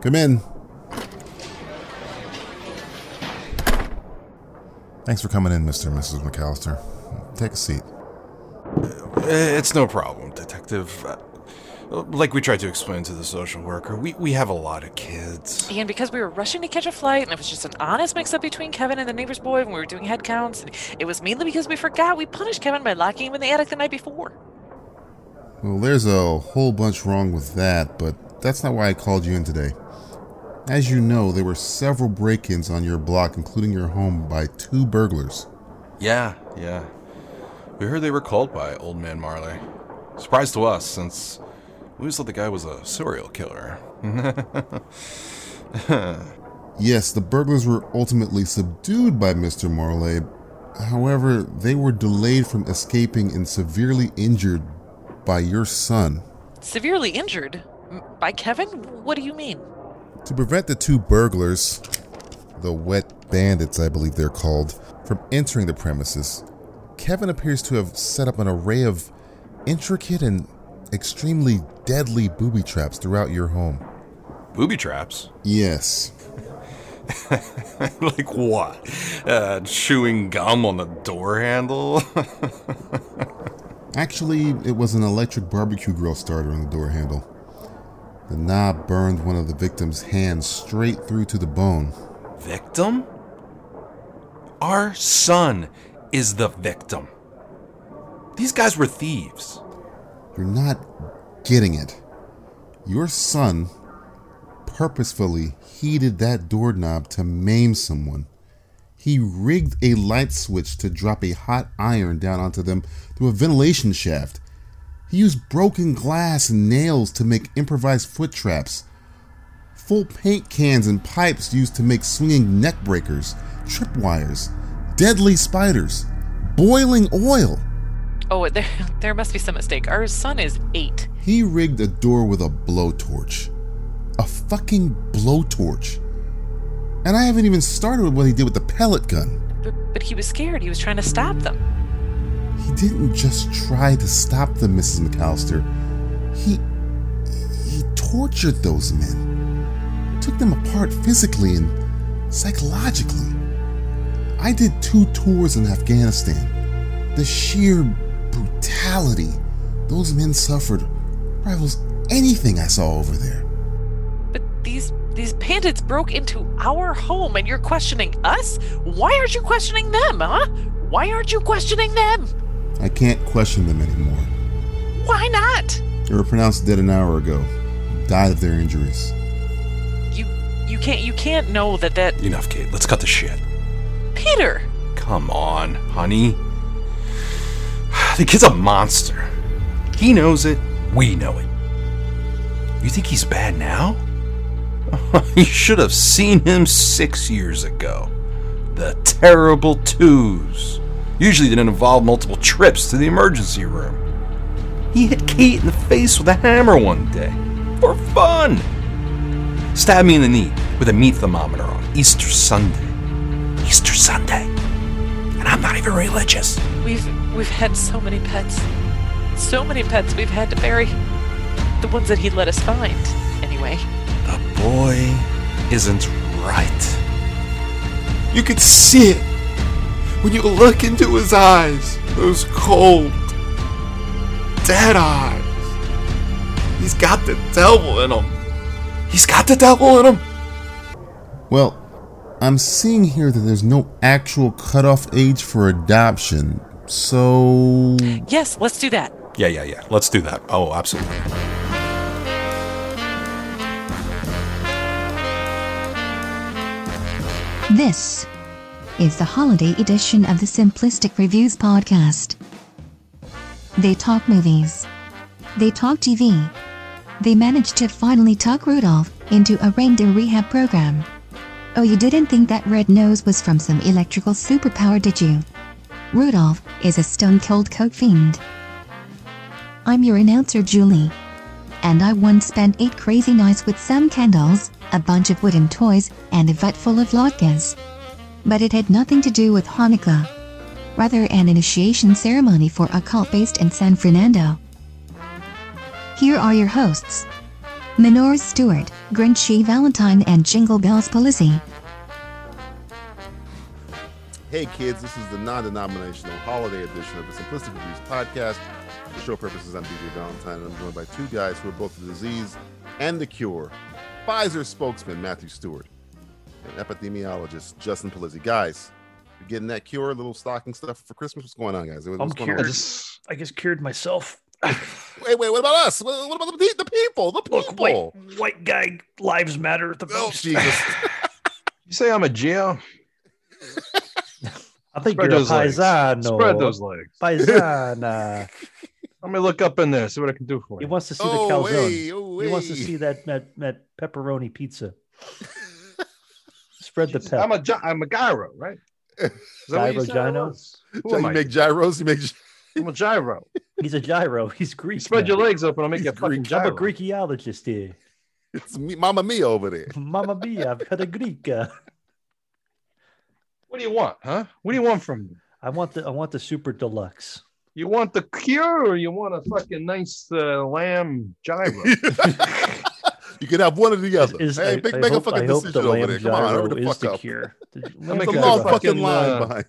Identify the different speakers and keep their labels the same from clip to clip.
Speaker 1: Come in. Thanks for coming in, Mr. and Mrs. McAllister. Take a seat.
Speaker 2: Eh, It's no problem, Detective. Uh, Like we tried to explain to the social worker, we, we have a lot of kids.
Speaker 3: And because we were rushing to catch a flight, and it was just an honest mix up between Kevin and the neighbor's boy when we were doing head counts, and it was mainly because we forgot we punished Kevin by locking him in the attic the night before.
Speaker 1: Well, there's a whole bunch wrong with that, but that's not why I called you in today. As you know, there were several break ins on your block, including your home, by two burglars.
Speaker 2: Yeah, yeah. We heard they were called by Old Man Marley. Surprise to us, since we always thought the guy was a serial killer.
Speaker 1: Yes, the burglars were ultimately subdued by Mr. Marley. However, they were delayed from escaping and severely injured by your son.
Speaker 3: Severely injured? M- By Kevin? What do you mean?
Speaker 1: To prevent the two burglars, the wet bandits, I believe they're called, from entering the premises, Kevin appears to have set up an array of intricate and extremely deadly booby traps throughout your home.
Speaker 2: Booby traps?
Speaker 1: Yes.
Speaker 2: like what? Uh, chewing gum on the door handle?
Speaker 1: Actually, it was an electric barbecue grill starter on the door handle. The knob burned one of the victim's hands straight through to the bone.
Speaker 2: victim? Our son is the victim. These guys were thieves.
Speaker 1: You're not getting it. Your son purposefully heated that doorknob to maim someone. He rigged a light switch to drop a hot iron down onto them through a ventilation shaft. He used broken glass and nails to make improvised foot traps. Full paint cans and pipes used to make swinging neck breakers, tripwires, deadly spiders, boiling oil.
Speaker 3: Oh, there, there must be some mistake. Our son is eight.
Speaker 1: He rigged a door with a blowtorch. A fucking blowtorch. And I haven't even started with what he did with the pellet gun.
Speaker 3: But, but he was scared. He was trying to stop them.
Speaker 1: He didn't just try to stop them, Mrs. McAllister. He. he tortured those men. Took them apart physically and psychologically. I did two tours in Afghanistan. The sheer brutality those men suffered rivals anything I saw over there.
Speaker 3: But these these bandits broke into our home, and you're questioning us? Why aren't you questioning them, huh? Why aren't you questioning them?
Speaker 1: I can't question them anymore.
Speaker 3: Why not?
Speaker 1: They were pronounced dead an hour ago. Died of their injuries.
Speaker 3: You you can't you can't know that that
Speaker 2: Enough, Kate. Let's cut the shit.
Speaker 3: Peter.
Speaker 2: Come on, honey. The kid's a monster. He knows it. We know it. You think he's bad now? you should have seen him six years ago. The terrible twos. Usually didn't involve multiple trips to the emergency room. He hit Kate in the face with a hammer one day. For fun! Stabbed me in the knee with a meat thermometer on Easter Sunday. Easter Sunday. And I'm not even religious.
Speaker 3: We've we've had so many pets. So many pets we've had to bury. The ones that he let us find, anyway.
Speaker 2: The boy isn't right. You could see it when you look into his eyes. Those cold, dead eyes. He's got the devil in him. He's got the devil in him.
Speaker 1: Well, I'm seeing here that there's no actual cutoff age for adoption. So.
Speaker 3: Yes, let's do that.
Speaker 2: Yeah, yeah, yeah. Let's do that. Oh, absolutely.
Speaker 4: This is the holiday edition of the Simplistic Reviews podcast. They talk movies. They talk TV. They managed to finally talk Rudolph into a reindeer rehab program. Oh, you didn't think that red nose was from some electrical superpower, did you? Rudolph is a stone cold coke fiend. I'm your announcer, Julie and I once spent eight crazy nights with some candles, a bunch of wooden toys, and a vat full of latkes. But it had nothing to do with Hanukkah. Rather, an initiation ceremony for a cult based in San Fernando. Here are your hosts Menorah Stewart, Grinchy Valentine, and Jingle Bells Polizzi.
Speaker 1: Hey kids, this is the non-denominational holiday edition of the Simplistic Reviews podcast. The show purposes I'm DJ Valentine, and I'm joined by two guys who are both the disease and the cure. Pfizer spokesman Matthew Stewart and epidemiologist Justin Polizzi. Guys, you're getting that cure, little stocking stuff for Christmas. What's going on, guys? What's
Speaker 5: I'm
Speaker 1: going
Speaker 5: cured.
Speaker 6: I
Speaker 1: on?
Speaker 6: just I just cured myself.
Speaker 1: Wait, wait, what about us? What what about the, pe- the people? The
Speaker 6: Look, white
Speaker 1: people.
Speaker 6: white guy lives matter the
Speaker 1: Oh
Speaker 6: most.
Speaker 1: Jesus!
Speaker 7: You say I'm a jail?
Speaker 8: I think
Speaker 7: Spread
Speaker 8: you're a
Speaker 7: those legs.
Speaker 8: paisano.
Speaker 7: Spread those legs.
Speaker 8: Paisana.
Speaker 7: Let me look up in there, see what I can do for
Speaker 8: he
Speaker 7: you.
Speaker 8: wants to see
Speaker 1: oh,
Speaker 8: the calzone.
Speaker 1: Hey, oh,
Speaker 8: He wants to
Speaker 1: hey.
Speaker 8: see that that, that pepperoni pizza. Spread the pep.
Speaker 7: I'm a gy- I'm a gyro, right? Is that what you said
Speaker 8: Gyro,
Speaker 7: I
Speaker 8: gyno?
Speaker 7: was? Who
Speaker 1: So
Speaker 7: am
Speaker 1: you
Speaker 7: I?
Speaker 1: make gyros. You make. gy-
Speaker 7: I'm a gyro.
Speaker 8: He's a gyro. He's
Speaker 7: You
Speaker 8: Greek.
Speaker 7: spread
Speaker 8: now.
Speaker 7: your legs open, I'll make you a
Speaker 1: He's
Speaker 7: fucking
Speaker 8: I'm
Speaker 7: gyro.
Speaker 8: a Greekologist here.
Speaker 1: It's me, Mama Mia over there.
Speaker 8: Mamma mia, I've got a Greek. uh,
Speaker 7: What do you want, huh? What do you want from me?
Speaker 8: I want the I want the super deluxe.
Speaker 7: You want the cure or you want a fucking nice uh, lamb gyro?
Speaker 1: you can have one or the other.
Speaker 8: Is-
Speaker 1: hey,
Speaker 8: I-
Speaker 1: make,
Speaker 8: I
Speaker 1: make
Speaker 8: hope-
Speaker 1: a fucking
Speaker 8: I hope
Speaker 1: decision over
Speaker 8: lamb
Speaker 1: there. Come on,
Speaker 8: gyro
Speaker 1: hurry the
Speaker 8: is
Speaker 1: fuck
Speaker 8: the
Speaker 1: up.
Speaker 8: cure. The
Speaker 7: I'm
Speaker 8: lamb
Speaker 1: There's
Speaker 7: making
Speaker 1: a
Speaker 7: a
Speaker 8: gyro-
Speaker 1: long
Speaker 7: fucking,
Speaker 1: fucking line
Speaker 7: uh,
Speaker 1: behind.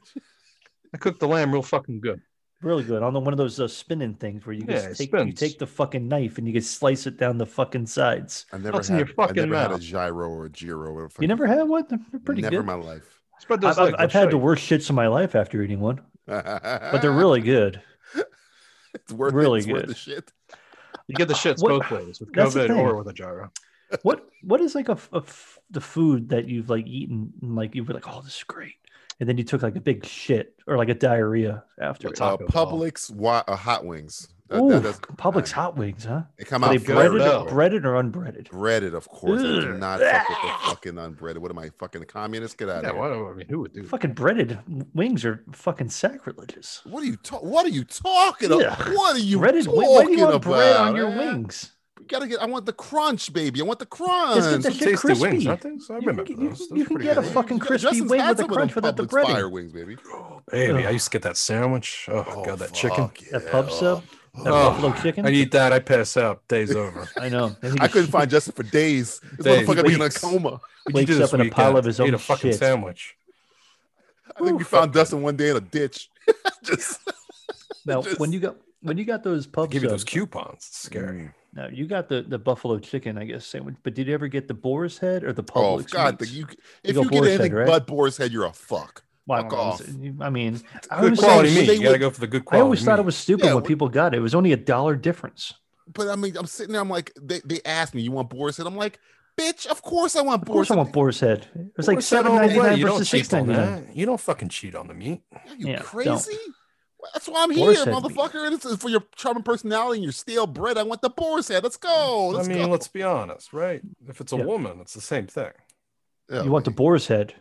Speaker 7: I cooked the lamb real fucking good.
Speaker 8: really good. On the one of those uh, spinning things where you
Speaker 7: Yeah, it
Speaker 8: just take you
Speaker 7: spins.
Speaker 8: take the fucking knife and you can slice it down the fucking sides.
Speaker 1: I never
Speaker 7: What's in
Speaker 1: had.
Speaker 7: your
Speaker 1: I
Speaker 7: fucking
Speaker 1: never had a
Speaker 7: mouth?
Speaker 1: gyro or a gyro. Or a
Speaker 8: You
Speaker 1: fucking-
Speaker 8: never had one? They're pretty
Speaker 1: never
Speaker 8: good.
Speaker 1: in my life.
Speaker 7: Spread those
Speaker 8: I've, I've,
Speaker 7: legs.
Speaker 8: I've had the worst shits in my life after eating one,
Speaker 1: but
Speaker 8: but they're really good.
Speaker 1: it's worth
Speaker 8: really
Speaker 1: it. It's worth
Speaker 8: good.
Speaker 1: the shit.
Speaker 7: You get the shits
Speaker 8: What-
Speaker 7: both ways with
Speaker 8: That's the
Speaker 7: COVID or
Speaker 8: thing.
Speaker 7: with a gyro.
Speaker 8: What what is like a, f- a f- the food that you've like eaten and like you were like, oh, this is great, and then you took like a big shit or like a diarrhea after it.
Speaker 1: Uh,
Speaker 7: Taco Bell.
Speaker 1: Publix wa- uh, hot wings. That-
Speaker 8: Ooh,
Speaker 1: that- that's-
Speaker 8: Publix hot wings, huh?
Speaker 1: They come
Speaker 8: Are
Speaker 1: out
Speaker 8: they
Speaker 1: flavored.
Speaker 8: breaded,
Speaker 7: Bell.
Speaker 8: breaded or unbreaded?
Speaker 1: breaded, of course. I do
Speaker 8: Ugh.
Speaker 1: not fuck with the fucking unbreaded. What am I fucking a communist? Get out
Speaker 7: Yeah,
Speaker 1: of here.
Speaker 7: what, I mean, who would do that?
Speaker 8: Fucking breaded wings are fucking sacrilegious.
Speaker 1: What are you ta- What are you talking about?
Speaker 8: Yeah.
Speaker 1: What are you
Speaker 8: breaded
Speaker 1: talking
Speaker 8: wing? Why do you want
Speaker 1: about?
Speaker 8: bread on your
Speaker 1: eh?
Speaker 8: wings?
Speaker 1: You gotta get. I want the crunch, baby. I want the
Speaker 8: Just get
Speaker 1: crunch.
Speaker 8: the
Speaker 7: Some
Speaker 8: shit
Speaker 7: tasty
Speaker 8: crispy.
Speaker 7: wings, aren't they? So I
Speaker 8: You can
Speaker 7: remember
Speaker 8: get- you can-
Speaker 7: those. Those
Speaker 8: you
Speaker 7: were
Speaker 8: can
Speaker 7: pretty
Speaker 8: get a
Speaker 7: good.
Speaker 8: fuck- fucking crispy
Speaker 1: Justin's
Speaker 8: wing
Speaker 1: had
Speaker 8: with the
Speaker 1: some of
Speaker 8: crunch
Speaker 1: them
Speaker 8: without the
Speaker 1: Publix
Speaker 8: breading.
Speaker 1: Fire wings, baby.
Speaker 7: Oh, baby, I
Speaker 8: Ugh.
Speaker 7: used to get that sandwich. Oh, my God, that chicken.
Speaker 1: fuck
Speaker 8: That
Speaker 1: yeah.
Speaker 8: pub sub, that
Speaker 7: Oh,
Speaker 8: buffalo chicken.
Speaker 7: I eat that. I pass out. Day's over.
Speaker 8: I know. think
Speaker 1: I
Speaker 8: it's
Speaker 1: couldn't
Speaker 8: shit.
Speaker 1: find Justin for days. This
Speaker 7: Days,
Speaker 1: motherfucker be in a
Speaker 7: weeks.
Speaker 1: coma.
Speaker 7: What'd
Speaker 8: Wakes
Speaker 7: you do
Speaker 8: up
Speaker 7: this
Speaker 8: in a pile
Speaker 7: weekend?
Speaker 8: of his
Speaker 7: Ate
Speaker 8: own
Speaker 7: a fucking
Speaker 8: shit.
Speaker 7: sandwich.
Speaker 1: I think we found Dustin one day in a ditch. Just oh,
Speaker 8: Now,
Speaker 1: Just-
Speaker 8: when you got when you got those pub
Speaker 7: Give you those
Speaker 8: subs,
Speaker 7: coupons. It's scary.
Speaker 8: now you got the the buffalo chicken, I guess sandwich. But did you ever get the boar's head or the
Speaker 1: oh
Speaker 8: Publix?
Speaker 1: god, the,
Speaker 8: meats?
Speaker 1: you, if
Speaker 8: go
Speaker 1: you, get
Speaker 8: Boar's Head,
Speaker 1: anything
Speaker 8: right?
Speaker 1: but boar's head, you're a fuck.
Speaker 8: Well, I
Speaker 1: fuck
Speaker 8: don't know,
Speaker 1: off.
Speaker 8: it's- I mean, I
Speaker 7: Good
Speaker 8: always,
Speaker 7: quality
Speaker 8: thought,
Speaker 1: saying
Speaker 7: meat.
Speaker 1: they
Speaker 7: You got to
Speaker 1: would-
Speaker 7: go for the good
Speaker 8: I
Speaker 7: quality.
Speaker 8: always thought it
Speaker 7: meat.
Speaker 8: was stupid
Speaker 1: Yeah,
Speaker 8: when
Speaker 1: wh-
Speaker 8: people got it. It was only a dollar difference.
Speaker 1: But I mean, I'm sitting there. I'm like, they, they asked me, "You want boar's head?" I'm like, "Bitch, of course I want
Speaker 8: Of course,
Speaker 1: boar's
Speaker 8: I
Speaker 1: head."
Speaker 8: want boar's head. It was like
Speaker 7: What's that
Speaker 8: seven
Speaker 7: all the
Speaker 8: ninety
Speaker 7: way?
Speaker 8: nine
Speaker 7: You don't
Speaker 8: versus six
Speaker 7: cheat on
Speaker 8: ninety nine.
Speaker 7: that. You don't fucking cheat on the meat.
Speaker 1: Are you
Speaker 8: Yeah, don't.
Speaker 1: crazy? That's why I'm
Speaker 8: Boar's
Speaker 1: here,
Speaker 8: head meat.
Speaker 1: motherfucker. This is for your charming personality and your stale bread. I want the boar's head. Let's go.
Speaker 7: I
Speaker 1: Let's
Speaker 7: mean,
Speaker 1: go.
Speaker 7: let's be honest, right? If it's a
Speaker 8: Yeah.
Speaker 7: woman, it's the same thing.
Speaker 1: Yeah,
Speaker 8: You want the boar's head?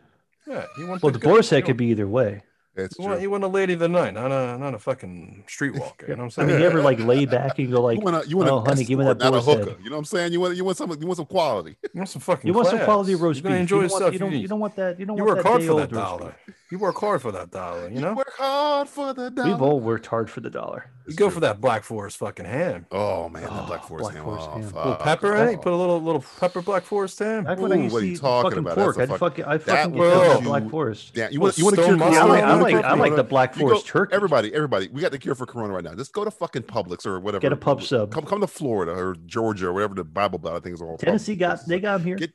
Speaker 7: Yeah, you want
Speaker 8: Well, the boar's head
Speaker 7: you
Speaker 8: could be either way.
Speaker 1: That's
Speaker 7: You
Speaker 1: true.
Speaker 7: want, you want a lady of the night, not a not a fucking streetwalker. You know what I'm
Speaker 8: I
Speaker 7: saying?
Speaker 8: mean, you ever like lay back and go like,
Speaker 1: you want a, you want
Speaker 8: oh,
Speaker 1: a
Speaker 8: honey, give me
Speaker 1: escort,
Speaker 8: that
Speaker 1: not a
Speaker 8: boar's head.
Speaker 1: hooker. You know what I'm saying? You want you want some you want some quality.
Speaker 7: You want some fucking.
Speaker 8: you want some
Speaker 7: class.
Speaker 8: quality roast
Speaker 7: You're gonna
Speaker 8: beef?
Speaker 7: Enjoy
Speaker 8: you, don't
Speaker 7: yourself.
Speaker 8: want, you, don't, you don't want that. You don't
Speaker 7: you
Speaker 8: want
Speaker 7: work
Speaker 8: that
Speaker 7: hard
Speaker 8: day
Speaker 7: for
Speaker 8: old
Speaker 7: that
Speaker 8: roast
Speaker 7: dollar.
Speaker 8: beef.
Speaker 7: You work hard for that dollar. You know.
Speaker 1: work hard for the dollar.
Speaker 8: We've all worked hard for the dollar.
Speaker 7: You go for that Black Forest fucking ham.
Speaker 1: Oh man, that
Speaker 8: Oh,
Speaker 1: Black Forest
Speaker 8: Black
Speaker 1: ham.
Speaker 8: Forest
Speaker 1: oh,
Speaker 8: ham.
Speaker 1: fuck.
Speaker 8: Little
Speaker 7: little pepper in it.
Speaker 1: Oh.
Speaker 7: Put a little little pepper Black Forest ham.
Speaker 8: Back when I
Speaker 1: Ooh,
Speaker 8: used
Speaker 1: what are
Speaker 8: to
Speaker 1: you
Speaker 8: eat
Speaker 1: talking
Speaker 8: fucking
Speaker 1: about? That's
Speaker 8: pork,
Speaker 1: a
Speaker 8: I'd
Speaker 1: fuck-
Speaker 8: fucking, I
Speaker 1: that
Speaker 8: fucking get that
Speaker 1: will-
Speaker 8: Black Forest.
Speaker 1: Damn, you want, you
Speaker 7: Little
Speaker 1: want to cure
Speaker 7: stone
Speaker 1: corona?
Speaker 7: mozzarella
Speaker 1: You wanna
Speaker 7: on it.
Speaker 1: cure
Speaker 8: I like the
Speaker 1: corona?
Speaker 8: Black
Speaker 1: You go-
Speaker 8: Forest turkey.
Speaker 1: Everybody, everybody, we got the cure for corona right now. Just go to fucking Publix or whatever.
Speaker 8: Get a pub sub.
Speaker 1: Come, come to Florida or Georgia or whatever the Bible Belt I think is all.
Speaker 8: Tennessee got they got him here.
Speaker 1: Get-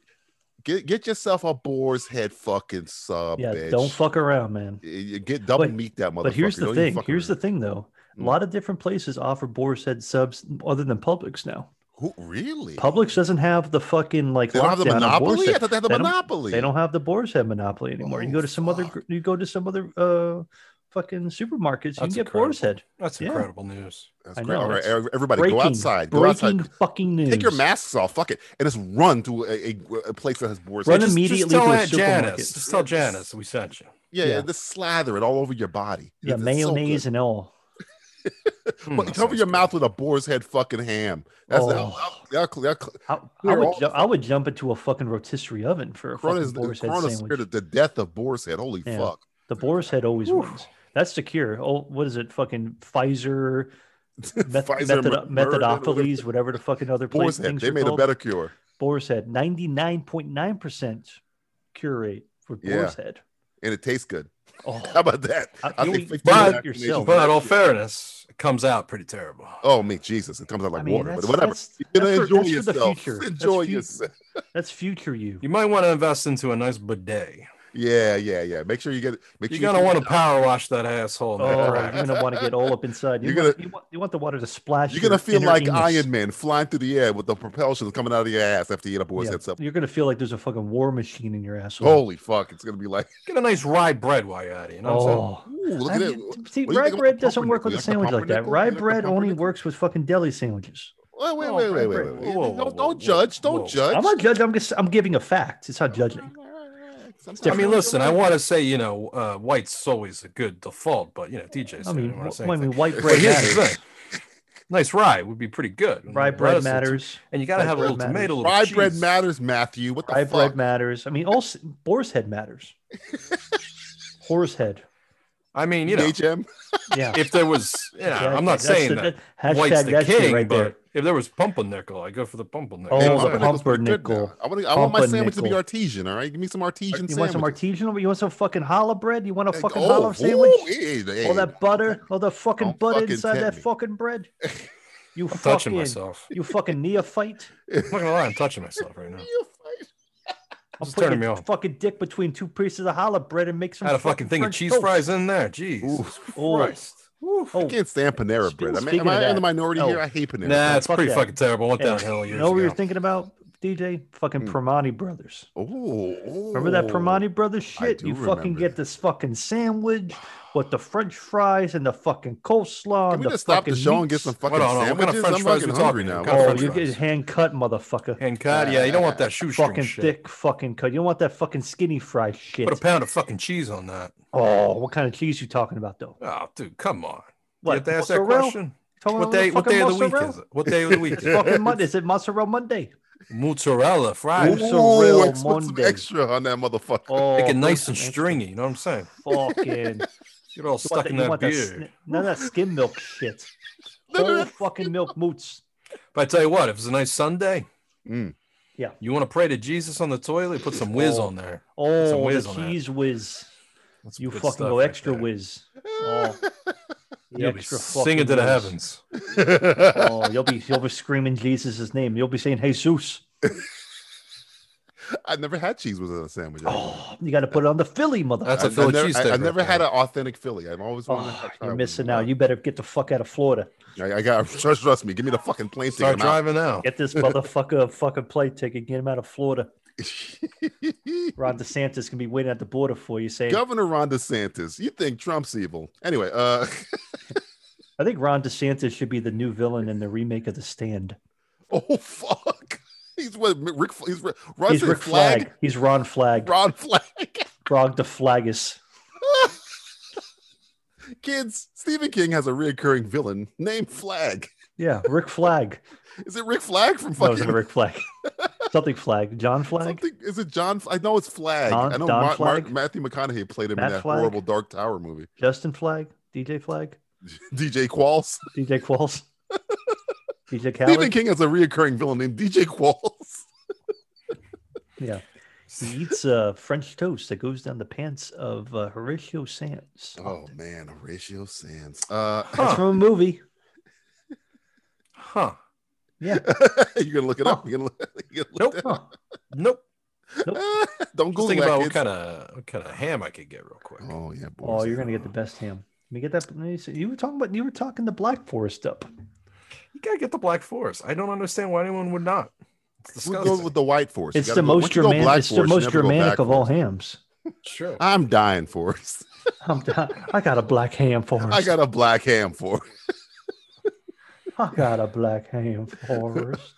Speaker 1: Get get yourself a boar's head fucking sub.
Speaker 8: yeah,
Speaker 1: bitch.
Speaker 8: don't fuck around, man.
Speaker 1: You- you Get double
Speaker 8: But-
Speaker 1: meat that motherfucker.
Speaker 8: But here's the
Speaker 1: Don't you
Speaker 8: thing.
Speaker 1: fucking-
Speaker 8: Here's the thing, though. A
Speaker 1: Mm.
Speaker 8: lot of different places offer boar's head subs other than Publix now.
Speaker 1: Who really?
Speaker 8: Publix doesn't have the fucking like
Speaker 1: They don't have the
Speaker 8: lockdown on boar's
Speaker 1: monopoly. I
Speaker 8: head.
Speaker 1: thought they had the
Speaker 8: They don't-
Speaker 1: monopoly.
Speaker 8: They don't have the boar's head monopoly anymore. you
Speaker 1: Oh,
Speaker 8: go to some other
Speaker 1: fuck.
Speaker 8: gr- you go to some other uh fucking supermarkets, you can
Speaker 7: That's
Speaker 8: get boar's head.
Speaker 7: That's
Speaker 8: Yeah.
Speaker 7: incredible news.
Speaker 1: That's
Speaker 8: I
Speaker 1: great.
Speaker 8: know,
Speaker 1: All right,
Speaker 8: that's
Speaker 1: ev- everybody, go outside. Go
Speaker 8: breaking
Speaker 1: outside.
Speaker 8: fucking news.
Speaker 1: Take your masks off. Fuck it, and just run to a, a, a place that has boar's
Speaker 8: Run
Speaker 1: head. Just,
Speaker 8: imme-
Speaker 7: Just
Speaker 8: Immediately
Speaker 7: tell
Speaker 8: to a
Speaker 7: Aunt
Speaker 8: supermarket.
Speaker 7: Janice. Just tell Janice we sent you.
Speaker 1: yeah, yeah,
Speaker 8: yeah.
Speaker 1: just slather it all over your body.
Speaker 8: Yeah,
Speaker 1: It's- it's so
Speaker 8: mayonnaise
Speaker 1: good.
Speaker 8: and all.
Speaker 7: Hmm,
Speaker 1: But
Speaker 7: that
Speaker 1: cover
Speaker 7: sounds
Speaker 1: your
Speaker 7: good.
Speaker 1: mouth with a boar's head fucking ham. That's
Speaker 8: Oh.
Speaker 1: that'll- that'll- that'll- that'll-
Speaker 8: I, I
Speaker 1: We're
Speaker 8: would,
Speaker 1: all-
Speaker 8: ju- I would jump into a fucking rotisserie oven for a
Speaker 1: Corona's
Speaker 8: fucking
Speaker 1: the
Speaker 8: boar's head
Speaker 1: Corona's
Speaker 8: sandwich.
Speaker 1: scared of the death of boar's head. Holy
Speaker 8: Yeah.
Speaker 1: fuck!
Speaker 8: The boar's head always
Speaker 7: Whew.
Speaker 8: wins. That's the cure. Oh, what is it? Fucking Pfizer, Meth-
Speaker 1: Pfizer
Speaker 8: method-
Speaker 1: murdered or
Speaker 8: methodopolis, whatever the fucking other place
Speaker 1: Boar's head.
Speaker 8: things
Speaker 1: They
Speaker 8: were
Speaker 1: made a
Speaker 8: called.
Speaker 1: better cure.
Speaker 8: Boar's head, ninety nine point nine percent cure rate for boar's head.
Speaker 1: and it tastes good.
Speaker 8: Oh,
Speaker 1: How about that?
Speaker 8: I- you-
Speaker 1: think
Speaker 8: you
Speaker 1: 15
Speaker 8: do it
Speaker 1: vaccinations
Speaker 8: yourself.
Speaker 1: is
Speaker 8: But
Speaker 7: But all
Speaker 1: good.
Speaker 7: fairness, it comes out pretty terrible.
Speaker 1: Oh, me, Jesus! It comes out like
Speaker 8: I mean,
Speaker 1: water, but
Speaker 8: that's-
Speaker 1: whatever.
Speaker 8: that's-
Speaker 1: You're gonna
Speaker 8: that's for-
Speaker 1: enjoy
Speaker 8: that's for the
Speaker 1: yourself.
Speaker 8: future. That's
Speaker 1: Enjoy
Speaker 8: fu-
Speaker 1: yourself.
Speaker 8: that's future you.
Speaker 7: You might want to invest into a nice bidet.
Speaker 1: Yeah, yeah, yeah. Make sure you get. Make
Speaker 7: You're
Speaker 1: sure
Speaker 7: gonna
Speaker 1: you
Speaker 7: want to power wash that asshole.
Speaker 8: Oh,
Speaker 7: man.
Speaker 8: you're gonna want to get all up inside. You
Speaker 1: You're
Speaker 8: want,
Speaker 1: gonna-
Speaker 8: you want you want the water to splash.
Speaker 1: You're gonna
Speaker 8: your
Speaker 1: feel
Speaker 8: inner
Speaker 1: like
Speaker 8: anus.
Speaker 1: Iron Man flying through the air with the propulsion coming out of your ass after you eat a boy's
Speaker 8: Yeah.
Speaker 1: head stuff.
Speaker 8: You're gonna feel like there's a fucking war machine in your asshole.
Speaker 1: Holy fuck! It's gonna be like,
Speaker 7: Get a nice rye bread while you're at it. You know what I'm saying?
Speaker 8: oh.
Speaker 1: ooh, look
Speaker 8: I
Speaker 1: at
Speaker 8: mean,
Speaker 1: it.
Speaker 8: See,
Speaker 1: What do you
Speaker 8: rye
Speaker 1: think about
Speaker 8: bread
Speaker 1: the
Speaker 8: doesn't work with
Speaker 1: pumpernickel?
Speaker 8: a
Speaker 1: You
Speaker 8: sandwich
Speaker 1: like
Speaker 8: like
Speaker 1: the
Speaker 8: that.
Speaker 1: pumpernickel?
Speaker 8: Rye
Speaker 1: You like the
Speaker 8: bread only
Speaker 1: pumpernickel?
Speaker 8: works with fucking deli sandwiches.
Speaker 1: Wait, wait,
Speaker 7: Oh,
Speaker 1: wait, wait,
Speaker 7: right,
Speaker 1: wait,
Speaker 7: right.
Speaker 1: wait.
Speaker 7: Whoa, whoa,
Speaker 1: Don't,
Speaker 7: whoa, whoa.
Speaker 1: don't judge. Don't
Speaker 7: Whoa.
Speaker 1: judge.
Speaker 8: I'm not judging. I'm just I'm giving a fact. It's not judging.
Speaker 1: Sometimes
Speaker 7: I mean, listen, I want to say you know uh, white's always a good default, but you know DJ's
Speaker 8: I
Speaker 7: saying,
Speaker 8: mean,
Speaker 7: I want to
Speaker 8: wh-
Speaker 7: say
Speaker 8: I mean,
Speaker 7: anything.
Speaker 8: white
Speaker 7: But
Speaker 8: bread
Speaker 7: here's the
Speaker 8: matters.
Speaker 7: thing. Nice rye would be pretty good.
Speaker 8: Rye
Speaker 7: Lettuce
Speaker 8: bread
Speaker 7: and-
Speaker 8: matters.
Speaker 7: and you gotta
Speaker 8: Rye
Speaker 7: have a
Speaker 8: bread
Speaker 7: little
Speaker 8: matters.
Speaker 7: tomato. Little
Speaker 1: Rye
Speaker 7: cheese.
Speaker 1: bread matters, Matthew. What the
Speaker 8: Rye
Speaker 1: fuck?
Speaker 8: bread matters. I mean, all s- boar's head matters. Horse head.
Speaker 7: I mean, you know,
Speaker 1: HM.
Speaker 8: Yeah.
Speaker 7: if there was, yeah, I'm not
Speaker 8: That's the-
Speaker 7: saying that
Speaker 8: hashtag
Speaker 7: white's the
Speaker 8: that's it
Speaker 7: king,
Speaker 8: right
Speaker 7: but
Speaker 8: there.
Speaker 7: if there was pumpernickel, I go for the pumpernickel.
Speaker 8: Oh,
Speaker 1: Hey,
Speaker 8: the
Speaker 1: pumpernickel's
Speaker 7: Sorry.
Speaker 8: pump-
Speaker 1: pretty good
Speaker 8: pumpernickel.
Speaker 1: now. I want, to, I want my sandwich to be
Speaker 8: Pumpernickel.
Speaker 1: artesian. All right, give me some artesian
Speaker 8: You want
Speaker 1: sandwich.
Speaker 8: some artisanal? You want some fucking challah bread? You want a fucking
Speaker 1: oh,
Speaker 8: challah
Speaker 1: ooh,
Speaker 8: sandwich?
Speaker 1: hey, hey.
Speaker 8: all that butter, all the fucking
Speaker 1: Don't
Speaker 8: butter
Speaker 1: fucking
Speaker 8: inside
Speaker 1: tempt
Speaker 8: that
Speaker 1: me.
Speaker 8: fucking bread. You
Speaker 7: I'm
Speaker 8: fucking,
Speaker 7: touching myself.
Speaker 8: you fucking neophyte.
Speaker 7: I'm not gonna lie, I'm touching myself right now.
Speaker 1: You fight.
Speaker 8: I'm
Speaker 7: This is
Speaker 8: putting
Speaker 7: turning me
Speaker 8: your
Speaker 7: off.
Speaker 8: fucking dick between two pieces of challah bread and make some.
Speaker 7: Had a fucking thing of
Speaker 8: French
Speaker 7: cheese
Speaker 8: toast.
Speaker 7: fries in there. Jeez.
Speaker 8: Oh,
Speaker 7: Christ.
Speaker 1: I can't stand Panera
Speaker 8: Speak-
Speaker 1: bread. I mean,
Speaker 8: Oh, speaking
Speaker 1: am
Speaker 8: of
Speaker 1: I in
Speaker 8: that,
Speaker 1: the minority
Speaker 8: oh.
Speaker 1: here? I hate Panera.
Speaker 7: Nah,
Speaker 1: bread.
Speaker 7: it's pretty
Speaker 8: that.
Speaker 7: fucking terrible. I went
Speaker 8: Hey,
Speaker 7: down hell
Speaker 8: you
Speaker 7: years
Speaker 8: know what we were
Speaker 7: ago.
Speaker 8: thinking about, DJ? Fucking
Speaker 1: Hmm.
Speaker 8: Pramani Brothers.
Speaker 1: Ooh, ooh.
Speaker 8: Remember that Pramani Brothers
Speaker 1: Oh, I
Speaker 8: shit?
Speaker 1: do
Speaker 8: You fucking
Speaker 1: remember
Speaker 8: get
Speaker 1: that.
Speaker 8: this fucking sandwich with the French fries and the fucking coleslaw.
Speaker 1: Can
Speaker 8: and
Speaker 1: we
Speaker 8: the
Speaker 1: just stop the
Speaker 8: fucking
Speaker 1: show and
Speaker 8: meats.
Speaker 1: get some fucking
Speaker 7: Hold on, hold on. What kind
Speaker 1: sandwiches?
Speaker 7: of French
Speaker 1: I'm
Speaker 7: fries
Speaker 1: fucking
Speaker 7: we talking
Speaker 1: hungry
Speaker 7: here?
Speaker 1: now.
Speaker 7: What kind of
Speaker 8: Oh,
Speaker 7: French
Speaker 8: you
Speaker 7: fries?
Speaker 8: get hand cut, motherfucker.
Speaker 7: And cut, yeah, you don't want that shoestring
Speaker 8: fucking
Speaker 7: shit.
Speaker 8: thick fucking cut. You don't want that fucking skinny fry shit.
Speaker 7: Put a pound of fucking cheese on that.
Speaker 8: Oh, what kind of cheese you talking about though?
Speaker 7: Oh, dude, come on. You
Speaker 8: What,
Speaker 7: have to ask that
Speaker 8: mozzarella?
Speaker 7: question.
Speaker 8: Talking
Speaker 7: What
Speaker 8: about
Speaker 7: day? What
Speaker 8: fucking
Speaker 7: day of the week
Speaker 8: mozzarella?
Speaker 7: is it? What day of the week? Is it?
Speaker 8: Fucking Monday. Is it mozzarella Monday?
Speaker 7: Mozzarella fries.
Speaker 8: Oh, Ooh.
Speaker 1: Ooh,
Speaker 8: Surreal
Speaker 1: ex- put some
Speaker 8: Monday.
Speaker 1: extra on that motherfucker.
Speaker 8: Oh,
Speaker 7: Make it nice
Speaker 8: those
Speaker 7: and
Speaker 8: extra
Speaker 7: stringy. You know what I'm saying?
Speaker 8: Fucking
Speaker 7: Get all
Speaker 8: you want
Speaker 7: stuck
Speaker 8: that-
Speaker 7: in
Speaker 8: you
Speaker 7: that
Speaker 8: want
Speaker 7: beard.
Speaker 8: sni- none of that skim milk shit.
Speaker 1: None of
Speaker 8: Whole
Speaker 1: that
Speaker 8: fucking milk moots.
Speaker 7: But I tell you what, if it's a nice Sunday,
Speaker 1: Mm.
Speaker 8: Yeah.
Speaker 7: you want to pray to Jesus on the toilet, put some whiz
Speaker 8: Oh.
Speaker 7: on there. Some
Speaker 8: Oh, the
Speaker 7: whiz on that.
Speaker 8: cheese whiz.
Speaker 7: That's
Speaker 8: You
Speaker 7: good
Speaker 8: fucking
Speaker 7: stuff
Speaker 8: go
Speaker 7: right
Speaker 8: extra
Speaker 7: there.
Speaker 8: whiz. Oh, the
Speaker 7: You'll be
Speaker 8: extra
Speaker 7: singing
Speaker 8: fucking
Speaker 7: to the
Speaker 8: whiz.
Speaker 7: heavens.
Speaker 8: Oh, you'll be you'll be screaming Jesus' name. You'll be saying Jesus.
Speaker 1: I never had cheese with a sandwich.
Speaker 8: Oh, you got to put it on the Philly, mother.
Speaker 7: That's
Speaker 1: I,
Speaker 7: a Philly
Speaker 1: never,
Speaker 7: cheesesteak
Speaker 1: I, I
Speaker 7: right
Speaker 1: never
Speaker 7: there.
Speaker 1: had an authentic Philly. I've always wanted.
Speaker 8: Oh,
Speaker 1: to try
Speaker 8: you're
Speaker 1: one.
Speaker 8: missing out. You better get the fuck out of Florida.
Speaker 1: I, I got trust, trust me. Give me the fucking plane ticket.
Speaker 7: Start
Speaker 1: I'm out.
Speaker 7: driving now.
Speaker 8: Get this motherfucker a fucking plane ticket. Get him out of Florida. Ron DeSantis can be waiting at the border for you. Saying,
Speaker 1: Governor Ron DeSantis, you think Trump's evil? Anyway, uh,
Speaker 8: I think Ron DeSantis should be the new villain in the remake of The Stand.
Speaker 1: oh fuck, he's what Rick? He's Ron
Speaker 8: He's
Speaker 1: Rick
Speaker 8: Rick Flag.
Speaker 1: Flag.
Speaker 8: He's Ron Flag.
Speaker 1: Ron Flag.
Speaker 8: Rog the Flagus.
Speaker 1: Kids, Stephen King has a reoccurring villain named Flag.
Speaker 8: Yeah, Rick Flag.
Speaker 1: Is it Rick Flag from
Speaker 8: no, it's
Speaker 1: fucking
Speaker 8: not Rick Flag. Something Flag. John Flag.
Speaker 1: something? Is it John? I know it's Flag.
Speaker 8: Don-
Speaker 1: I know
Speaker 8: Don
Speaker 1: Mar- Mar-
Speaker 8: Flag?
Speaker 1: Matthew McConaughey played him in
Speaker 8: Matt
Speaker 1: that
Speaker 8: Flag?
Speaker 1: horrible Dark Tower movie.
Speaker 8: Justin Flag. DJ Flag.
Speaker 1: DJ Qualls.
Speaker 8: DJ Qualls.
Speaker 1: Stephen
Speaker 8: DJ Khaled.
Speaker 1: King has a reoccurring villain named DJ Qualls.
Speaker 8: Yeah. He eats uh, French toast that goes down the pants of uh, Horatio Sands.
Speaker 1: Oh man, Horatio Sands. Uh,
Speaker 8: That's
Speaker 7: Huh.
Speaker 8: from a movie.
Speaker 7: Huh.
Speaker 8: Yeah.
Speaker 1: you gonna look it
Speaker 8: Oh.
Speaker 1: up? You gonna look, you gonna look
Speaker 7: Nope. Nope.
Speaker 1: that up? Don't
Speaker 7: Just
Speaker 1: Google
Speaker 7: think
Speaker 1: that,
Speaker 7: about what
Speaker 1: kids.
Speaker 7: kind of what kind of ham I could get real quick.
Speaker 1: Oh yeah. boy,
Speaker 8: Oh,
Speaker 1: is
Speaker 8: you're
Speaker 1: that-
Speaker 8: gonna get the best ham. Let me get that. let me see. You were talking about you were talking the Black Forest up.
Speaker 7: You gotta get the Black Forest. I don't understand why anyone would not. It's
Speaker 1: We'll
Speaker 7: disgusting.
Speaker 1: go with the White Forest. You
Speaker 8: It's
Speaker 1: gotta
Speaker 8: the
Speaker 1: go- once
Speaker 8: most
Speaker 1: you go
Speaker 8: Germanic.
Speaker 1: Black
Speaker 8: It's the
Speaker 1: Forest, you
Speaker 8: most
Speaker 1: never go
Speaker 8: Germanic
Speaker 1: back
Speaker 8: of all
Speaker 1: Forest.
Speaker 8: hams.
Speaker 7: Sure.
Speaker 1: I'm dying for it.
Speaker 8: I'm di- I got a black ham forest.
Speaker 1: I got a black ham for it.
Speaker 8: I got a black ham forest.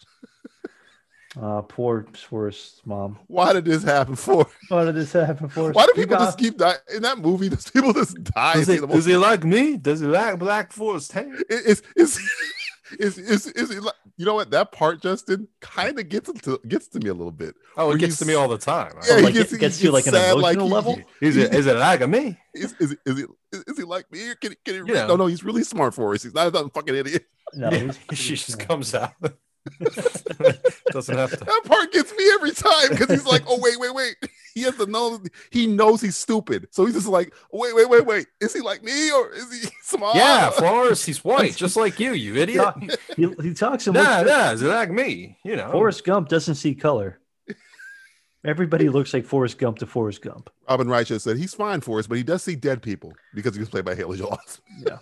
Speaker 8: Uh, poor forest mom.
Speaker 1: Why did this happen for? us?
Speaker 8: Why did this happen for us?
Speaker 1: Why do
Speaker 8: You
Speaker 1: people
Speaker 8: got-
Speaker 1: just keep dying in that movie? Those people just die.
Speaker 7: Does
Speaker 1: It's
Speaker 7: he,
Speaker 1: the
Speaker 7: does
Speaker 1: most-
Speaker 7: he like me? Does he like Black Forest ham?
Speaker 1: It's it's it's it's it's it's- you know what that part Justin kind of gets to gets to me a little bit.
Speaker 7: Oh,
Speaker 1: Were
Speaker 7: it gets
Speaker 1: you
Speaker 7: to me all the time.
Speaker 1: Yeah,
Speaker 8: like, it gets to you, like, an
Speaker 1: sad,
Speaker 8: emotional level?
Speaker 7: Is it is it like me?
Speaker 1: is, is, is, it- is, Is he like me? Can, can he?
Speaker 2: Yeah.
Speaker 1: No, no, he's really smart for us. He's not, he's not a fucking idiot.
Speaker 8: No,
Speaker 2: Yeah,
Speaker 8: he's-
Speaker 2: she just
Speaker 8: yeah.
Speaker 2: comes out. Doesn't have to.
Speaker 1: That part gets me every time because he's like, oh wait, wait, wait. He has to know. He knows he's stupid, so he's just like, wait, wait, wait, wait. Is he like me or is he smart?
Speaker 2: Yeah, Forrest, he's white, just like you, you idiot.
Speaker 8: Talk- he, he talks so much.
Speaker 2: Nah,
Speaker 8: that
Speaker 2: nah, it's like me. You
Speaker 1: Oh.
Speaker 2: know,
Speaker 8: Forrest Gump doesn't see color. Everybody looks like Forrest Gump to Forrest Gump.
Speaker 1: Robin Wright just said he's fine for us, but he does see dead people because he was played by Haley Joel Osment.
Speaker 8: Yeah.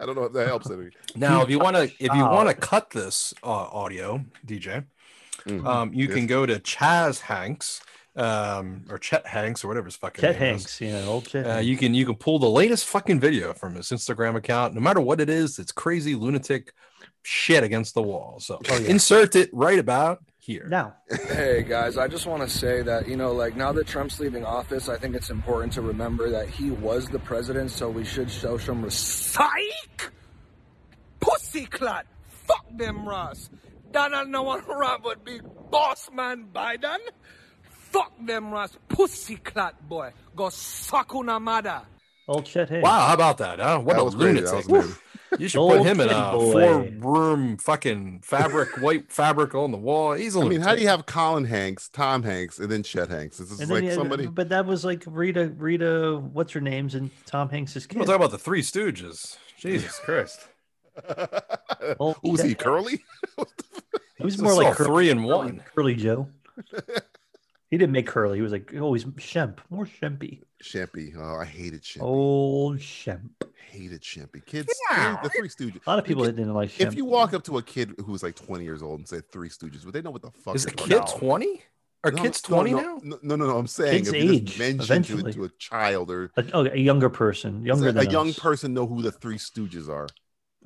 Speaker 1: I don't know if that helps any.
Speaker 2: Now, if you want to, if you
Speaker 8: Wow.
Speaker 2: want to cut this uh, audio, DJ,
Speaker 1: Mm.
Speaker 2: um, you
Speaker 1: Yes.
Speaker 2: can go to Chaz Hanks, um, or Chet Hanks, or whatever his fucking
Speaker 8: Chet
Speaker 2: name is.
Speaker 8: Hanks, you know, old Chet.
Speaker 2: Uh,
Speaker 8: Hanks.
Speaker 2: you can you can pull the latest fucking video from his Instagram account. No matter what it is, it's crazy lunatic shit against the wall. So insert it right about here.
Speaker 8: now,
Speaker 9: Hey guys, I just want to say that, you know, like now that Trump's leaving office, I think it's important to remember that he was the president, so we should show some respect. Pussy clot. Fuck them Ross. Donald no one Robert big boss man Biden. Fuck them Ross. Pussy clot boy. Go suck una mother.
Speaker 8: old Chet Hanks.
Speaker 2: Wow, Ah, how about that? Huh? What
Speaker 1: That
Speaker 2: a
Speaker 1: was crazy. That
Speaker 2: lunatic!
Speaker 1: was amazing.
Speaker 2: you should
Speaker 8: Old
Speaker 2: put him in
Speaker 8: kid
Speaker 2: a
Speaker 1: uh,
Speaker 8: boy.
Speaker 2: four-room fucking fabric, white fabric on the wall. He's a
Speaker 1: I mean,
Speaker 2: lunatic.
Speaker 1: how do you have Colin Hanks, Tom Hanks, and then Chet Hanks? This is
Speaker 8: And
Speaker 1: like
Speaker 8: then, yeah,
Speaker 1: somebody.
Speaker 8: But that was like Rita, Rita, what's her name's, and Tom Hanks'
Speaker 2: We'll
Speaker 8: kid.
Speaker 2: talk about the Three Stooges. Jesus Christ!
Speaker 8: Old
Speaker 1: Who's he,
Speaker 8: Chet-
Speaker 1: Curly?
Speaker 8: Who's
Speaker 2: It's
Speaker 8: more
Speaker 2: all
Speaker 8: like Curly,
Speaker 2: three and one.
Speaker 8: Curly Joe? he didn't make Curly. He was like, oh, he's Shemp, more Shempy.
Speaker 1: Shempy. Oh, I hated Shempy.
Speaker 8: Old Shemp.
Speaker 1: Hated Shempy. Kids, the Three Stooges.
Speaker 8: A lot of people that didn't like Shemp.
Speaker 1: If you walk up to a kid who's like 20 years old and say Three Stooges, would they know what the fuck
Speaker 2: Is a
Speaker 1: you're talking
Speaker 2: kid
Speaker 1: about?
Speaker 2: twenty? Are
Speaker 1: No,
Speaker 2: kids
Speaker 1: no,
Speaker 2: twenty
Speaker 1: no,
Speaker 2: now?
Speaker 1: No, no, no. no, I'm saying
Speaker 8: Kids
Speaker 1: if you
Speaker 8: age,
Speaker 1: just mention
Speaker 8: eventually.
Speaker 1: it to a child or
Speaker 8: a, oh, a younger person, younger
Speaker 1: a
Speaker 8: than
Speaker 1: young
Speaker 8: us.
Speaker 1: person know who the Three Stooges are.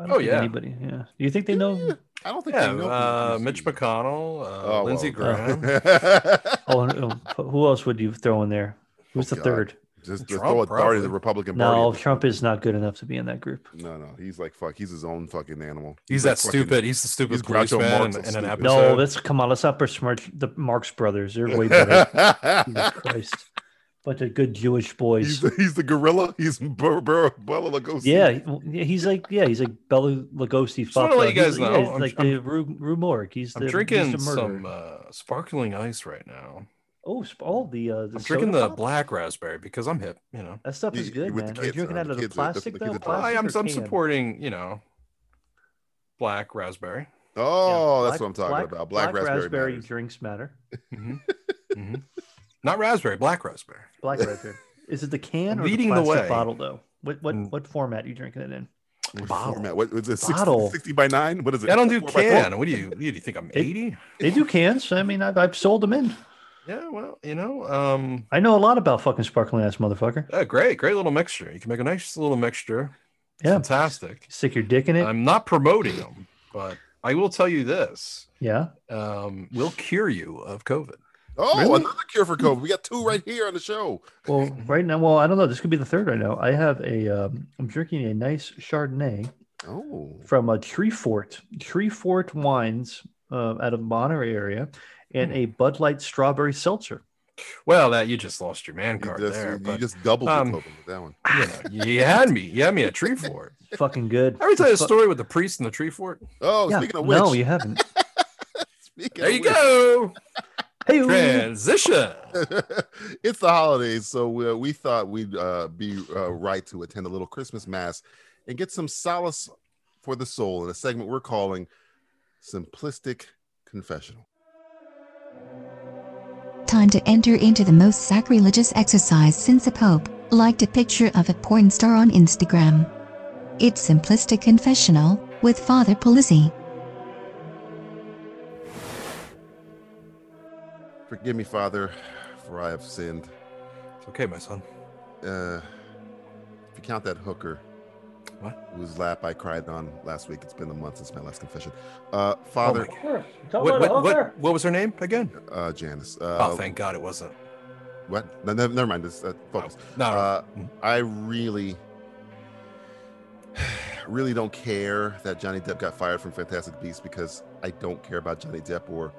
Speaker 8: I don't
Speaker 2: Oh,
Speaker 8: think
Speaker 2: yeah.
Speaker 8: anybody. Yeah. Do you think they know?
Speaker 1: Yeah, I don't think
Speaker 2: Yeah,
Speaker 1: they know. who the
Speaker 2: uh,
Speaker 1: Three
Speaker 2: Mitch
Speaker 1: Stooges are.
Speaker 2: McConnell, uh,
Speaker 1: Oh,
Speaker 2: Lindsey
Speaker 1: well,
Speaker 2: Graham.
Speaker 8: Oh, and, um, who else would you throw in there? Who's
Speaker 1: Oh,
Speaker 8: the
Speaker 1: God.
Speaker 8: third?
Speaker 1: just just
Speaker 2: Trump,
Speaker 1: throw a dart
Speaker 2: probably.
Speaker 1: at the Republican Party.
Speaker 8: No, Trump is not good enough to be in that group.
Speaker 1: No, no, he's like fuck. He's his own fucking animal.
Speaker 2: He's
Speaker 1: like
Speaker 2: that
Speaker 1: fucking-
Speaker 2: stupid. He's the stupid
Speaker 1: he's Groucho
Speaker 2: policeman
Speaker 1: Marx
Speaker 2: in,
Speaker 1: of
Speaker 2: in an
Speaker 1: stupid.
Speaker 8: No,
Speaker 2: episode.
Speaker 8: let's come on. Let's not besmirch the Marx brothers. They're way better. Jesus Christ, bunch of good Jewish
Speaker 1: he's,
Speaker 8: boys.
Speaker 1: the, he's the gorilla. He's Bur- Bur- Bela Lugosi.
Speaker 8: Yeah, he- he's like yeah, he's like Bela Lugosi.
Speaker 2: Just wanna
Speaker 8: fucked
Speaker 2: let
Speaker 8: up.
Speaker 2: you guys
Speaker 8: He's
Speaker 2: know,
Speaker 8: like- Yeah, he's
Speaker 2: I'm-
Speaker 8: like
Speaker 2: I'm-
Speaker 8: the Rue, Rue Morgue. He's the
Speaker 2: I'm drinking
Speaker 8: he's the murderer.
Speaker 2: some uh, sparkling ice right now.
Speaker 8: oh, sp- oh, the uh, the
Speaker 2: I'm drinking
Speaker 8: soda
Speaker 2: the
Speaker 8: pop?
Speaker 2: black raspberry because I'm hip. You know,
Speaker 8: That stuff is
Speaker 1: You-
Speaker 8: good,
Speaker 1: with the
Speaker 8: man. Are you
Speaker 1: kids,
Speaker 8: drinking
Speaker 1: uh,
Speaker 8: out
Speaker 1: the
Speaker 8: of the
Speaker 1: kids, uh, the-
Speaker 8: plastic
Speaker 1: the
Speaker 8: though?
Speaker 1: kids are-
Speaker 2: I,
Speaker 8: Plastic
Speaker 2: am
Speaker 8: or
Speaker 2: I'm
Speaker 8: can?
Speaker 2: supporting you know black raspberry.
Speaker 1: Oh,
Speaker 8: Yeah,
Speaker 1: that's what I'm talking about. Black, raspberry. matters.
Speaker 8: drinks matter.
Speaker 2: Mhm. Mhm. Not raspberry, black raspberry.
Speaker 8: Black raspberry. Is it the can or
Speaker 2: Leading the
Speaker 8: the plastic
Speaker 2: way.
Speaker 8: bottle though? What what
Speaker 2: Mm.
Speaker 8: what format are you drinking it in?
Speaker 1: What
Speaker 2: Bottle.
Speaker 1: format? What was it? 60,
Speaker 8: Bottle.
Speaker 1: 60 by nine? What is it?
Speaker 2: I don't do
Speaker 1: Four by four?
Speaker 2: can. What do you? what do you think I'm
Speaker 8: It-
Speaker 2: 80?
Speaker 8: They do cans. I mean, I've, I've sold them in.
Speaker 2: Yeah. Well, you know, um,
Speaker 8: I know a lot about fucking sparkling ass motherfucker.
Speaker 2: yeah, great, great little mixture. You can make a nice little mixture.
Speaker 8: Yeah,
Speaker 2: Fantastic.
Speaker 8: stick your dick in it.
Speaker 2: I'm not promoting them, but I will tell you this:
Speaker 8: yeah,
Speaker 2: um, will cure you of COVID.
Speaker 1: Oh,
Speaker 2: Really?
Speaker 1: another cure for COVID. We got two right here on the show.
Speaker 8: Well, right now, well, I don't know. This could be the third right now. I have a, um, I'm drinking a nice Chardonnay
Speaker 1: Oh,
Speaker 8: from a Tree Fort, Tree Fort Wines uh, out of Monterey area, and a Bud Light strawberry seltzer.
Speaker 2: Well, that you just lost your man
Speaker 1: you
Speaker 2: card
Speaker 1: just,
Speaker 2: there,
Speaker 1: you
Speaker 2: but
Speaker 1: just doubled
Speaker 2: um,
Speaker 1: your COVID with that one.
Speaker 2: you, know, you had me. You had me at tree fort.
Speaker 8: Fucking good.
Speaker 2: I ever tell you a
Speaker 8: Fu-
Speaker 2: story with the priest and the tree fort.
Speaker 1: Oh,
Speaker 8: Yeah.
Speaker 1: speaking of which,
Speaker 8: no, you haven't.
Speaker 1: speaking
Speaker 2: There
Speaker 1: of
Speaker 2: you
Speaker 1: which,
Speaker 2: go.
Speaker 8: hey,
Speaker 2: Transition.
Speaker 1: it's the holidays, so uh, we thought we'd uh, be uh, right to attend a little Christmas mass and get some solace for the soul in a segment we're calling Simplistic Confessional.
Speaker 4: Time to enter into the most sacrilegious exercise since the Pope liked a picture of a porn star on Instagram. It's Simplistic Confessional with Father Polizzi.
Speaker 1: Forgive me, Father, for I have sinned.
Speaker 2: It's okay, my son.
Speaker 1: Uh, if you count that hooker,
Speaker 2: What?
Speaker 1: whose lap I cried on last week, it's been a month since my last confession. Uh, Father,
Speaker 2: my God.
Speaker 8: Talk
Speaker 2: What,
Speaker 8: about a
Speaker 2: what, what,
Speaker 8: hooker.
Speaker 2: what was her name again?
Speaker 1: uh, Janice. Uh,
Speaker 2: oh, thank God it wasn't.
Speaker 1: What? No, never, never mind. This uh, focus.
Speaker 2: No, no,
Speaker 1: Uh,
Speaker 2: Mm.
Speaker 1: I really, really don't care that Johnny Depp got fired from Fantastic Beasts because I don't care about Johnny Depp or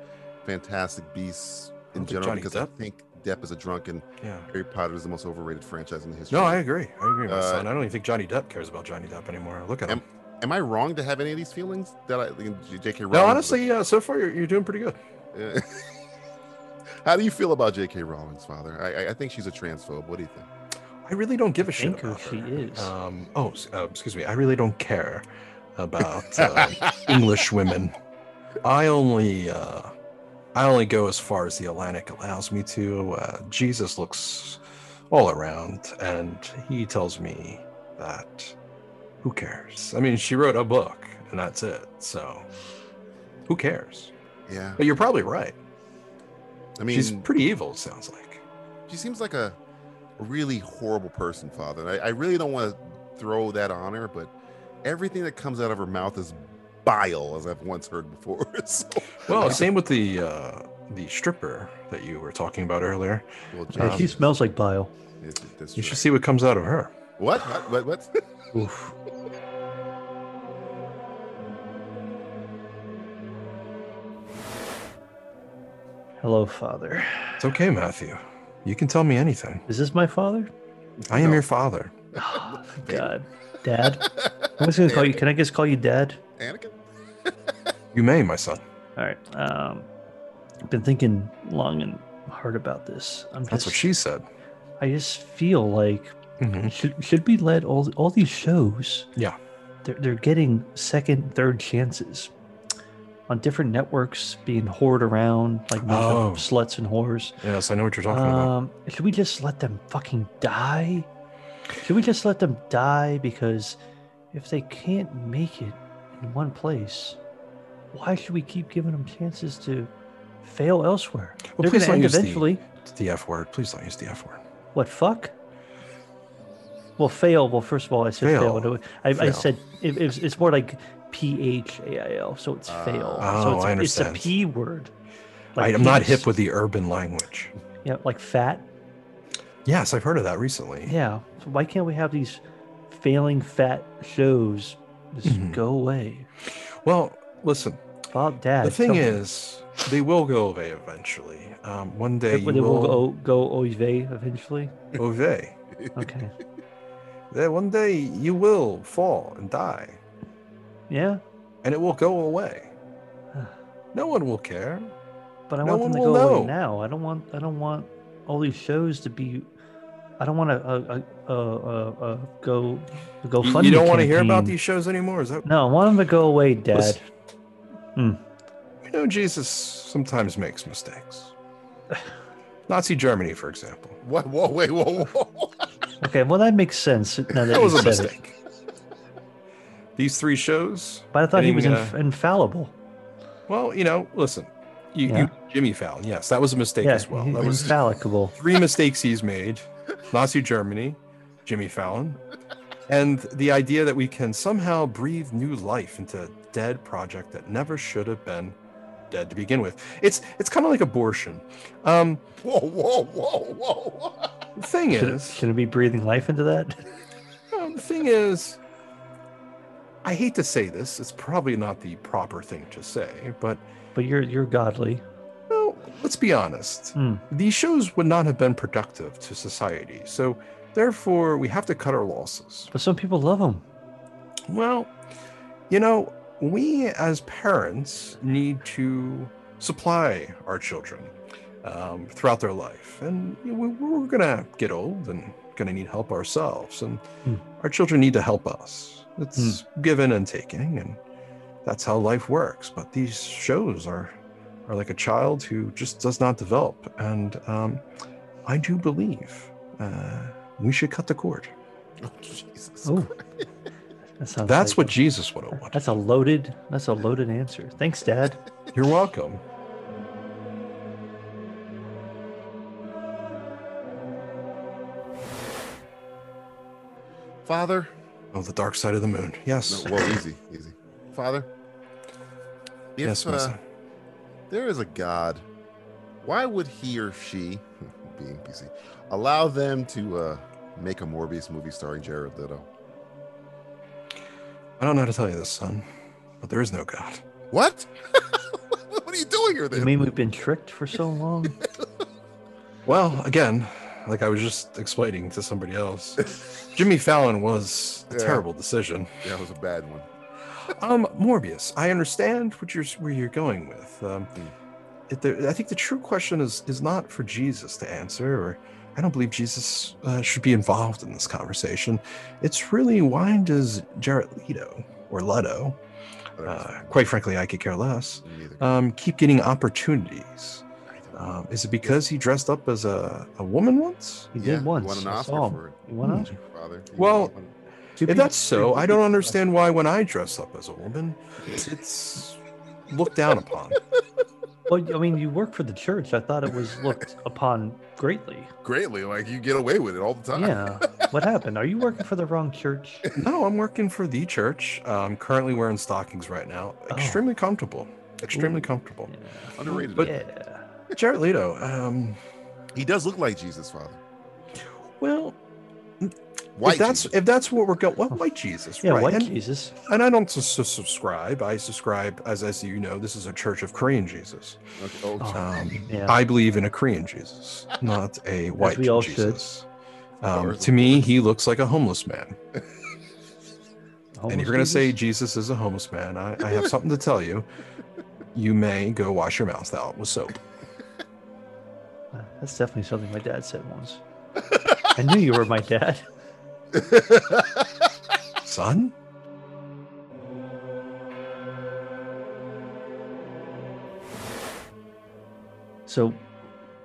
Speaker 1: Fantastic Beasts in
Speaker 2: don't think
Speaker 1: general
Speaker 2: Johnny
Speaker 1: because I
Speaker 2: Depp-
Speaker 1: think Depp is a drunk, and
Speaker 2: Yeah.
Speaker 1: Harry Potter is the most overrated franchise in the history.
Speaker 2: No, I agree. I agree, my
Speaker 1: Uh,
Speaker 2: son. I don't even think Johnny Depp cares about Johnny Depp anymore. Look at him.
Speaker 1: Am, am I wrong to have any of these feelings? That I, like, J.K. Rowling.
Speaker 2: No, honestly, uh, so far you're, you're doing pretty good.
Speaker 1: Yeah. How do you feel about J.K. Rowling's father? I, I- I think she's a transphobe. What do you think?
Speaker 2: I really don't give a shit
Speaker 8: think
Speaker 2: about
Speaker 8: who she
Speaker 2: her.
Speaker 8: is.
Speaker 2: Um, oh, s- uh, excuse me. I really don't care about uh, English women. I only, uh, I only go as far as the Atlantic allows me to. Uh, Jesus looks all around, and he tells me that who cares? I mean, she wrote a book, and that's it. So, who cares?
Speaker 1: yeah,
Speaker 2: But you're probably right.
Speaker 1: I mean,
Speaker 2: She's pretty evil. It sounds like.
Speaker 1: she seems like a a really horrible person, father. I, I really don't want to throw that on her, but everything that comes out of her mouth is bile, as I've once heard before. so,
Speaker 2: Well, same with the uh, the stripper that you were talking about earlier.
Speaker 1: well,
Speaker 8: Yeah,
Speaker 1: John,
Speaker 8: she smells like bile.
Speaker 1: it's- it's
Speaker 2: You should
Speaker 1: right.
Speaker 2: see what comes out of her.
Speaker 1: what? What? What? what?
Speaker 8: Hello, father.
Speaker 2: It's okay, Matthew. You can tell me anything.
Speaker 8: Is this my father?
Speaker 2: I am
Speaker 1: No.
Speaker 2: your father.
Speaker 8: Oh, God, Dad. I'm just gonna call you. Can I just call you Dad?
Speaker 1: Anakin?
Speaker 2: You may, my son.
Speaker 8: All right. Um, I've been thinking long and hard about this. I'm
Speaker 2: That's
Speaker 8: just,
Speaker 2: what she said.
Speaker 8: I just feel like
Speaker 2: Mhm.
Speaker 8: should should we let all all these shows?
Speaker 2: Yeah.
Speaker 8: they're they're getting second, third chances on different networks, being whored around like made up
Speaker 2: Oh.
Speaker 8: sluts and whores.
Speaker 2: Yes, I know what you're talking about.
Speaker 8: Um, should we just let them fucking die? Should we just let them die because if they can't make it in one place, why should we keep giving them chances to fail elsewhere? They're
Speaker 2: please
Speaker 8: going
Speaker 2: don't
Speaker 8: to end
Speaker 2: use the-
Speaker 8: eventually.
Speaker 2: It's the F word. Please don't use the F word.
Speaker 8: What fuck? Well, fail. Well, first of all, I said fail.
Speaker 2: Fail.
Speaker 8: I, I
Speaker 2: Fail.
Speaker 8: said it, it's, it's more like P H A I L, so it's fail.
Speaker 2: Ah.
Speaker 8: so
Speaker 2: Oh, I
Speaker 8: it's, a- it's a
Speaker 2: understand.
Speaker 8: P word.
Speaker 2: I, am not
Speaker 8: penis.
Speaker 2: hip with the urban language.
Speaker 8: yeah, like fat.
Speaker 2: Yes, I've heard of that recently.
Speaker 8: Yeah. So why can't we have these failing fat shows just
Speaker 2: Mhm.
Speaker 8: go away?
Speaker 2: Well, listen.
Speaker 8: Bob, Dad.
Speaker 2: the thing
Speaker 8: tell me.
Speaker 2: is, they will go away eventually. Um, one day
Speaker 8: They-
Speaker 2: you
Speaker 8: they will
Speaker 2: will
Speaker 8: go go away eventually.
Speaker 2: go away.
Speaker 8: Okay.
Speaker 2: That one day you will fall and die,
Speaker 8: yeah.
Speaker 2: and it will go away. No one will care.
Speaker 8: But I
Speaker 2: No one
Speaker 8: want them to
Speaker 2: will
Speaker 8: go
Speaker 2: know.
Speaker 8: away now. I don't want. I don't want all these shows to be. I don't want to uh, uh, uh, uh, go go
Speaker 2: You,
Speaker 8: fund.
Speaker 2: you don't want to hear about
Speaker 8: campaign.
Speaker 2: these shows anymore? Is that
Speaker 8: No, I want them to go away, Dad.
Speaker 2: Listen. We know Jesus sometimes makes mistakes. Nazi Germany, for example.
Speaker 1: What? Whoa! Wait! Whoa! Whoa!
Speaker 8: Okay, well that makes sense. Now that,
Speaker 2: That
Speaker 8: you
Speaker 2: was a
Speaker 8: said it.
Speaker 2: mistake. These three shows,
Speaker 8: But I thought he was
Speaker 2: Getting,
Speaker 8: inf- infallible.
Speaker 2: well, you know, listen, you,
Speaker 8: Yeah.
Speaker 2: you Jimmy Fallon, yes, that was a mistake
Speaker 8: Yeah,
Speaker 2: as well.
Speaker 8: he-
Speaker 2: That was
Speaker 8: infallible.
Speaker 2: three mistakes he's made Nazi Germany, Jimmy Fallon, and the idea that we can somehow breathe new life into a dead project that never should have been dead to begin with. It's it's kind of like abortion. Um,
Speaker 1: Whoa! Whoa! Whoa! Whoa!
Speaker 2: the thing
Speaker 8: Should it,
Speaker 2: is,
Speaker 8: should it be breathing life into that?
Speaker 2: Well, Um, the thing is, I hate to say this. It's probably not the proper thing to say, but
Speaker 8: But you're you're godly.
Speaker 2: well, let's be honest.
Speaker 8: Hmm.
Speaker 2: These shows would not have been productive to society. So, therefore, we have to cut our losses.
Speaker 8: But some people love him.
Speaker 2: Well, you know, we as parents need to supply our children um, throughout their life. And you know, we- we're going to get old and going to need help ourselves. And
Speaker 8: Hmm.
Speaker 2: our children need to help us. It's giving and taking. And that's how life works. But these shows are, are like a child who just does not develop. And um, I do believe uh, we should cut the cord.
Speaker 1: Oh, Jesus!
Speaker 8: Oh,
Speaker 1: Christ.
Speaker 8: that sounds
Speaker 2: That's
Speaker 8: like-
Speaker 2: what Jesus would have wanted.
Speaker 8: That's a loaded. That's a loaded answer. Thanks, Dad.
Speaker 2: You're welcome.
Speaker 1: Father.
Speaker 2: Oh, the dark side of the moon. Yes.
Speaker 1: No, well, easy, easy. Father. If,
Speaker 2: yes, my
Speaker 1: uh,
Speaker 2: son.
Speaker 1: there is a God, why would he or she, being PC, allow them to uh, make a Morbius movie starring Jared Leto?
Speaker 2: I don't know how to tell you this, son, but there is no God.
Speaker 1: What? what are you doing here? Then?
Speaker 8: You mean we've been tricked for so long?
Speaker 2: Well, again, like I was just explaining to somebody else, Jimmy Fallon was a
Speaker 10: Yeah.
Speaker 2: terrible decision.
Speaker 10: That was a bad one.
Speaker 2: Um, Morbius, I understand what you're where you're going with. Um,
Speaker 1: Hmm.
Speaker 2: it, the, I think the true question is is not for Jesus to answer, or I don't believe Jesus uh, should be involved in this conversation. It's really why does Jared Leto or Leto, uh, quite frankly, I could care less,
Speaker 10: Neither.
Speaker 2: um, keep getting opportunities? Um, is it because he dressed up as a, a woman once?
Speaker 8: He
Speaker 10: Yeah,
Speaker 8: did
Speaker 10: he
Speaker 8: once.
Speaker 10: won an
Speaker 8: I
Speaker 10: Oscar
Speaker 8: saw him.
Speaker 10: for it.
Speaker 8: He won an Oscar.
Speaker 10: Father.
Speaker 2: Well-
Speaker 8: Two
Speaker 2: Hmm. If
Speaker 8: people-
Speaker 2: that's so, I don't understand why when I dress up as a woman, it's looked down upon.
Speaker 8: Well, I mean, you work for the church. I thought it was looked upon greatly.
Speaker 10: greatly, like you get away with it all the time.
Speaker 8: Yeah. What happened? Are you working for the wrong church?
Speaker 2: No, I'm working for the church. Uh, I'm currently wearing stockings right now.
Speaker 8: Oh.
Speaker 2: Extremely comfortable. Extremely
Speaker 8: Ooh.
Speaker 2: comfortable.
Speaker 10: Underrated.
Speaker 2: But-
Speaker 8: yeah.
Speaker 2: Jared Leto, um,
Speaker 10: He does look like Jesus, Father.
Speaker 2: well,
Speaker 10: White.
Speaker 2: if that's
Speaker 10: Jesus.
Speaker 2: if that's what we're going, well, white Jesus,
Speaker 8: Yeah,
Speaker 2: right?
Speaker 8: white
Speaker 2: and,
Speaker 8: Jesus.
Speaker 2: and I don't sus- sus- subscribe. I subscribe, as as you know, this is a church of Korean Jesus.
Speaker 10: Okay, oh,
Speaker 2: Um,
Speaker 8: Yeah.
Speaker 2: I believe in a Korean Jesus, not a white
Speaker 8: we all should.
Speaker 2: Jesus. Um, to me, he looks like a homeless man. and if you're going to
Speaker 8: Homeless
Speaker 2: say
Speaker 8: Jesus?
Speaker 2: Jesus is a homeless man, I, I have something to tell you. You may go wash your mouth out with soap.
Speaker 8: Uh, that's definitely something my dad said once. I knew you were my dad.
Speaker 2: Son?
Speaker 8: So,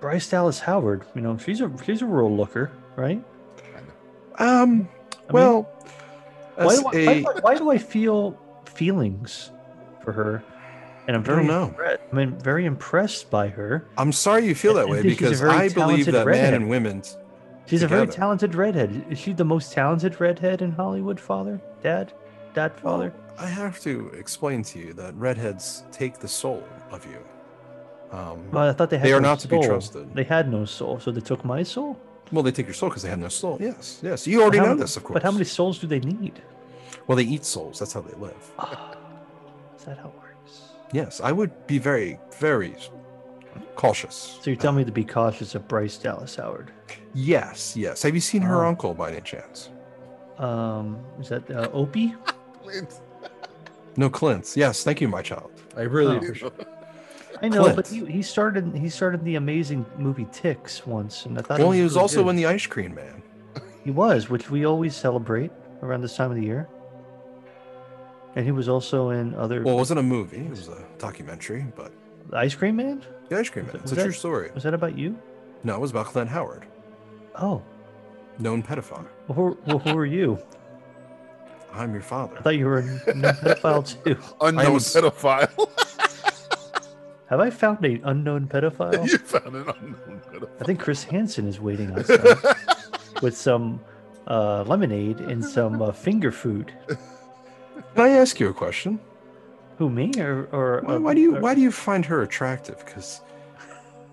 Speaker 8: Bryce Dallas Howard, you know, she's a she's a real looker, right?
Speaker 2: Um,
Speaker 8: I mean,
Speaker 2: well,
Speaker 8: why
Speaker 2: as
Speaker 8: do, I,
Speaker 2: a-
Speaker 8: why, do I- why do I feel feelings for her? And I'm
Speaker 2: I don't
Speaker 8: very
Speaker 2: know.
Speaker 8: impressed- I'm in- very impressed by her.
Speaker 2: I'm sorry you feel
Speaker 8: I-
Speaker 2: that
Speaker 8: I
Speaker 2: way
Speaker 8: think he's a
Speaker 2: because
Speaker 8: very
Speaker 2: I believe
Speaker 8: talented
Speaker 2: that
Speaker 8: redhead.
Speaker 2: men and women.
Speaker 8: She's a very
Speaker 2: Together.
Speaker 8: talented redhead. Is she the most talented redhead in Hollywood, father? Dad? Dad, father?
Speaker 2: I have to explain to you that redheads take the soul of you. Um,
Speaker 8: Well, I thought they had
Speaker 2: they are
Speaker 8: no
Speaker 2: not to be
Speaker 8: soul.
Speaker 2: trusted.
Speaker 8: They had no soul, so they took my soul.
Speaker 2: well, they take your soul because they have no soul. Yes, yes. You already
Speaker 8: But how
Speaker 2: know
Speaker 8: many-
Speaker 2: this, of course.
Speaker 8: But how many souls do they need?
Speaker 2: Well, they eat souls. That's how they live.
Speaker 8: Is that how it works?
Speaker 2: Yes, I would be very, very cautious.
Speaker 8: So you're telling me to be cautious of Bryce Dallas Howard.
Speaker 2: Yes, yes. Have you seen her
Speaker 8: Oh.
Speaker 2: uncle by any chance?
Speaker 8: Um, is that uh, Opie?
Speaker 2: No, Clint. Yes, thank you, my child. I really
Speaker 8: Oh.
Speaker 2: appreciate it.
Speaker 8: I know,
Speaker 2: Clint.
Speaker 8: but he, he started he started the amazing movie Ticks once, and I thought
Speaker 2: Well, he was
Speaker 8: really
Speaker 2: also
Speaker 8: good.
Speaker 2: in the Ice Cream Man.
Speaker 8: he was, which we always celebrate around this time of the year. And he was also in other
Speaker 2: Well, it wasn't a movie; it was a documentary. But
Speaker 8: The Ice Cream Man.
Speaker 2: the Ice Cream Man. It's a
Speaker 8: Was that-
Speaker 2: true story.
Speaker 8: Was that about you?
Speaker 2: No, it was about Clint Howard,
Speaker 8: Oh,
Speaker 2: known pedophile.
Speaker 8: well, who, well, who are you?
Speaker 2: I'm your father.
Speaker 8: I thought you were a known pedophile too.
Speaker 10: unknown
Speaker 2: I am-
Speaker 10: pedophile.
Speaker 8: Have I found an unknown pedophile?
Speaker 10: you found an unknown pedophile.
Speaker 8: I think Chris Hansen is waiting outside with some uh, lemonade and some uh, finger food.
Speaker 2: Can I ask you a question?
Speaker 8: Who me or or
Speaker 2: Why,
Speaker 8: uh,
Speaker 2: why do you
Speaker 8: or-
Speaker 2: Why do you find her attractive? Because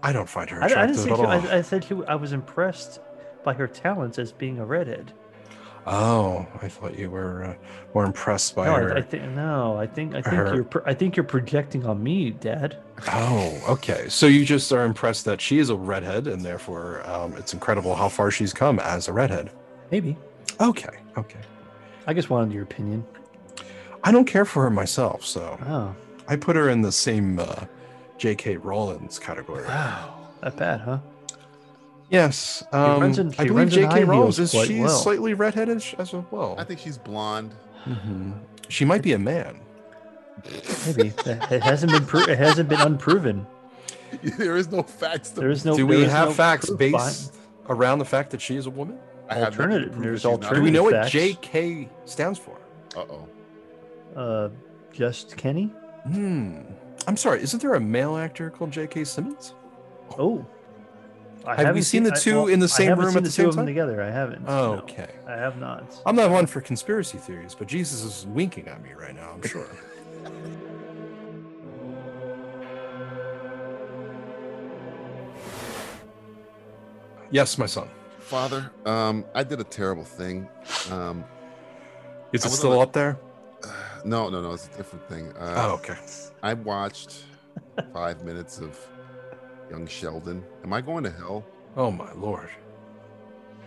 Speaker 2: I don't find her
Speaker 8: I, I didn't
Speaker 2: attractive
Speaker 8: say
Speaker 2: at
Speaker 8: she,
Speaker 2: all.
Speaker 8: I, I said she, I was impressed by her talents as being a redhead.
Speaker 2: Oh, I thought you were uh, more impressed by
Speaker 8: No,
Speaker 2: her.
Speaker 8: I, I think no, I think I think
Speaker 2: Her-
Speaker 8: you're pro- I think you're projecting on me, Dad.
Speaker 2: Oh, okay. So you just are impressed that she is a redhead, and therefore um, it's incredible how far she's come as a redhead.
Speaker 8: Maybe
Speaker 2: Okay, okay.
Speaker 8: I just wanted your opinion.
Speaker 2: I don't care for her myself, so
Speaker 8: Oh,
Speaker 2: I put her in the same uh, J.K. Rowling's category.
Speaker 8: wow, that bad, huh?
Speaker 2: Yes, um,
Speaker 8: runs in-
Speaker 2: I
Speaker 8: she
Speaker 2: believe
Speaker 8: runs in high
Speaker 2: J.K. Rowling
Speaker 8: heels
Speaker 2: is
Speaker 8: quite
Speaker 2: she
Speaker 8: well.
Speaker 2: slightly redheaded as- as well.
Speaker 10: I think she's blonde.
Speaker 2: Mhm. She might be a man.
Speaker 8: Maybe it hasn't been pro- it hasn't been unproven.
Speaker 10: there is no facts. To
Speaker 8: There is no.
Speaker 2: Do
Speaker 8: there
Speaker 2: we
Speaker 8: is
Speaker 2: have
Speaker 8: no
Speaker 2: facts
Speaker 8: proof
Speaker 2: based around the fact that she is a woman?
Speaker 10: I have nothing to
Speaker 8: alternative-
Speaker 10: prove
Speaker 8: there's
Speaker 10: that she's not
Speaker 2: Do we
Speaker 8: alternative-
Speaker 2: know what
Speaker 8: Facts.
Speaker 2: J.K. stands for?
Speaker 10: a- Uh-oh.
Speaker 8: behind- uh, just Kenny.
Speaker 2: Hmm. I'm sorry. Isn't there a male actor called J.K. Simmons?
Speaker 8: Oh, I
Speaker 2: we
Speaker 8: haven't
Speaker 2: seen the
Speaker 8: I-
Speaker 2: two
Speaker 8: well,
Speaker 2: in the
Speaker 8: I
Speaker 2: same
Speaker 8: haven't
Speaker 2: room
Speaker 8: seen
Speaker 2: at the
Speaker 8: two
Speaker 2: same
Speaker 8: of them
Speaker 2: time?
Speaker 8: together. I haven't.
Speaker 2: Oh,
Speaker 8: no.
Speaker 2: okay.
Speaker 8: I have not.
Speaker 2: I'm not one for conspiracy theories, but Jesus is winking at me right now, I'm sure. yes, my son.
Speaker 10: Father, um, I did a terrible thing. Um,
Speaker 2: Is
Speaker 10: I
Speaker 2: it
Speaker 10: was
Speaker 2: still
Speaker 10: on a-
Speaker 2: up there?
Speaker 10: no, no, no. It's a different thing.
Speaker 2: Oh,
Speaker 10: Uh,
Speaker 2: okay.
Speaker 10: I watched five minutes of Young Sheldon. Am I going to hell?
Speaker 2: Oh my lord.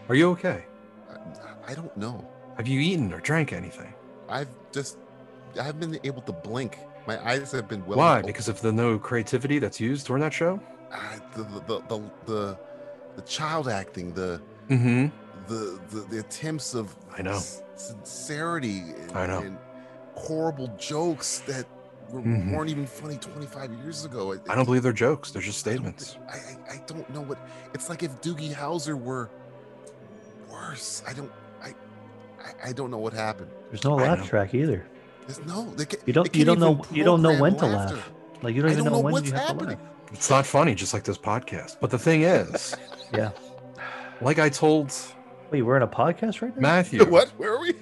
Speaker 2: Are you okay?
Speaker 1: I- I don't know.
Speaker 2: Have you eaten or drank anything?
Speaker 1: I've just I haven't been able to blink. My eyes have been well.
Speaker 2: Why? Because of the no creativity that's used during that show?
Speaker 1: uh, the, the, the the the the child acting, the
Speaker 2: Mm-hmm.
Speaker 1: the the, the attempts of
Speaker 2: I know.
Speaker 1: s- sincerity. And,
Speaker 2: I know.
Speaker 1: And horrible jokes that were,
Speaker 2: Mhm.
Speaker 1: weren't even funny 25 years ago.
Speaker 2: I don't believe they're jokes, they're just statements.
Speaker 1: I, I I don't know what it's like if Doogie Howser were worse. I don't I I, I don't know what happened.
Speaker 8: There's no
Speaker 2: I
Speaker 8: laugh
Speaker 2: know.
Speaker 8: track either.
Speaker 1: There's no they can't,
Speaker 8: You
Speaker 1: they
Speaker 8: don't. You
Speaker 1: can't
Speaker 8: don't know.
Speaker 1: even
Speaker 8: You don't know when
Speaker 1: program
Speaker 8: to
Speaker 1: laughter.
Speaker 8: laugh. Like you don't
Speaker 1: I
Speaker 8: even
Speaker 1: don't
Speaker 8: know
Speaker 1: know
Speaker 8: when
Speaker 1: what's
Speaker 8: you have to
Speaker 1: happening.
Speaker 8: laugh.
Speaker 2: It's not funny, just like this podcast. But the thing is,
Speaker 8: Yeah.
Speaker 2: like I told
Speaker 8: Wait, we're in a podcast right now.
Speaker 2: Matthew,
Speaker 1: What? Where are we?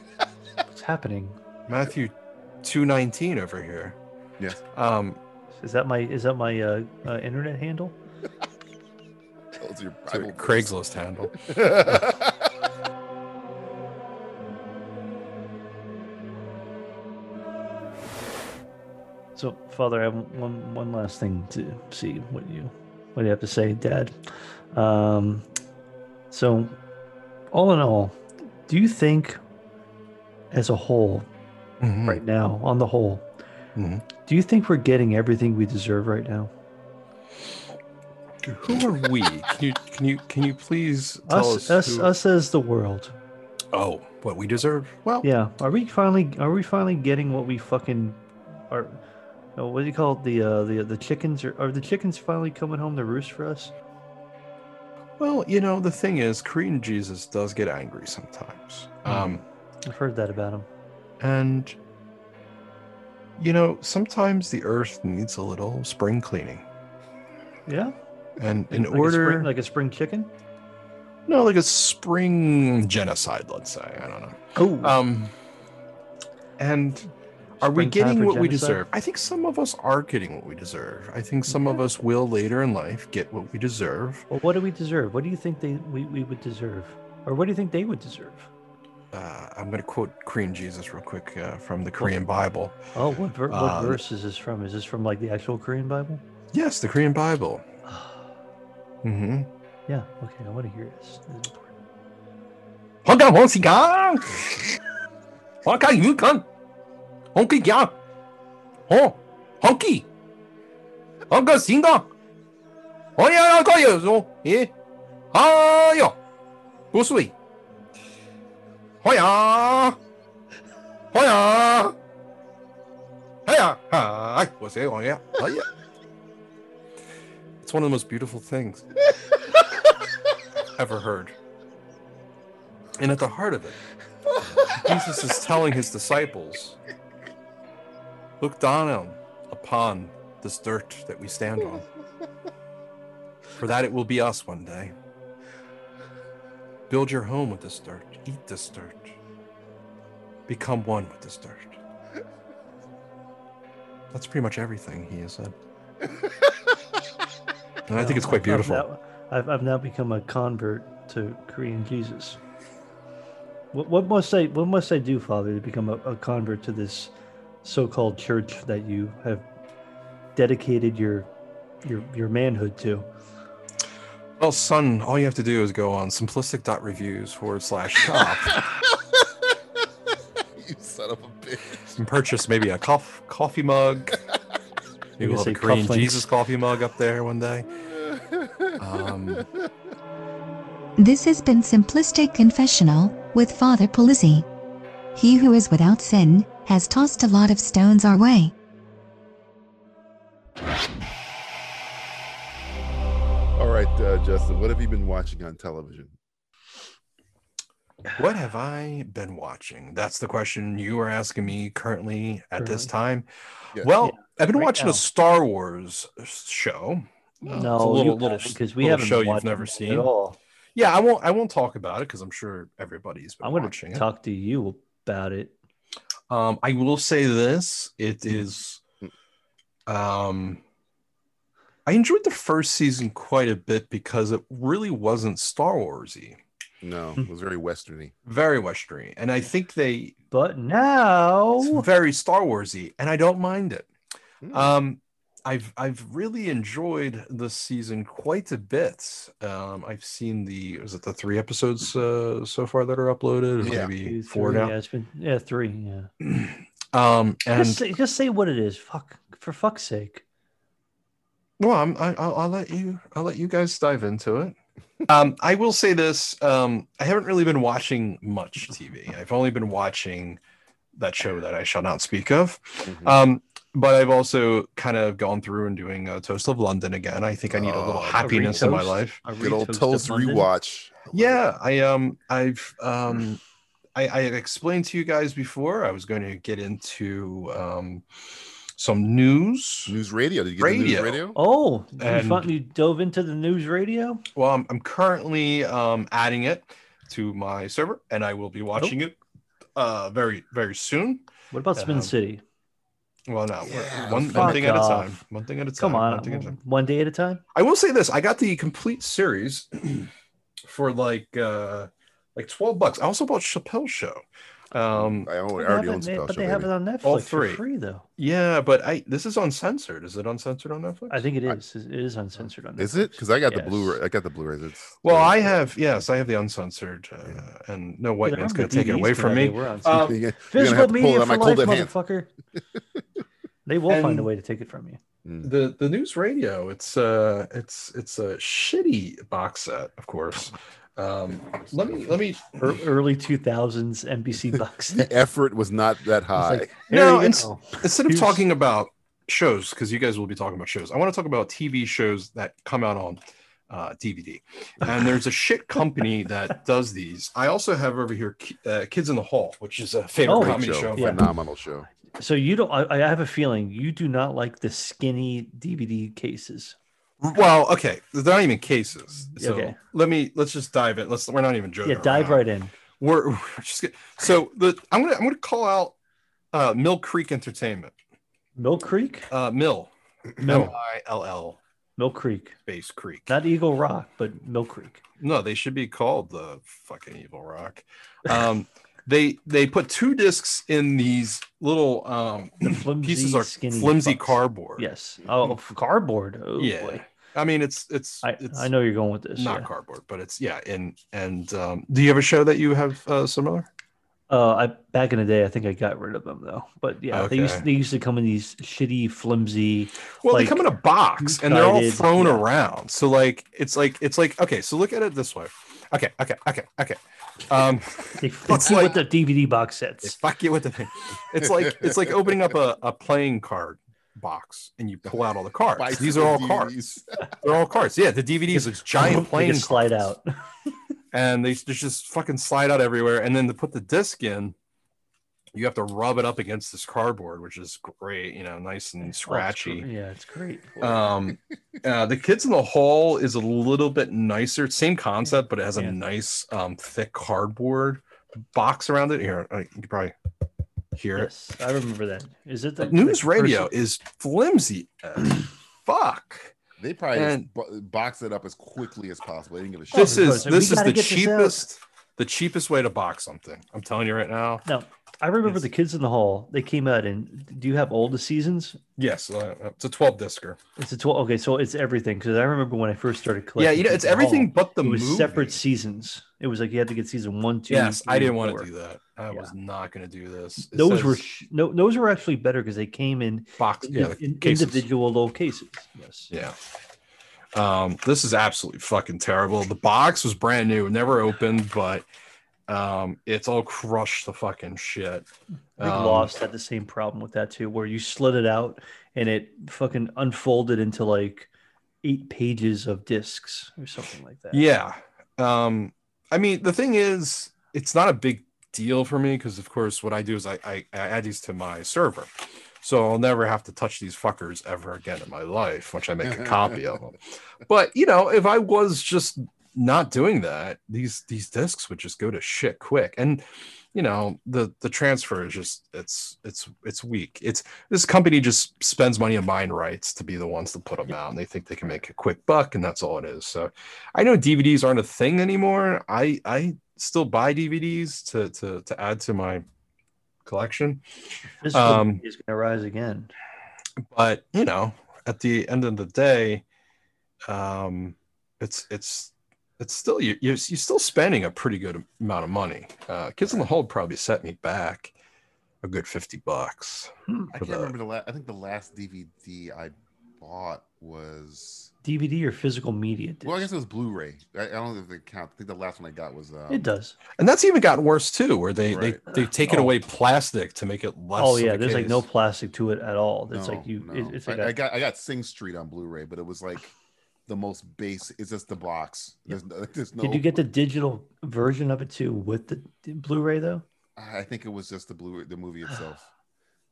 Speaker 8: What's happening?
Speaker 2: Matthew 219 over here.
Speaker 1: Yeah.
Speaker 2: Um,
Speaker 8: Is that my? Is that my uh, uh, internet handle?
Speaker 1: Tells your
Speaker 2: it's a
Speaker 1: Bible verse.
Speaker 2: Craigslist handle.
Speaker 8: So, Father, I have one one last thing to see what you what you have to say, Dad. Um, so, all in all, do you think, as a whole,
Speaker 2: Mhm.
Speaker 8: right now, on the whole,
Speaker 2: Mhm.
Speaker 8: do you think we're getting everything we deserve right now?
Speaker 2: Who are we? Can you can you can you please tell us
Speaker 8: us, us,
Speaker 2: who-
Speaker 8: us as the world.
Speaker 2: Oh, what we deserve? Well,
Speaker 8: Yeah. Are we finally? Are we finally getting what we fucking are? uh, What do you call it? The uh, the the chickens are, are the chickens finally coming home to roost for us?
Speaker 2: well, you know the thing is, Korean Jesus does get angry sometimes,
Speaker 8: Mm-hmm.
Speaker 2: um,
Speaker 8: I've heard that about them.
Speaker 2: and you know sometimes the earth needs a little spring cleaning,
Speaker 8: Yeah.
Speaker 2: and in
Speaker 8: Like a
Speaker 2: order,
Speaker 8: spring, like a spring chicken.
Speaker 2: no, like a spring genocide, let's say. I don't know.
Speaker 8: Oh,
Speaker 2: Um, and are we
Speaker 8: Springtime
Speaker 2: getting
Speaker 8: for
Speaker 2: what we
Speaker 8: genocide?
Speaker 2: deserve? I think some of us are getting what we deserve. I think some of us will later in life get what we deserve.
Speaker 8: well, what do we deserve? What do you think they we, we would deserve, or what do you think they would deserve?
Speaker 2: Uh, I'm going to quote Korean Jesus real quick uh, from the Korean Bible.
Speaker 8: Oh, what, ver- what
Speaker 2: Um,
Speaker 8: verse is this from? Is this from like the actual Korean Bible?
Speaker 2: Yes, the Korean Bible. Mm-hmm.
Speaker 8: yeah. Okay, I want to hear this. This is important.
Speaker 2: It's one of the most beautiful things ever heard. And at the heart of it, Jesus is telling his disciples, look down on- upon this dirt that we stand on. For that it will be us one day. Build your home with this dirt. Eat this dirt. Become one with this dirt. That's pretty much everything he has said. And I think it's quite
Speaker 8: I've- I've
Speaker 2: beautiful.
Speaker 8: now- I've, I've now become a convert to Korean Jesus. What, what must I what must I do, Father, to become a, a convert to this so-called church that you have dedicated your your your manhood to?
Speaker 2: Well, son, all you have to do is go on simplistic.reviews forward slash shop
Speaker 1: you son of a bitch.
Speaker 2: and purchase maybe a cof- coffee mug. Maybe
Speaker 8: You're
Speaker 2: we'll have
Speaker 8: gonna
Speaker 2: a
Speaker 8: say
Speaker 2: Korean
Speaker 8: cufflinks.
Speaker 2: Jesus coffee mug up there one day. Um,
Speaker 4: This has been Simplistic Confessional with Father Polizzi. He who is without sin has tossed a lot of stones our way.
Speaker 1: All right, uh, Justin, what have you been watching on television?
Speaker 2: what have I been watching? That's the question you are asking me currently at this time.
Speaker 1: Yes.
Speaker 2: Well,
Speaker 8: Yeah,
Speaker 2: I've been
Speaker 8: right
Speaker 2: watching
Speaker 8: now.
Speaker 2: a Star Wars show. Uh, it's a little, little,
Speaker 8: because we
Speaker 2: little
Speaker 8: haven't
Speaker 2: show
Speaker 8: watched
Speaker 2: you've never
Speaker 8: it
Speaker 2: seen.
Speaker 8: at all.
Speaker 2: Yeah, I won't. I won't talk about it because I'm sure everybody's been
Speaker 8: I want
Speaker 2: watching
Speaker 8: to
Speaker 2: it.
Speaker 8: talk to you about it.
Speaker 2: Um, I will say this: it is. Um, I enjoyed the first season quite a bit because it really wasn't Star Warsy,
Speaker 1: No,
Speaker 8: Hmm.
Speaker 1: it was very westerny.
Speaker 2: very Westerny, and I think they
Speaker 8: But now,
Speaker 2: it's very Star Warsy, and I don't mind it.
Speaker 1: Hmm.
Speaker 2: Um, I've I've really enjoyed this season quite a bit. Um, I've seen the was it the three episodes uh, so far that are uploaded,
Speaker 10: Yeah.
Speaker 2: maybe
Speaker 8: Two,
Speaker 2: four
Speaker 8: three,
Speaker 2: now.
Speaker 8: Yeah, it's been yeah three. Yeah.
Speaker 2: Um,
Speaker 8: just,
Speaker 2: and
Speaker 8: say, just say what it is. Fuck for fuck's sake.
Speaker 2: well, I'm, I, I'll, I'll let you I'll let you guys dive into it. Um, I will say this: um, I haven't really been watching much TV. I've only been watching that show that I shall not speak of. Um, but I've also kind of gone through and doing a Toast of London again. I think I need a
Speaker 1: Oh,
Speaker 2: little
Speaker 1: a
Speaker 2: happiness in my
Speaker 8: retoast?
Speaker 2: life.
Speaker 8: A
Speaker 1: Good old
Speaker 8: retoast of
Speaker 1: toast
Speaker 8: London.
Speaker 1: rewatch.
Speaker 2: Yeah, I um, I've um, I, I had explained to you guys before I was going to get into um, some news.
Speaker 1: News radio. Did you get the news
Speaker 2: Radio.
Speaker 1: radio?
Speaker 8: Oh,
Speaker 2: And-
Speaker 8: you, found, you dove into the news radio.
Speaker 2: Well, I'm, I'm currently um, adding it to my server, and I
Speaker 8: Oh.
Speaker 2: will be watching it uh, very very soon.
Speaker 8: What about Spin
Speaker 2: Um,
Speaker 8: City?
Speaker 2: Well, no, we're-
Speaker 1: Yeah,
Speaker 2: one, one
Speaker 8: fuck
Speaker 2: thing at a
Speaker 8: off.
Speaker 2: time. One thing at a time.
Speaker 8: Come on,
Speaker 2: one thing at a time.
Speaker 8: one day at a time.
Speaker 2: I will say this: I got the complete series for like uh, like twelve bucks. I also bought Chappelle Show. Um,
Speaker 1: I
Speaker 8: But
Speaker 1: already,
Speaker 8: they
Speaker 1: already
Speaker 8: have
Speaker 1: own
Speaker 8: it- they-
Speaker 1: Spell
Speaker 8: but
Speaker 1: Show,
Speaker 8: they have it
Speaker 1: baby.
Speaker 8: on Netflix
Speaker 2: All
Speaker 8: for
Speaker 2: three.
Speaker 8: free, though.
Speaker 2: Yeah, but I this is uncensored. Is it uncensored on Netflix?
Speaker 8: I think it
Speaker 1: I-
Speaker 8: is. it is uncensored on.
Speaker 1: Is
Speaker 8: Netflix.
Speaker 1: it? Because I got
Speaker 8: Yes.
Speaker 1: the Blu-ray. I got the Blu-rays. It's,
Speaker 2: well,
Speaker 1: yeah.
Speaker 2: I have yes, I have the uncensored, uh, and no white
Speaker 8: Yeah,
Speaker 2: man's
Speaker 8: they're
Speaker 2: gonna
Speaker 8: on the
Speaker 2: take it
Speaker 8: DVDs
Speaker 2: away from
Speaker 8: today.
Speaker 2: me.
Speaker 8: We're on-
Speaker 2: Um,
Speaker 1: You're gonna
Speaker 8: Physical
Speaker 1: have to pull it
Speaker 8: media
Speaker 1: out of my
Speaker 8: for life,
Speaker 1: cold dead hands.
Speaker 8: motherfucker. they will find a
Speaker 2: And-
Speaker 8: way to take it from you.
Speaker 2: the the news radio it's uh it's it's a shitty box set of course um let me let me
Speaker 8: Ear- Early two thousands NBC box.
Speaker 1: The effort was not that high.
Speaker 8: like-
Speaker 2: No,
Speaker 8: There you
Speaker 2: it's-
Speaker 8: go.
Speaker 2: instead of
Speaker 8: Here's-
Speaker 2: talking about shows because you guys will be talking about shows i want to talk about tv shows that come out on uh, dvd and there's a shit company that does these i also have over here Ki- uh, kids in the hall which is a favorite
Speaker 8: Oh,
Speaker 1: Great
Speaker 2: comedy
Speaker 1: show.
Speaker 2: show,
Speaker 8: Yeah.
Speaker 1: Phenomenal show.
Speaker 8: So you don't. I, I have a feeling you do not like the skinny DVD cases.
Speaker 2: well okay they're not even cases so
Speaker 8: Okay.
Speaker 2: let me let's just dive in let's we're not even joking
Speaker 8: Yeah, dive
Speaker 2: around.
Speaker 8: right in.
Speaker 2: we're, we're just gonna, so the I'm gonna I'm gonna call out uh, Mill Creek Entertainment.
Speaker 8: Mill Creek.
Speaker 2: Uh, Mill M
Speaker 8: Mill,
Speaker 2: I L L
Speaker 8: Mill Creek.
Speaker 2: Space Creek.
Speaker 8: Not Eagle Rock, but Mill Creek.
Speaker 2: no, they should be called the fucking Evil Rock. Um, they they put two discs in these little um,
Speaker 8: Flimsy,
Speaker 2: pieces are
Speaker 8: skinny
Speaker 2: flimsy
Speaker 8: fucks.
Speaker 2: cardboard.
Speaker 8: Yes. Oh, f- cardboard. Oh
Speaker 2: Yeah.
Speaker 8: boy.
Speaker 2: I mean it's it's
Speaker 8: I,
Speaker 2: it's
Speaker 8: I know you're going with this.
Speaker 2: not
Speaker 8: yeah.
Speaker 2: cardboard, but it's yeah. And and um, do you have a show that you have uh, similar?
Speaker 8: Uh, I back in the day, I think I got rid of them though. But yeah, they used
Speaker 2: Okay.
Speaker 8: they used to come in these shitty, flimsy.
Speaker 2: Well,
Speaker 8: like,
Speaker 2: they come in a box and they're all
Speaker 8: two-sided,
Speaker 2: thrown
Speaker 8: yeah.
Speaker 2: around. So like it's like it's like okay, so look at it this way. Okay, okay, okay, okay. Um
Speaker 8: They fuck you
Speaker 2: like-
Speaker 8: with the DVD box
Speaker 2: they
Speaker 8: sets.
Speaker 2: fuck you with the thing. It's like it's like opening up a, a playing card box and you pull out all the cards.
Speaker 1: Bicycle
Speaker 2: These are all
Speaker 1: DVDs.
Speaker 2: cards. They're all cards. Yeah, the DVDs are giant
Speaker 8: They
Speaker 2: playing
Speaker 8: just slide
Speaker 2: cards.
Speaker 8: out. Oh,
Speaker 2: And they just just fucking slide out everywhere. And then to put the disc in, you have to rub it up against this cardboard, which is great, you know, nice and scratchy.
Speaker 8: yeah, it's great.
Speaker 2: Um, uh, the kids in the hall is a little bit nicer. It's Same concept, but it has
Speaker 8: Yeah.
Speaker 2: a nice um, thick cardboard box around it. Here, uh, you can probably hear it.
Speaker 8: Yes, I remember that. Is it the
Speaker 2: But news
Speaker 8: the
Speaker 2: radio
Speaker 8: person-
Speaker 2: is flimsy. as Fuck.
Speaker 1: They probably
Speaker 2: And-
Speaker 1: just bo- box it up as quickly as possible. They didn't give a shit.
Speaker 2: This
Speaker 8: of
Speaker 2: is
Speaker 8: course, and
Speaker 2: this
Speaker 8: Oh, we
Speaker 2: is
Speaker 8: gotta
Speaker 2: the
Speaker 8: get this out.
Speaker 2: cheapest the cheapest way to box something. I'm telling you right now.
Speaker 8: No, I remember
Speaker 2: Yes.
Speaker 8: the kids in the hall. They came out and do you have all the seasons?
Speaker 2: Yes, uh, it's a 12 discer.
Speaker 8: It's a twelve. Okay, so it's everything because I remember when I first started
Speaker 2: Yeah,
Speaker 8: collecting.
Speaker 2: you know, it's
Speaker 8: Kids in the Hall,
Speaker 2: everything but the
Speaker 8: it was
Speaker 2: movie.
Speaker 8: separate seasons. It was like you had to get season one, two.
Speaker 2: Yes, I
Speaker 8: three,
Speaker 2: didn't want
Speaker 8: four.
Speaker 2: to do that. I
Speaker 8: Yeah.
Speaker 2: was not going to do this. It
Speaker 8: Those were
Speaker 2: says
Speaker 8: sh- no, those were actually better because they came in
Speaker 2: box. Yeah,
Speaker 8: indi-
Speaker 2: the
Speaker 8: in
Speaker 2: cases.
Speaker 8: individual little cases. Yes.
Speaker 2: Yeah. Um, this is absolutely fucking terrible. The box was brand new, never opened, but um, it's all crushed to fucking shit.
Speaker 8: I think
Speaker 2: Um,
Speaker 8: Lost had the same problem with that too, where you slid it out and it fucking unfolded into like eight pages of discs or something like that.
Speaker 2: Yeah. Um, I mean, the thing is, it's not a big deal for me because, of course, what I do is I, I, I add these to my server. So I'll never have to touch these fuckers ever again in my life, which I make a copy of them. But, you know, if I was just not doing that, these these discs would just go to shit quick. And you know, the the transfer is just it's it's it's weak. It's this company just spends money on mine rights to be the ones to put them out and they think they can make a quick buck and that's all it is. So I know DVDs aren't a thing anymore. I I still buy DVDs to to to add to my collection,
Speaker 8: This
Speaker 2: Um,
Speaker 8: is going to rise again.
Speaker 2: but you know, at the end of the day, um, it's it's it's still you you're, you're still spending a pretty good amount of money. Uh, Kids on the Hold probably set me back a good fifty bucks.
Speaker 1: I
Speaker 2: for
Speaker 1: can't
Speaker 2: the-
Speaker 1: remember the last. I think the last DVD I bought was.
Speaker 8: DVD or physical media?
Speaker 1: Well, I
Speaker 8: disc?
Speaker 1: guess it was Blu-ray. I, I don't know if it counts. I think the last one I got was. Uh,
Speaker 8: it does.
Speaker 2: And that's even gotten worse too, where they
Speaker 1: Right.
Speaker 2: they they've taken
Speaker 8: Oh.
Speaker 2: away plastic to make it less.
Speaker 8: Oh
Speaker 2: of
Speaker 8: yeah,
Speaker 2: a
Speaker 8: there's like
Speaker 2: case.
Speaker 8: no plastic to it at all. It's like you.
Speaker 1: no.
Speaker 8: it- it's like
Speaker 1: I,
Speaker 8: a-
Speaker 1: I got I got Sing Street on Blu-ray, but it was like the most base. It's just the box. There's no. There's no
Speaker 8: Did you get the digital version of it too with the the Blu-ray though?
Speaker 1: I think it was just the Blu the movie itself.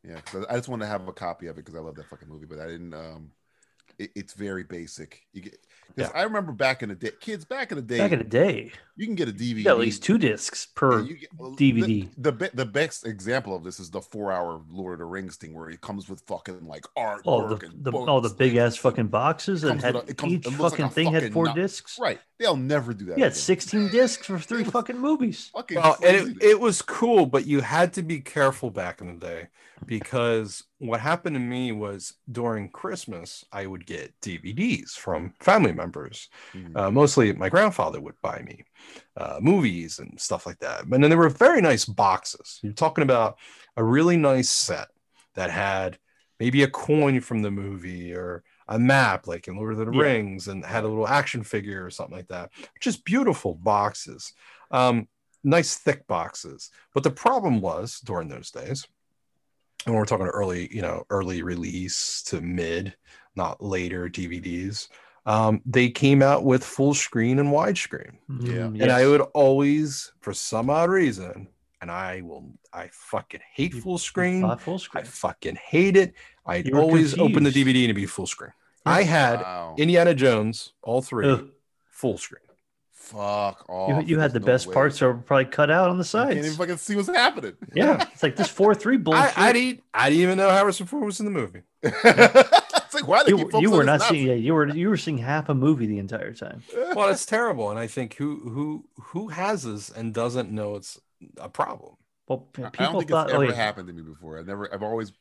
Speaker 1: Yeah, 'cause I just wanted to have a copy of it because I love that fucking movie, but I didn't. um it, It's very basic. You get because I remember back in the day, kids back in the day,
Speaker 8: Back in the day,
Speaker 1: you can get a DVD.
Speaker 8: you got at least two discs per.
Speaker 1: Yeah, you get- well,
Speaker 8: DVD.
Speaker 1: The, the be- the best example of this is the four hour Lord of the Rings thing, where it comes with fucking like artwork.
Speaker 8: Oh the,
Speaker 1: and
Speaker 8: the
Speaker 1: books
Speaker 8: oh the big
Speaker 1: and-
Speaker 8: ass fucking boxes that
Speaker 1: comes
Speaker 8: had
Speaker 1: with a- it comes-
Speaker 8: each
Speaker 1: it looks like
Speaker 8: fucking
Speaker 1: a
Speaker 8: thing had
Speaker 1: fucking
Speaker 8: four
Speaker 1: no-
Speaker 8: discs.
Speaker 1: Right, they'll never do that.
Speaker 8: You had
Speaker 1: again.
Speaker 8: sixteen discs for three fucking movies.
Speaker 1: Fucking
Speaker 2: Well, and
Speaker 1: crazy.
Speaker 2: it, it was cool, but you had to be careful back in the day because what happened to me was during Christmas, I would get DVDs from family members.
Speaker 8: Mm-hmm.
Speaker 1: Mhm.
Speaker 2: Uh, mostly my grandfather would buy me uh, movies and stuff like that. And then there were very nice boxes. You're talking about a really nice set that had maybe a coin from the movie or a map like in Lord of the
Speaker 8: Yeah.
Speaker 2: Rings and had a little action figure or something like that. Just beautiful boxes. Um, nice thick boxes. But the problem was during those days, and we're talking early, you know, early release to mid, not later DVDs. Um, they came out with full screen and widescreen,
Speaker 1: Yeah.
Speaker 8: Mm,
Speaker 2: and I
Speaker 8: yes.
Speaker 2: would always, for some odd reason, and I will, I fucking hate
Speaker 8: You-
Speaker 2: full
Speaker 8: you
Speaker 2: screen.
Speaker 8: bought full
Speaker 2: I
Speaker 8: screen.
Speaker 2: fucking hate it. I
Speaker 8: You were
Speaker 2: always open the
Speaker 8: confused.
Speaker 2: DVD and it'd be full screen. I had
Speaker 1: Wow.
Speaker 2: Indiana Jones, all three,
Speaker 8: Ugh.
Speaker 2: full screen.
Speaker 1: Fuck off.
Speaker 8: You, you
Speaker 1: There's
Speaker 8: had the
Speaker 1: no
Speaker 8: best
Speaker 1: way.
Speaker 8: parts that were probably cut out on the
Speaker 1: You can't even
Speaker 8: sides.
Speaker 1: fucking see what's happening.
Speaker 8: Yeah, it's like this four three
Speaker 2: I,
Speaker 8: bullshit.
Speaker 2: I didn't, I didn't even know Harrison Ford was in the movie.
Speaker 1: it's like why they
Speaker 8: you,
Speaker 1: keep focusing
Speaker 8: you were
Speaker 1: on
Speaker 8: not
Speaker 1: this
Speaker 8: seeing. Yeah, you were you were seeing half a movie the entire time.
Speaker 2: well, it's terrible, and I think who who who has this and doesn't know it's a problem.
Speaker 8: Well,
Speaker 1: I-
Speaker 8: people
Speaker 1: I don't think
Speaker 8: thought,
Speaker 1: it's
Speaker 8: oh,
Speaker 1: ever
Speaker 8: yeah,
Speaker 1: happened to me before. I never. I've always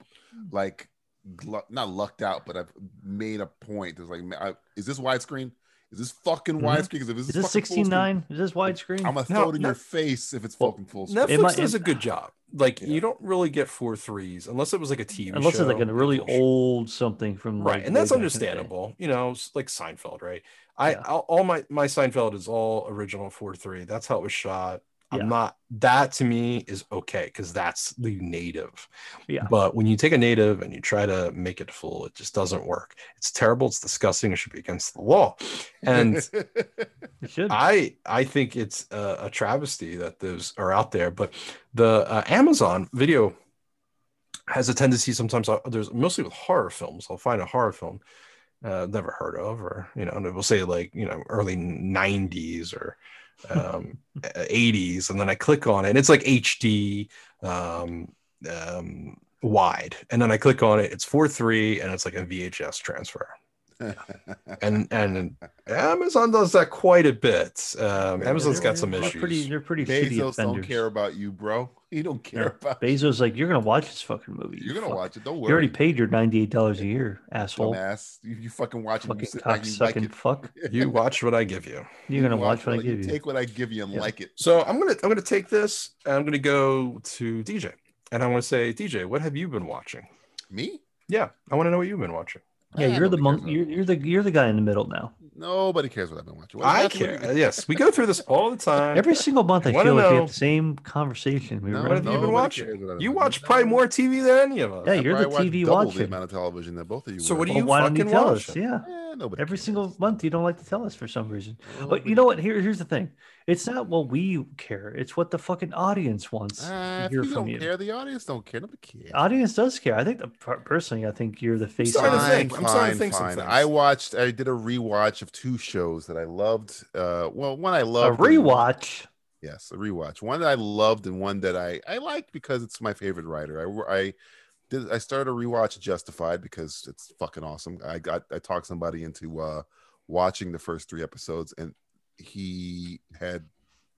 Speaker 1: like glu- not lucked out, but I've made a point. It's like, ma- I, is this widescreen? Is this fucking
Speaker 8: Mhm.
Speaker 1: widescreen? Because if it's
Speaker 8: is this
Speaker 1: fucking full screen,
Speaker 8: 69? Is this widescreen?
Speaker 1: I'm gonna
Speaker 2: No,
Speaker 1: throw it in
Speaker 2: no.
Speaker 1: your face if it's
Speaker 8: Well,
Speaker 1: fucking full screen.
Speaker 2: Netflix
Speaker 8: might-
Speaker 2: does a
Speaker 8: it-
Speaker 2: good job. Like
Speaker 1: Yeah.
Speaker 2: you don't really get four threes unless it was like a TV
Speaker 8: Unless it's like
Speaker 2: show,
Speaker 8: a really
Speaker 2: full screen.
Speaker 8: old something from
Speaker 2: right,
Speaker 8: like,
Speaker 2: and
Speaker 8: way
Speaker 2: that's
Speaker 8: back in the day.
Speaker 2: understandable. You know, s- like Seinfeld, right? I
Speaker 8: Yeah.
Speaker 2: all, all my my Seinfeld is all original four three. That's how it was shot.
Speaker 8: Yeah.
Speaker 2: I'm not that to me is okay because that's the native.
Speaker 8: Yeah.
Speaker 2: But when you take a native and you try to make it full, it just doesn't work. It's terrible. It's disgusting. It should be against the law. And
Speaker 8: It should.
Speaker 2: I I think it's a, a travesty that those are out there. But the uh, Amazon video has a tendency sometimes. uh, There's mostly with horror films. I'll find a horror film uh, never heard of, or you know, and it will say like you know early '90s or um, uh, '80s, and then I click on it, and it's like HD um, um, wide, and then I click on it, it's four three, and it's like a VHS transfer and and Amazon does that quite a bit. Um,
Speaker 1: Yeah,
Speaker 2: Amazon's
Speaker 8: They're-
Speaker 2: got some
Speaker 8: they're
Speaker 2: issues.
Speaker 8: Pretty, they're pretty shitty
Speaker 1: Bezos don't
Speaker 8: offenders.
Speaker 1: care about you, bro. He don't care
Speaker 8: Yeah.
Speaker 1: about you.
Speaker 8: Bezos like you're gonna watch this fucking movie.
Speaker 1: You're gonna
Speaker 8: fuck.
Speaker 1: watch it. Don't
Speaker 8: You
Speaker 1: worry.
Speaker 8: already paid your ninety eight dollars a year, asshole.
Speaker 1: dumbass. You, you fucking watch it. and You sit back
Speaker 8: Fucking cock
Speaker 1: and you like
Speaker 8: sucking
Speaker 1: it.
Speaker 8: fuck.
Speaker 2: you watch what I give you.
Speaker 8: You're gonna
Speaker 1: You
Speaker 8: watch what I
Speaker 1: it. You
Speaker 8: give you.
Speaker 1: Take what I give you and
Speaker 8: Yeah.
Speaker 1: like it.
Speaker 2: So I'm gonna I'm gonna take this and I'm gonna go to DJ and I want to say DJ, what have you been watching?
Speaker 1: Me?
Speaker 2: Yeah, I want to know what you've been watching.
Speaker 8: Yeah,
Speaker 1: Ah,
Speaker 8: you're the
Speaker 1: nobody
Speaker 8: monk.
Speaker 1: cares
Speaker 8: You're,
Speaker 1: about
Speaker 8: you're the you're the guy in the middle now.
Speaker 1: me. Nobody cares what I've been watching. What
Speaker 2: I
Speaker 1: about you?
Speaker 2: care. yes, we go through this all the time.
Speaker 8: Every single month, I
Speaker 2: wanna
Speaker 8: feel like we
Speaker 2: know-
Speaker 8: have the same conversation. We
Speaker 1: No,
Speaker 8: were
Speaker 2: what have you
Speaker 1: nobody
Speaker 2: been
Speaker 1: cares what
Speaker 2: watching?
Speaker 1: I've
Speaker 2: You
Speaker 1: been
Speaker 2: watch
Speaker 1: watching.
Speaker 2: probably more TV than any of us.
Speaker 8: Yeah,
Speaker 1: I
Speaker 8: you're the
Speaker 1: probably watch
Speaker 8: TV
Speaker 1: double
Speaker 8: watching.
Speaker 1: the amount of television that both of you.
Speaker 2: So
Speaker 1: watch.
Speaker 2: what do
Speaker 8: Well,
Speaker 2: you
Speaker 8: why don't you
Speaker 2: fucking
Speaker 8: tell
Speaker 2: watch
Speaker 8: us?
Speaker 2: it?
Speaker 8: Yeah.
Speaker 1: Eh, nobody
Speaker 8: Every
Speaker 1: cares.
Speaker 8: single month, you don't like to tell us for some reason. But
Speaker 1: Nobody
Speaker 8: you know what? Here, here's the thing. It's not what we care. It's what the fucking audience wants
Speaker 1: Ah,
Speaker 8: to
Speaker 1: if
Speaker 8: hear
Speaker 1: you
Speaker 8: from
Speaker 1: don't
Speaker 8: you.
Speaker 1: care, the audience don't care. Nobody cares.
Speaker 8: Audience does care. I think the, per- personally, I think you're the face. Of
Speaker 2: starting to
Speaker 8: it.
Speaker 2: think. I'm starting to think some things.
Speaker 1: I watched. I did a rewatch of two shows that I loved. Uh, well, one I
Speaker 8: a
Speaker 1: loved. and-
Speaker 8: rewatch.
Speaker 1: Yes, a rewatch. One that I loved and one that I I liked because it's my favorite writer. I I did I started a rewatch of Justified because it's fucking awesome. I got I talked somebody into uh watching the first three episodes and he had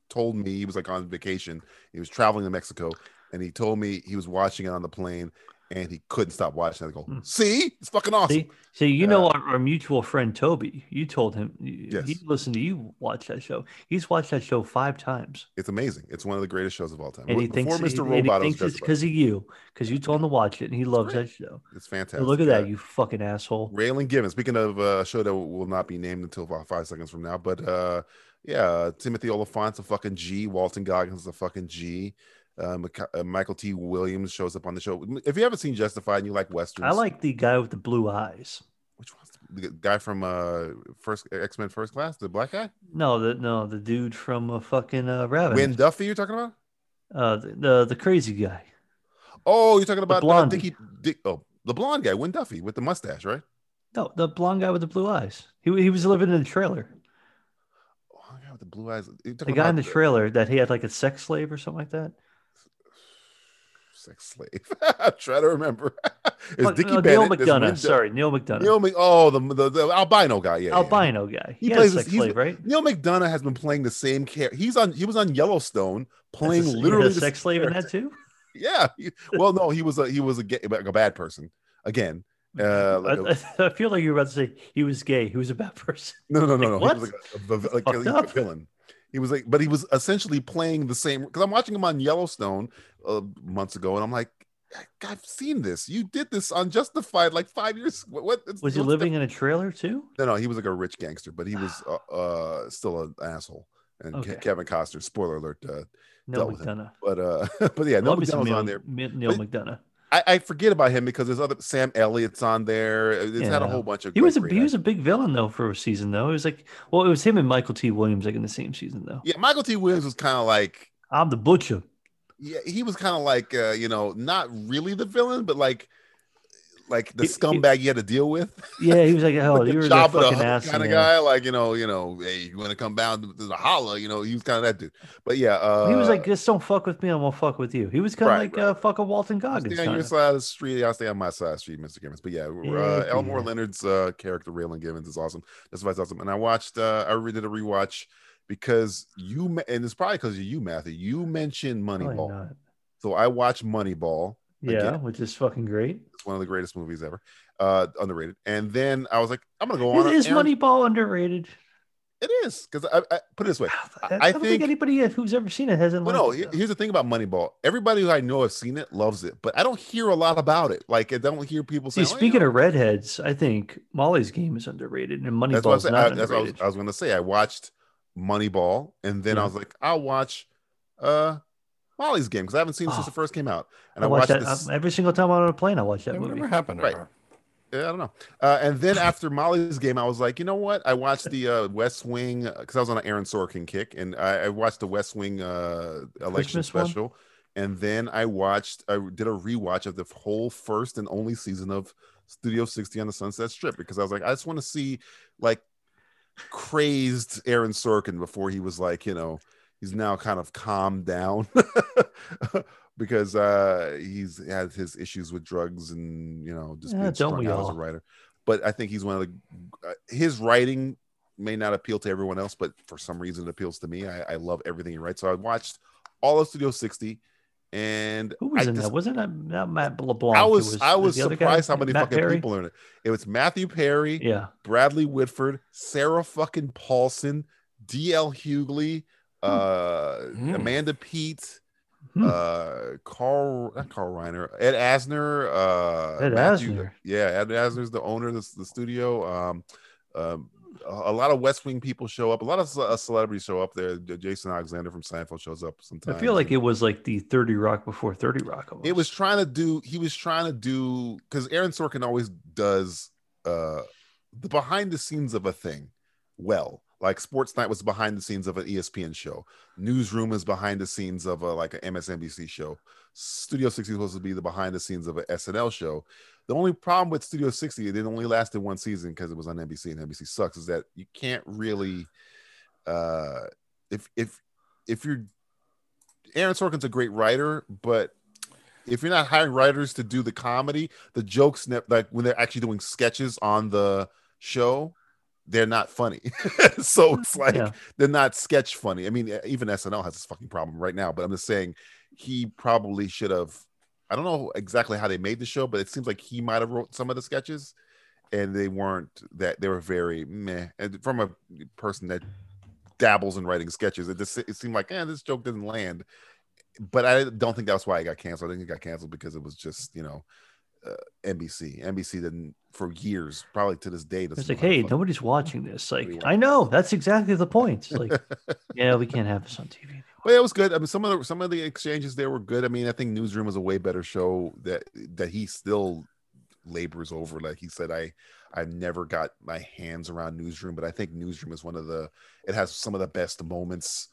Speaker 1: told me he was like on vacation. He was traveling to Mexico and he told me he was watching it on the plane and he couldn't stop watching. I go,
Speaker 8: Mm.
Speaker 1: see, it's fucking awesome.
Speaker 8: See, see, you know our, our mutual friend Toby. You told him y- he
Speaker 1: Yes.
Speaker 8: listened to you watch that show. He's watched that show five times,
Speaker 1: It's amazing. It's one of the greatest shows of all time.
Speaker 8: and he
Speaker 1: Wh-
Speaker 8: thinks,
Speaker 1: Before Mr.
Speaker 8: and he
Speaker 1: Robot, I was
Speaker 8: thinks
Speaker 1: just
Speaker 8: it's
Speaker 1: about
Speaker 8: because of you, because you told him to watch it, and he loves that show.
Speaker 1: it. it's fantastic.
Speaker 8: And look at
Speaker 1: Uh,
Speaker 8: that, you fucking asshole!
Speaker 1: Raylan Givens. Speaking of uh, a show that will not be named until about five seconds from now, but uh, yeah, uh, Timothy Oliphant's a fucking G. Walton Goggins is a fucking G. Uh, Maca- uh, Michael T. Williams shows up on the show. If you haven't seen Justified and you like westerns,
Speaker 8: I like the guy with the blue eyes.
Speaker 1: which one's the the guy from uh first X Men First Class, the black guy,
Speaker 8: No, the no, the dude from a fucking uh, rabbit.
Speaker 1: Win Duffy. You're talking about?
Speaker 8: uh, the, the the crazy guy.
Speaker 1: Oh, you're talking about uh,
Speaker 8: blonde.
Speaker 1: Dickie, Dick, oh, the blonde guy, Win Duffy with the mustache, right?
Speaker 8: No, the blonde guy with the blue eyes. He he was living in a trailer.
Speaker 1: Oh, my God, with the blue eyes. You're
Speaker 8: The
Speaker 1: talking
Speaker 8: guy in the
Speaker 1: about
Speaker 8: trailer that he had like a sex slave or something like that.
Speaker 1: sex slave. Try to remember. it's
Speaker 8: Fuck,
Speaker 1: Dickie
Speaker 8: no, Neil
Speaker 1: Bennett. it's Win
Speaker 8: McDonough.
Speaker 1: Duffy.
Speaker 8: Sorry, Neil McDonough.
Speaker 1: Neil Mc, oh the, the the albino guy, yeah, yeah, yeah.
Speaker 8: albino guy.
Speaker 1: He
Speaker 8: He,
Speaker 1: plays
Speaker 8: plays
Speaker 1: this-
Speaker 8: sex
Speaker 1: he's-
Speaker 8: slave, right?
Speaker 1: Neil McDonough has been playing the same character. He's on. He was on Yellowstone playing
Speaker 8: That's a- he had
Speaker 1: literally
Speaker 8: a
Speaker 1: the
Speaker 8: sex
Speaker 1: same
Speaker 8: slave in
Speaker 1: character.
Speaker 8: that too.
Speaker 1: Yeah. He- well, no, he was a he was a, gay, like a bad person again. Uh, like a-
Speaker 8: I, I- I feel like you were about to say he was gay. He was a bad person.
Speaker 1: no, no, no, no.
Speaker 8: Like,
Speaker 1: He was
Speaker 8: what?
Speaker 1: like a- a, vi- like a- like
Speaker 8: Fucked
Speaker 1: a
Speaker 8: up.
Speaker 1: villain. He was like, but he was essentially playing the same. Because I'm watching him on Yellowstone uh, months ago, and I'm like, I've seen this. You did this on Justified like five years. What, what
Speaker 8: Was he
Speaker 1: what's
Speaker 8: living in a trailer too?
Speaker 1: No, no, he was like a rich gangster, but he was uh, uh still an asshole. And Ke-
Speaker 8: Okay.
Speaker 1: Kevin Costner, spoiler alert, uh,
Speaker 8: Neil
Speaker 1: Dealt with him.
Speaker 8: McDonough.
Speaker 1: but uh, but yeah, no
Speaker 8: Love me some
Speaker 1: McDonald's
Speaker 8: Neil,
Speaker 1: on there.
Speaker 8: Mi- Neil
Speaker 1: But-
Speaker 8: McDonough.
Speaker 1: I, I forget about him because there's other Sam Elliott's on there. It's had a
Speaker 8: Yeah.
Speaker 1: whole bunch of.
Speaker 8: He was a
Speaker 1: great
Speaker 8: he was a big villain though for a season though. It was like well, it was him and Michael T. Williams like in the same season though.
Speaker 1: actors. yeah. Michael T. Williams was kind of like
Speaker 8: I'm the butcher.
Speaker 1: yeah, he was kind of like uh, you know not really the villain, but like like the
Speaker 8: He- he-
Speaker 1: scumbag you had to deal with.
Speaker 8: Yeah, he was like, oh,
Speaker 1: like
Speaker 8: you
Speaker 1: the
Speaker 8: were
Speaker 1: Jabba
Speaker 8: that
Speaker 1: the
Speaker 8: fucking
Speaker 1: Hutt
Speaker 8: ass.
Speaker 1: kind of
Speaker 8: in there.
Speaker 1: guy, like you know, you know, hey, you want to come down to the holla, you know, he was kind of that dude. But yeah, uh,
Speaker 8: he was like, just don't fuck with me, I won't fuck with you. He was kind of
Speaker 1: Right,
Speaker 8: like
Speaker 1: right.
Speaker 8: Uh, fucking Walton
Speaker 1: I'll
Speaker 8: Goggins.
Speaker 1: stay on your
Speaker 8: kinda.
Speaker 1: side of the street. I'll stay on my side of the street, Mr. Gibbons. But yeah, we're, uh,
Speaker 8: Yeah,
Speaker 1: Elmore
Speaker 8: yeah.
Speaker 1: Leonard's uh, character, Raylan Givens, is awesome. That's why it's awesome. And I watched, uh, I re- did a rewatch because you, ma- and it's probably because of you, Matthew, you mentioned
Speaker 8: Probably
Speaker 1: Moneyball.
Speaker 8: not.
Speaker 1: So I watched Moneyball.
Speaker 8: Yeah,
Speaker 1: Again.
Speaker 8: which is fucking great.
Speaker 1: It's one of the greatest movies ever, uh, underrated. And then I was like, I'm going to go on.
Speaker 8: Is, is
Speaker 1: Aaron-
Speaker 8: Moneyball underrated?
Speaker 1: It is. Because I, I put it this way.
Speaker 8: I,
Speaker 1: I-
Speaker 8: I
Speaker 1: I
Speaker 8: don't think,
Speaker 1: think-
Speaker 8: anybody who's ever seen it hasn't.
Speaker 1: Well,
Speaker 8: liked
Speaker 1: no,
Speaker 8: it,
Speaker 1: he-
Speaker 8: though.
Speaker 1: here's the thing about Moneyball. Everybody who I know have seen it loves it, but I don't hear a lot about it. Like, I don't hear people
Speaker 8: See,
Speaker 1: saying, "Oh,
Speaker 8: speaking of redheads, I think Molly's game is underrated and
Speaker 1: that's what, I
Speaker 8: Moneyball's
Speaker 1: said.
Speaker 8: not
Speaker 1: I, that's what I was,
Speaker 8: underrated.
Speaker 1: I was going to say. I watched Moneyball, and then I
Speaker 8: Yeah.
Speaker 1: was like, I'll watch uh Molly's Game because I haven't seen it since
Speaker 8: Oh.
Speaker 1: it first came out, and
Speaker 8: I
Speaker 1: I,
Speaker 8: watch
Speaker 1: watched
Speaker 8: that
Speaker 1: this.
Speaker 8: uh, every single time I'm on a plane. I watch that
Speaker 2: Yeah,
Speaker 8: movie.
Speaker 2: whatever happened to
Speaker 1: Right.
Speaker 2: her?
Speaker 1: yeah, I don't know. Uh, and then after Molly's Game, I was like, you know what? I watched the uh, West Wing because I was on an Aaron Sorkin kick, and I, I watched the West Wing uh, election
Speaker 8: Christmas one?
Speaker 1: special. And then I watched, I did a rewatch of the whole first and only season of Studio 60 on the Sunset Strip because I was like, I just want to see like crazed Aaron Sorkin before he was like, you know, he's now kind of calmed down because uh he's had his issues with drugs and you know just
Speaker 8: Yeah,
Speaker 1: being
Speaker 8: don't
Speaker 1: strung
Speaker 8: we
Speaker 1: out as a
Speaker 8: all?
Speaker 1: writer. But I think he's one of the uh, his writing may not appeal to everyone else, but for some reason it appeals to me. I, I love everything he writes. So I watched all of Studio 60 and
Speaker 8: Who was
Speaker 1: I
Speaker 8: in
Speaker 1: just-
Speaker 8: that? Wasn't that not Matt LeBlanc?
Speaker 1: I
Speaker 8: It
Speaker 1: was, I
Speaker 8: the
Speaker 1: was
Speaker 8: other guy?
Speaker 1: surprised how many
Speaker 8: Matt
Speaker 1: fucking
Speaker 8: Perry?
Speaker 1: people are in it. It was Matthew Perry,
Speaker 8: Yeah,
Speaker 1: Bradley Whitford, Sarah fucking Paulson, DL Hughley, uh,
Speaker 2: Hmm.
Speaker 1: Amanda Pete,
Speaker 8: Hmm.
Speaker 1: uh, Carl, not Carl Reiner, Ed Asner, uh,
Speaker 8: Ed
Speaker 1: Matthew-
Speaker 8: Asner.
Speaker 1: yeah, Ed Asner's the owner of the, the studio. Um, um, a a lot of West Wing people show up. A lot of ce- uh, celebrities show up there. J- Jason Alexander from Seinfeld shows up
Speaker 8: I
Speaker 1: sometimes.
Speaker 8: feel like
Speaker 1: and-
Speaker 8: it was like the Thirty Rock before Thirty Rock. Almost.
Speaker 1: it was trying to do he was trying to do because aaron sorkin always does uh the behind the scenes of a thing well like sports night was behind the scenes of E an espn show newsroom is behind the scenes of a like an msnbc show studio 60 is supposed to be the behind the scenes of a snl show the only problem with studio 60 it only lasted one season because it was on nbc and nbc sucks is that you can't really uh if if if you're aaron sorkin's a great writer but if you're not hiring writers to do the comedy, the jokes ne- like when they're actually doing sketches on the show, they're not funny. so it's like
Speaker 8: Mm, Yeah.
Speaker 1: they're not sketch e, funny. I mean, even SNL has this fucking problem right now. But I'm just saying, he probably should have I don't know exactly how they made the show, but it seems like he might have wrote some of the sketches, and they weren't that they were very meh. And from a person that dabbles in writing sketches, it just it seemed like, eh, this joke didn't land. But I don't think that's why it got canceled. I think it got canceled because it was just you know uh, NBC. NBC didn't for years, probably to this day. doesn't
Speaker 8: It's
Speaker 1: know
Speaker 8: like,
Speaker 1: how to
Speaker 8: hey,
Speaker 1: fuck-
Speaker 8: nobody's watching this. Like,
Speaker 1: Nobody
Speaker 8: I know that's exactly the point. Like, yeah, we can't have this on TV. anymore.
Speaker 1: But it was good. I mean, some of the some of the exchanges there were good. I mean, I think Newsroom was a way better show that that he still labors over. Like he said, I I've never got my hands around Newsroom, but I think Newsroom is one of the it has some of the best moments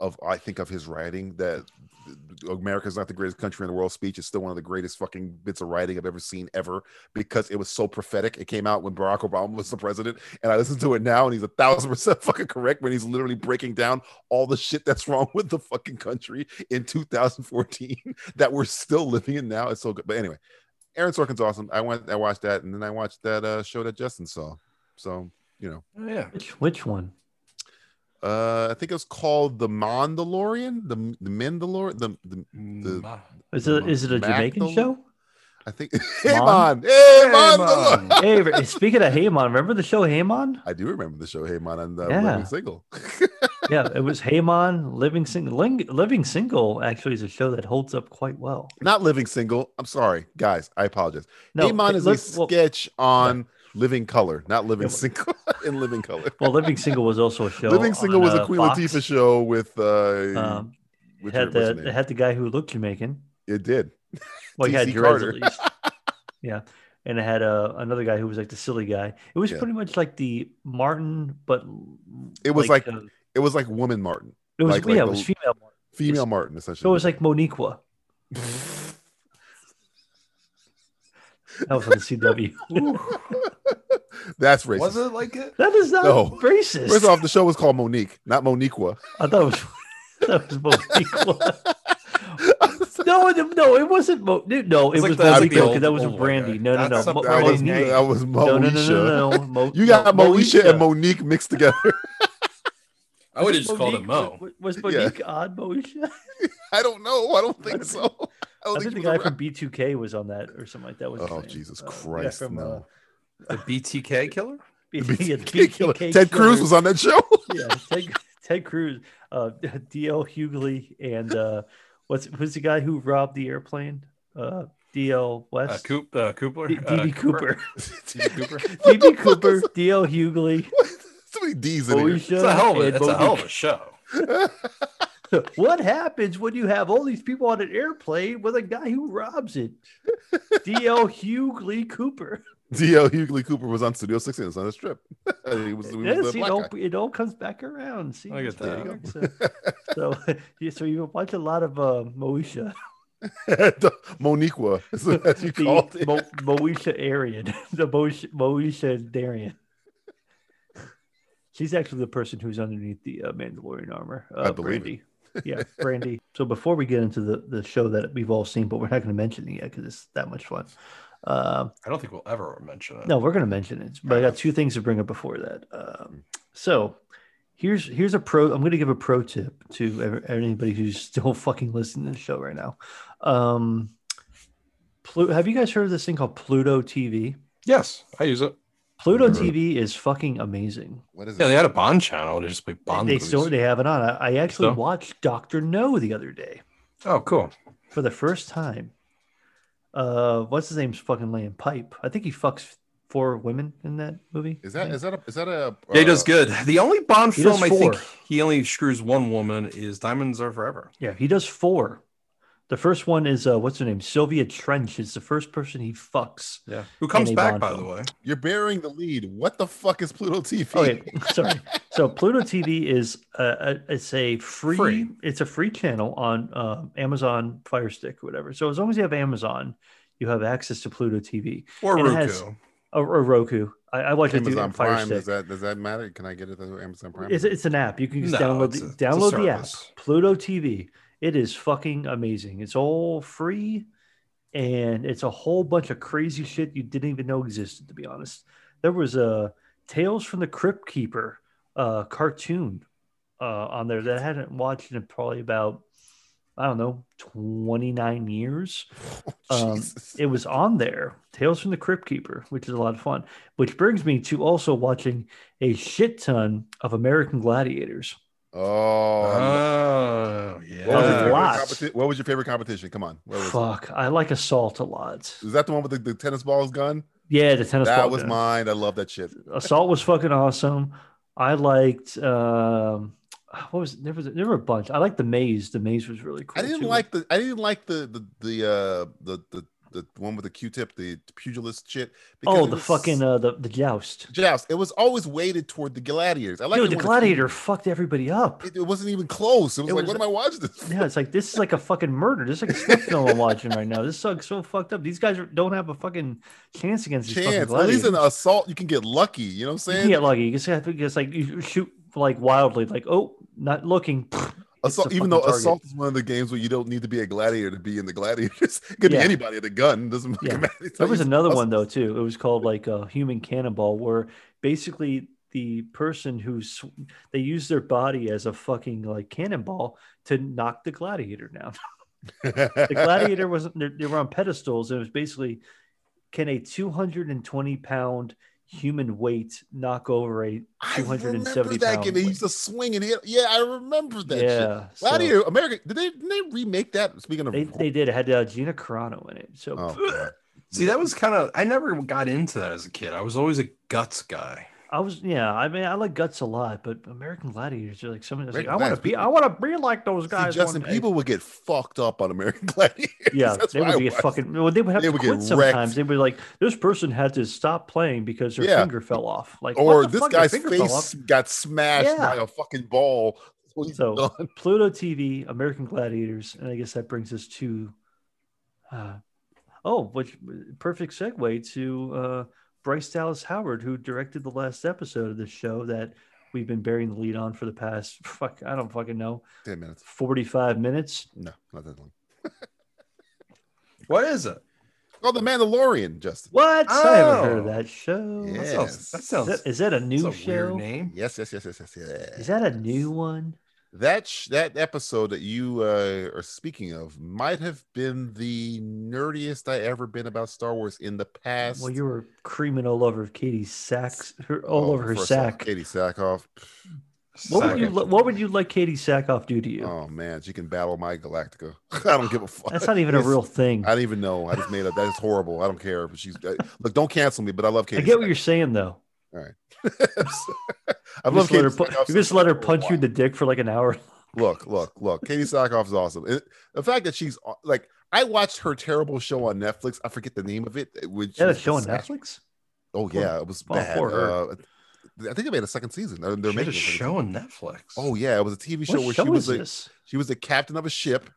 Speaker 1: of I think of his writing. That America's not the greatest country in the world speech is still one of the greatest fucking bits of writing I've ever seen ever because it was so prophetic. It came out when Barack Obama was the president, and I listen to it now, and he's a thousand percent fucking correct when he's literally breaking down all the shit that's wrong with the fucking country in 2014 that we're still living in now. It's so good. But anyway, Aaron Sorkin's awesome. I went, I watched that, and then I watched that uh, show that Justin saw. So you know,
Speaker 2: Oh, yeah.
Speaker 8: Which which one?
Speaker 1: uh, I think it was called The Mandalorian, the the Mandalorian, the, the The-
Speaker 2: Ma-
Speaker 8: Is it is it a Jamaican
Speaker 1: Macdonald?
Speaker 8: show?
Speaker 1: I think Hey
Speaker 8: Mon?
Speaker 1: Mon, hey,
Speaker 2: Hey,
Speaker 1: Mandalor-
Speaker 2: Mon.
Speaker 8: Hey, re- speaking of Haymon, remember the show Haymon?
Speaker 1: I do remember the show. Hey, man, and uh,
Speaker 8: Yeah.
Speaker 1: Living Single.
Speaker 8: Yeah, it was Haymon. Living Single. Ling- Living Single actually is a show that holds up quite well.
Speaker 1: Not Living Single. I'm sorry, guys. I apologize.
Speaker 8: No,
Speaker 1: Amon is
Speaker 8: look-
Speaker 1: a
Speaker 8: well-
Speaker 1: sketch on Living Color, not Living
Speaker 8: Yeah, well-
Speaker 1: Single. in Living Color,
Speaker 8: Well, Living Single was also a show.
Speaker 1: Living Single
Speaker 8: on,
Speaker 1: was
Speaker 8: uh,
Speaker 1: a Queen
Speaker 8: Fox.
Speaker 1: Latifah show with uh,
Speaker 8: Um,
Speaker 1: with your- what's
Speaker 8: it had
Speaker 1: her
Speaker 8: the it
Speaker 1: name?
Speaker 8: had the guy who looked Jamaican.
Speaker 1: it did.
Speaker 8: Well, he had
Speaker 1: TC
Speaker 8: dreads at
Speaker 1: Carter.
Speaker 8: least. yeah, and it had uh, another guy who was like the silly guy. It was
Speaker 1: Yeah.
Speaker 8: pretty much like the Martin, but
Speaker 1: It was like-
Speaker 8: uh,
Speaker 1: It was like Woman Martin,
Speaker 8: it was
Speaker 1: like-
Speaker 8: yeah,
Speaker 1: like
Speaker 8: it was
Speaker 1: the-
Speaker 8: female. Martin.
Speaker 1: female Martin, essentially.
Speaker 8: So it was like Moniqua. that was on the CW.
Speaker 1: That's racist.
Speaker 2: Was it like it?
Speaker 8: that is not
Speaker 1: No.
Speaker 8: racist.
Speaker 1: First off, the show was called Monique, not Moniqua.
Speaker 8: I thought it was that was Moniqua. no, it- no, it wasn't. Mo- no, it
Speaker 2: It's like
Speaker 8: was
Speaker 2: the- it's like
Speaker 8: Moniqua.
Speaker 2: the
Speaker 8: 'cause
Speaker 2: old-
Speaker 8: that was
Speaker 2: old white guy.
Speaker 8: Brandy. No, no, no.
Speaker 2: That's
Speaker 8: Mo-
Speaker 2: something I
Speaker 1: That was,
Speaker 2: was
Speaker 8: Monique.
Speaker 2: named.
Speaker 1: that was Moesha.
Speaker 8: No, no, no, no, no. Mo-
Speaker 1: You got
Speaker 8: no,
Speaker 1: Moesha, and Monique mixed together.
Speaker 2: I would have just called it Mo.
Speaker 8: Was, was
Speaker 1: Yeah.
Speaker 8: Monique on Moesha?
Speaker 1: I don't know. I don't think so. I don't
Speaker 8: I think the
Speaker 1: she was
Speaker 8: guy
Speaker 1: around.
Speaker 8: from B2K was on that or something like that. Was his
Speaker 1: Oh
Speaker 8: name.
Speaker 1: Jesus
Speaker 8: Uh, yeah,
Speaker 1: Christ!
Speaker 8: from,
Speaker 1: no,
Speaker 8: uh,
Speaker 2: The BTK killer?
Speaker 8: B-
Speaker 1: The
Speaker 8: yeah,
Speaker 1: BTK killer.
Speaker 8: BTK
Speaker 1: Ted Cruz
Speaker 8: killer.
Speaker 1: was on that show.
Speaker 8: yeah, Ted, Ted Cruz, uh, DL Hughley, and uh, what's who's the guy who robbed the airplane? Uh, DL
Speaker 2: Uh,
Speaker 8: West,
Speaker 2: Coop, uh, Cooper?
Speaker 8: D-
Speaker 2: Uh,
Speaker 8: DB Cooper,
Speaker 2: DB Cooper?
Speaker 1: What the
Speaker 8: DB
Speaker 1: fuck
Speaker 8: Cooper,
Speaker 1: is-
Speaker 8: DL Hughley,
Speaker 1: What? So many D's in here.
Speaker 2: It's a hell of
Speaker 8: Moesha,
Speaker 2: a,
Speaker 8: and
Speaker 2: it's a hell of
Speaker 8: Monique.
Speaker 2: a show.
Speaker 8: What happens when you have all these people on an airplane with a guy who robs it? DL Hughley Cooper.
Speaker 1: D.L. Hughley Cooper was on Studio 16. It was on this trip. he was, he was
Speaker 8: Yes,
Speaker 1: the
Speaker 8: it
Speaker 1: black
Speaker 8: all
Speaker 1: guy.
Speaker 8: it all comes back around. See,
Speaker 2: Look at
Speaker 8: There you
Speaker 1: that.
Speaker 8: go. So, so, yeah, so you watch a lot of uh, Moesha,
Speaker 1: The Moniqua, is what as you
Speaker 8: the
Speaker 1: called it.
Speaker 8: Mo- Moesha Arian, the Moesha, Moesha Darian. She's actually the person who's underneath the uh, Mandalorian armor. Uh,
Speaker 1: I believe
Speaker 8: Brandy. yeah, Brandy. So before we get into the, the show that we've all seen, but we're not going to mention it yet because it's that much fun. Um,
Speaker 2: I don't think we'll ever mention it.
Speaker 8: No, we're going to mention it, but I got two things to bring up before that. Um, so here's here's a pro. I'm going to give a pro tip to ev- anybody who's still fucking listening to the show right now. Um, Plu- have you guys heard of this thing called Pluto TV?
Speaker 2: Yes, I use it.
Speaker 8: Pluto
Speaker 1: Never heard of
Speaker 8: TV is fucking amazing.
Speaker 1: What is
Speaker 2: Yeah,
Speaker 1: it?
Speaker 2: they had a Bond channel. They just play
Speaker 8: They-
Speaker 2: Bond
Speaker 8: they
Speaker 2: movies.
Speaker 8: still they have it on. I, I actually
Speaker 2: So?
Speaker 8: watched Doctor No the other day
Speaker 2: Oh, cool.
Speaker 8: for the first time. Uh, what's his name's fucking laying pipe? I think he fucks four women in that movie.
Speaker 1: Is that is that a is that a?
Speaker 2: Yeah, he does
Speaker 1: uh,
Speaker 2: good. The only Bond
Speaker 8: he does
Speaker 2: film I think
Speaker 8: four.
Speaker 2: he only screws one woman is Diamonds Are Forever.
Speaker 8: Yeah, he does four. The first one is uh, what's her name? Sylvia Trench is the first person he fucks.
Speaker 2: Yeah. Who comes
Speaker 8: a
Speaker 2: back,
Speaker 8: Bond
Speaker 2: by
Speaker 8: film.
Speaker 2: the way?
Speaker 1: You're burying the lead. What the fuck is Pluto TV?
Speaker 8: Okay, Oh, sorry. So Pluto TV is a, a it's a free,
Speaker 2: Free.
Speaker 8: it's a free channel on um, Amazon Fire Stick or whatever. So as long as you have Amazon, you have access to Pluto TV
Speaker 2: Or
Speaker 8: And it
Speaker 2: Roku.
Speaker 8: has- or, or Roku. I, I watch it
Speaker 1: Amazon
Speaker 8: through Fire
Speaker 1: Prime.
Speaker 8: Stick.
Speaker 1: Does that does that matter? Can I get it through Amazon Prime?
Speaker 8: It's, it's an app. You can just
Speaker 2: No,
Speaker 8: download
Speaker 2: it's
Speaker 8: the,
Speaker 2: a- it's a
Speaker 8: download the app,
Speaker 2: service.
Speaker 8: Pluto TV. It is fucking amazing. It's all free, and it's a whole bunch of crazy shit you didn't even know existed. To be honest, there was a Tales from the Crypt Keeper uh, cartoon uh, on there that I hadn't watched in probably about I don't know, 29 years.
Speaker 1: Oh,
Speaker 8: Um,
Speaker 1: Jesus.
Speaker 8: it was on there, Tales from the Crypt Keeper, which is a lot of fun, which brings me to also watching a shit ton of American Gladiators.
Speaker 1: oh,
Speaker 8: Uh,
Speaker 1: what,
Speaker 2: Oh,
Speaker 1: was your
Speaker 2: yeah.
Speaker 8: That
Speaker 1: favorite
Speaker 8: lots.
Speaker 1: competi- what was your favorite competition? Come on, what was it?
Speaker 8: Fuck, I like Assault a lot.
Speaker 1: Is that the one with the, the tennis balls gun?
Speaker 8: Yeah, the tennis
Speaker 1: that
Speaker 8: ball
Speaker 1: was
Speaker 8: gun.
Speaker 1: mine. I love that shit.
Speaker 8: Assault was fucking awesome. I liked um, what was there was there were a bunch. I liked the maze. The maze was really
Speaker 1: I
Speaker 8: cool.
Speaker 1: didn't
Speaker 8: too.
Speaker 1: like the I didn't like the the the uh, the, the the one with the Q-tip, the pugilist shit.
Speaker 8: oh
Speaker 1: it
Speaker 8: the
Speaker 1: was-
Speaker 8: fucking uh, the the joust.
Speaker 1: joust. It was always weighted toward the gladiators. I like
Speaker 8: Dude, the gladiator fucked everybody up.
Speaker 1: It, it wasn't even close. It was
Speaker 8: It
Speaker 1: like,
Speaker 8: was-
Speaker 1: what am I watching this? for?
Speaker 8: Yeah, it's like this is like a fucking murder. This is like a snuff film I'm watching right now. This sucks so fucked up. These guys are- don't have a fucking chance against these fucking
Speaker 1: Chance. At
Speaker 8: gladiators.
Speaker 1: least in assault, you can get lucky. You know what I'm
Speaker 8: you
Speaker 1: saying?
Speaker 8: can get lucky. You just have to just like you shoot like wildly, like oh, not looking. It's
Speaker 1: Assault,
Speaker 8: a
Speaker 1: even
Speaker 8: fucking
Speaker 1: though
Speaker 8: target.
Speaker 1: assault is one of the games where you don't need to be a gladiator to be in the gladiators. It could
Speaker 8: Yeah.
Speaker 1: be anybody at a gun. Doesn't fucking
Speaker 8: Yeah.
Speaker 1: matter. It's
Speaker 8: There
Speaker 1: how
Speaker 8: was
Speaker 1: you-
Speaker 8: another one though too. It was called like a human cannonball, where basically the person who sw- they use their body as a fucking like cannonball to knock the gladiator down. The gladiator was they they were on pedestals, and it was basically can a 220 pound human weight knock over a
Speaker 1: I
Speaker 8: 270
Speaker 1: remember that
Speaker 8: pound
Speaker 1: game. They
Speaker 8: weight?
Speaker 1: used to swing and hit. Yeah, I remember that. shit.
Speaker 8: yeah, so
Speaker 1: Gladiator, America. Did they, did they remake that? Speaking of,
Speaker 8: they they did. It had uh, Gina Carano in it. So
Speaker 1: Oh, God.
Speaker 2: See, that was kind of, I never got into that as a kid. I was always a guts guy.
Speaker 8: I was yeah, I mean I like guts a lot, but American Gladiators are like something that's like I
Speaker 1: American
Speaker 8: want to
Speaker 1: Gladiators,
Speaker 8: be I
Speaker 1: people-
Speaker 8: want to be like those
Speaker 1: See,
Speaker 8: guys.
Speaker 1: Justin,
Speaker 8: one day.
Speaker 1: people would get fucked up on American Gladiators.
Speaker 8: yeah,
Speaker 1: That's
Speaker 8: they
Speaker 1: what I
Speaker 8: would get
Speaker 1: watched.
Speaker 8: fucking well, they would have
Speaker 1: They
Speaker 8: to
Speaker 1: would get
Speaker 8: quit
Speaker 1: wrecked.
Speaker 8: sometimes. They would be like this person had to stop playing because their
Speaker 1: Yeah.
Speaker 8: finger fell off. Like what
Speaker 1: or
Speaker 8: the
Speaker 1: this
Speaker 8: fuck? Your
Speaker 1: guy's
Speaker 8: finger fell
Speaker 1: face got smashed
Speaker 8: Yeah.
Speaker 1: by a fucking ball. That's what he's
Speaker 8: So-
Speaker 1: done.
Speaker 8: off. Pluto TV, American Gladiators, and I guess that brings us to uh, oh, which perfect segue to uh, Bryce Dallas Howard, who directed the last episode of this show that we've been bearing the lead on for the past fuck I don't fucking know
Speaker 1: ten minutes.
Speaker 8: 45 minutes.
Speaker 1: No, not that long.
Speaker 2: What is it?
Speaker 1: Oh, The Mandalorian, Justin.
Speaker 8: What? I haven't heard of
Speaker 2: Oh.
Speaker 8: that show.
Speaker 2: That
Speaker 1: Yeah.
Speaker 2: sounds, that
Speaker 1: Yes.
Speaker 8: Is,
Speaker 2: sounds
Speaker 8: that, is that a new
Speaker 2: that's a
Speaker 8: show?
Speaker 2: weird name.
Speaker 1: Yes, yes, yes, yes, yes. yes.
Speaker 8: Is that a new one?
Speaker 1: that sh- that episode that you uh, are speaking of might have been the nerdiest I ever been about Star Wars in the past.
Speaker 8: Well, you were creaming all over Katie's sacks, her, all
Speaker 1: Oh,
Speaker 8: over her
Speaker 1: first off,
Speaker 8: sack.
Speaker 1: Katie Sackhoff.
Speaker 8: What would
Speaker 2: Sack.
Speaker 8: you? li- What would you like Katie Sackhoff do to you?
Speaker 1: Oh man, she can battle my Galactica. I don't give a fuck.
Speaker 8: That's not even a
Speaker 1: It's-
Speaker 8: real thing.
Speaker 1: I
Speaker 8: I,
Speaker 1: don't even know. I just made up. That is horrible. I don't care. But she's I- look. Don't cancel me. But I love Katie.
Speaker 8: get what you're saying though.
Speaker 1: Sackhoff. I
Speaker 8: You
Speaker 1: love
Speaker 8: just, let
Speaker 1: Katie.
Speaker 8: her, pu-
Speaker 1: Sackhoff so
Speaker 8: you just let her
Speaker 1: much.
Speaker 8: punch you in the dick for like an hour.
Speaker 1: Look, look, look. Katie Sackhoff is awesome. It- the fact that she's aw- like, I watched her terrible show on Netflix. I forget the name of it. Which
Speaker 8: Yeah, that
Speaker 1: was
Speaker 8: show on
Speaker 1: disastrous.
Speaker 8: Netflix.
Speaker 1: Oh
Speaker 8: Poor-
Speaker 1: yeah, it was
Speaker 8: oh,
Speaker 1: bad.
Speaker 8: poor her.
Speaker 1: Uh, I think they made a second season. They're, they're
Speaker 2: She had
Speaker 1: making
Speaker 2: a
Speaker 1: a second
Speaker 2: show on Netflix.
Speaker 1: season. Oh yeah, it was a TV show
Speaker 8: What
Speaker 1: where
Speaker 8: show
Speaker 1: she was
Speaker 8: is
Speaker 1: the,
Speaker 8: this?
Speaker 1: she was the captain of a ship.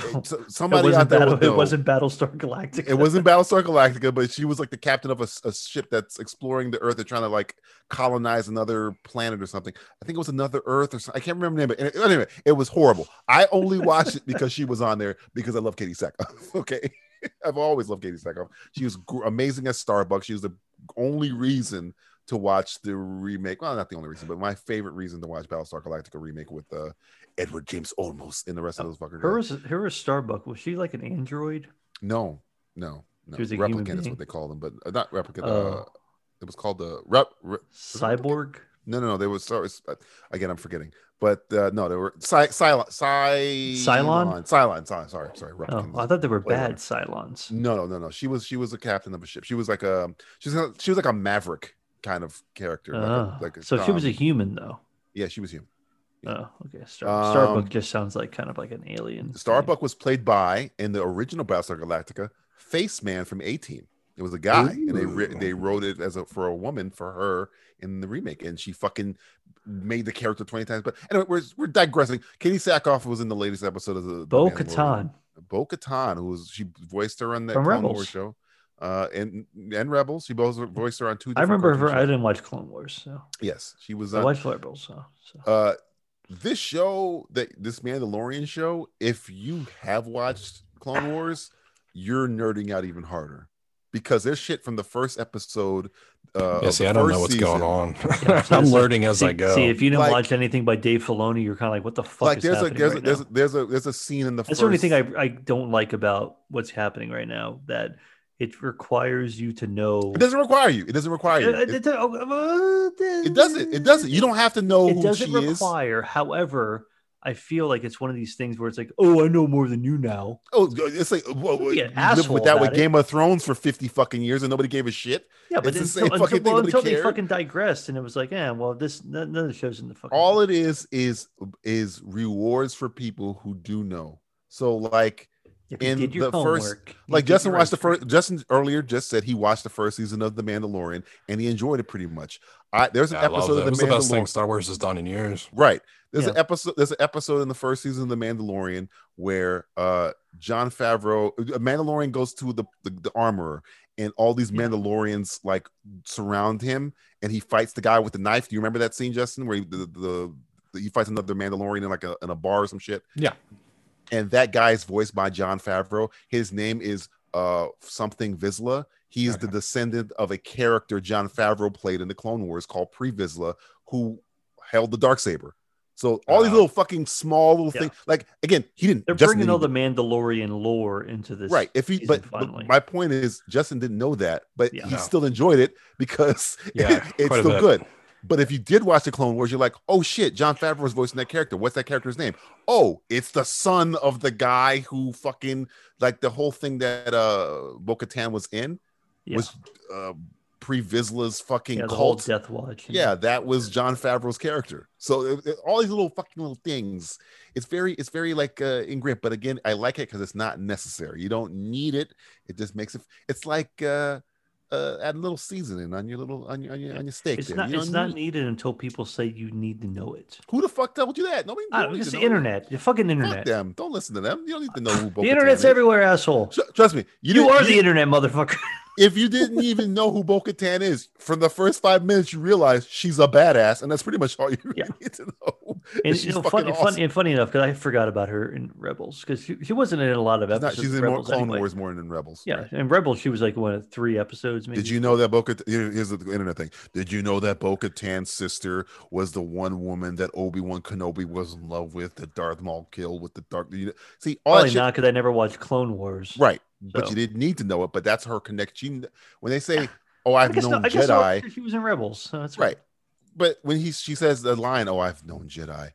Speaker 8: It
Speaker 1: So- somebody out
Speaker 8: wasn't,
Speaker 1: there
Speaker 8: Battle-
Speaker 1: would know.
Speaker 8: it wasn't Battlestar Galactica.
Speaker 1: It wasn't Battlestar Galactica, but she was like the captain of a, s- a ship that's exploring the Earth and trying to like colonize another planet or something. I think it was another Earth or something. I can't remember the name. But anyway, it was horrible. I only watched it because she was on there because I love Katie Sackhoff. Okay, I've always loved Katie Sackhoff. She was gr- amazing at Starbucks. She was the only reason to watch the remake. Well, not the only reason, but my favorite reason to watch Battlestar Galactica remake with uh, Edward James Olmos and the rest of those fuckers.
Speaker 8: Oh, Her was her was Starbuck. Was she like an android?
Speaker 1: No, no, no.
Speaker 8: She was a human
Speaker 1: replicant is
Speaker 8: being?
Speaker 1: what they call them, but uh, not replicant.
Speaker 8: Oh.
Speaker 1: Uh, it was called the rep. rep
Speaker 8: Cyborg?
Speaker 1: no, no, no. They were sorry. s- uh, Again, I'm forgetting, but uh, no, they were Cy, Cylon, Cylon, Cylon, Cylon. Sorry, sorry.
Speaker 8: Oh,
Speaker 1: Replicant.
Speaker 8: I thought they were
Speaker 1: Wait,
Speaker 8: bad
Speaker 1: wait.
Speaker 8: Cylons.
Speaker 1: No, no, no, no. She was she was a captain of a ship. She was like a she was a, she was like a maverick kind of character. like a-
Speaker 8: Ah,
Speaker 1: like a
Speaker 8: so she was a
Speaker 1: Dom.
Speaker 8: human though.
Speaker 1: yeah, she was human. Yeah.
Speaker 8: Oh, okay. Star- Starbuck
Speaker 1: Um,
Speaker 8: just sounds like kind of like an alien. to me.
Speaker 1: Starbuck was played by in the original Battlestar Galactica Face Man from A Team. It was a guy, and they ri-
Speaker 2: Ooh.
Speaker 1: they wrote it as a for a woman for her in the remake, and she fucking made the character twenty times. But anyway, we're we're digressing. Katie Sackhoff was in the latest episode of the
Speaker 8: Bo Katan.
Speaker 1: Bo Katan, who was she voiced her on that
Speaker 8: From
Speaker 1: Clone Wars
Speaker 8: Rebels.
Speaker 1: show, uh, and and Rebels. She both voiced her on two.
Speaker 8: I
Speaker 1: different
Speaker 8: remember her.
Speaker 1: cartoon
Speaker 8: I
Speaker 1: shows.
Speaker 8: didn't watch Clone Wars, so
Speaker 1: Yes, she was
Speaker 8: I
Speaker 1: on
Speaker 8: watched Rebels. So, so.
Speaker 1: uh this show that this mandalorian show if you have watched clone wars you're nerding out even harder because there's shit from the first episode Uh,
Speaker 2: yeah,
Speaker 1: of
Speaker 2: see,
Speaker 1: the
Speaker 2: I don't know
Speaker 1: first
Speaker 2: what's
Speaker 1: season.
Speaker 2: going on.
Speaker 8: Yeah, so
Speaker 2: I'm
Speaker 8: it's like-
Speaker 2: learning as
Speaker 8: see,
Speaker 2: I go.
Speaker 8: See, if you didn't
Speaker 1: Like-
Speaker 8: watch anything by Dave Filoni, you're kind of like, what the fuck
Speaker 1: Like
Speaker 8: is
Speaker 1: there's a
Speaker 8: happening
Speaker 1: there's a,
Speaker 8: right
Speaker 1: there's
Speaker 8: now?
Speaker 1: a, there's a there's a scene in the
Speaker 8: That's
Speaker 1: first.
Speaker 8: the only thing I, I don't like about what's happening right now that it requires you to know. Uh,
Speaker 1: It doesn't require you. It doesn't require you. It, it
Speaker 8: It
Speaker 1: doesn't. It doesn't. You don't have to know
Speaker 8: oh, uh, It
Speaker 1: who
Speaker 8: doesn't
Speaker 1: she is.
Speaker 8: require. However, I feel like it's one of these things where it's like, oh, I know more than you now.
Speaker 1: Oh, it's like whoa,
Speaker 8: Don't
Speaker 1: whoa,
Speaker 8: be
Speaker 1: you lived
Speaker 8: an
Speaker 1: with
Speaker 8: asshole
Speaker 1: that with
Speaker 8: about it.
Speaker 1: Game of Thrones for fifty fucking years and nobody gave a shit.
Speaker 8: Yeah,
Speaker 1: It's
Speaker 8: but
Speaker 1: the
Speaker 8: until,
Speaker 1: same
Speaker 8: until,
Speaker 1: fucking thing,
Speaker 8: well,
Speaker 1: nobody
Speaker 8: until they
Speaker 1: cared.
Speaker 8: fucking digressed, and it was like, yeah, well, this none none of the shows in the fucking.
Speaker 1: all it is is is rewards for people who do know so like
Speaker 8: If you
Speaker 1: in
Speaker 8: did your
Speaker 1: the first-
Speaker 8: homework, you
Speaker 1: like
Speaker 8: did
Speaker 1: justin
Speaker 8: your
Speaker 1: watched the
Speaker 8: homework.
Speaker 1: first justin earlier just said he watched the first season of the mandalorian and he enjoyed it pretty much i there's an
Speaker 2: Yeah, I love
Speaker 1: episode
Speaker 2: that. It
Speaker 1: of
Speaker 2: was
Speaker 1: the
Speaker 2: the best thing
Speaker 1: mandalorian
Speaker 2: Star Wars has done in years.
Speaker 1: right there's an
Speaker 8: Yeah.
Speaker 1: episode there's an episode in the first season of the mandalorian where uh john favreau a mandalorian goes to the the, the armorer and all these
Speaker 8: Yeah.
Speaker 1: mandalorians like surround him and he fights the guy with the knife do you remember that scene justin where he, the, the, the he fights another mandalorian in like a, in a bar or some shit
Speaker 2: Yeah.
Speaker 1: and that guy is voiced by John Favreau. His name is uh something Vizsla. He is the descendant of a character John Favreau played in the Clone Wars called Pre Vizsla, who held the dark saber. So all these
Speaker 2: Wow.
Speaker 1: little fucking small little
Speaker 8: Oh. Yeah.
Speaker 1: things. Like again, he didn't.
Speaker 8: They're
Speaker 1: Justin
Speaker 8: bringing
Speaker 1: didn't
Speaker 8: all the
Speaker 1: even-
Speaker 8: Mandalorian lore into this.
Speaker 1: right. If he,
Speaker 8: season
Speaker 1: but, but
Speaker 8: finally.
Speaker 1: my point is, Justin didn't know that, but
Speaker 8: Yeah.
Speaker 1: he
Speaker 2: No.
Speaker 1: still enjoyed it because
Speaker 2: Yeah,
Speaker 1: it's
Speaker 2: quite a
Speaker 1: still
Speaker 2: bit.
Speaker 1: good. But if you did watch the Clone Wars, you're like, oh shit, John Favreau's voicing that character. What's that character's name? Oh, it's the son of the guy who fucking like the whole thing that uh Bo Katan was in
Speaker 8: Yeah.
Speaker 1: was uh pre Vizsla's fucking
Speaker 8: yeah, the whole
Speaker 1: cult.
Speaker 8: Death Watch. and-
Speaker 1: yeah, that was John Favreau's character. So it- it- all these little fucking little things. It's very, it's very like uh ingrained. But again, I like it because it's not necessary. You don't need it. It just makes it. It's like uh uh adding a little seasoning on your little on your on your, on your steak.
Speaker 8: It's
Speaker 1: there.
Speaker 8: not.
Speaker 1: You don't
Speaker 8: It's not
Speaker 1: need-
Speaker 8: needed until people say you need to know it.
Speaker 1: Who the fuck told you that? Nobody.
Speaker 8: I
Speaker 1: nobody
Speaker 8: don't, it's the
Speaker 1: should know that.
Speaker 8: internet. The fucking
Speaker 1: Fuck
Speaker 8: internet. The
Speaker 1: them. Don't listen to them. You don't need to know who Bo
Speaker 8: internet's
Speaker 1: is.
Speaker 8: everywhere, asshole.
Speaker 1: Tr- Trust me. You,
Speaker 8: You
Speaker 1: didn't-
Speaker 8: are
Speaker 1: you
Speaker 8: the internet, motherfucker.
Speaker 1: if you didn't even know who Bo Katan is, from the first five minutes, you realize she's a badass, and that's pretty much all you really
Speaker 8: Yeah.
Speaker 1: need to know.
Speaker 8: And
Speaker 1: she's
Speaker 8: you know,
Speaker 1: fucking
Speaker 8: fun,
Speaker 1: awesome.
Speaker 8: fun, and funny enough, because I forgot about her in Rebels because she, she wasn't in a lot of
Speaker 1: She's, not-
Speaker 8: episodes.
Speaker 1: she's
Speaker 8: of
Speaker 1: in more
Speaker 8: Rebels
Speaker 1: Clone
Speaker 8: anyway.
Speaker 1: Wars more than in Rebels.
Speaker 8: Yeah,
Speaker 1: right?
Speaker 8: in Rebels she was like one of three episodes. Maybe.
Speaker 1: Did you know that Bo Katan, here- here's the internet thing. Did you know that Bo Katan's sister was the one woman that Obi-Wan Kenobi was in love with, that Darth Maul killed with the dark? you know- See, all that
Speaker 8: Probably
Speaker 1: shit,
Speaker 8: not because I never watched Clone Wars.
Speaker 1: right. But
Speaker 8: So-
Speaker 1: you didn't need to know it, but that's her connection. When they say, Oh, I've
Speaker 8: guess
Speaker 1: known
Speaker 8: no- I guess no,
Speaker 1: Jedi,
Speaker 8: she was in Rebels. So that's
Speaker 1: Right. But when he she says the line, "Oh, I've known Jedi,"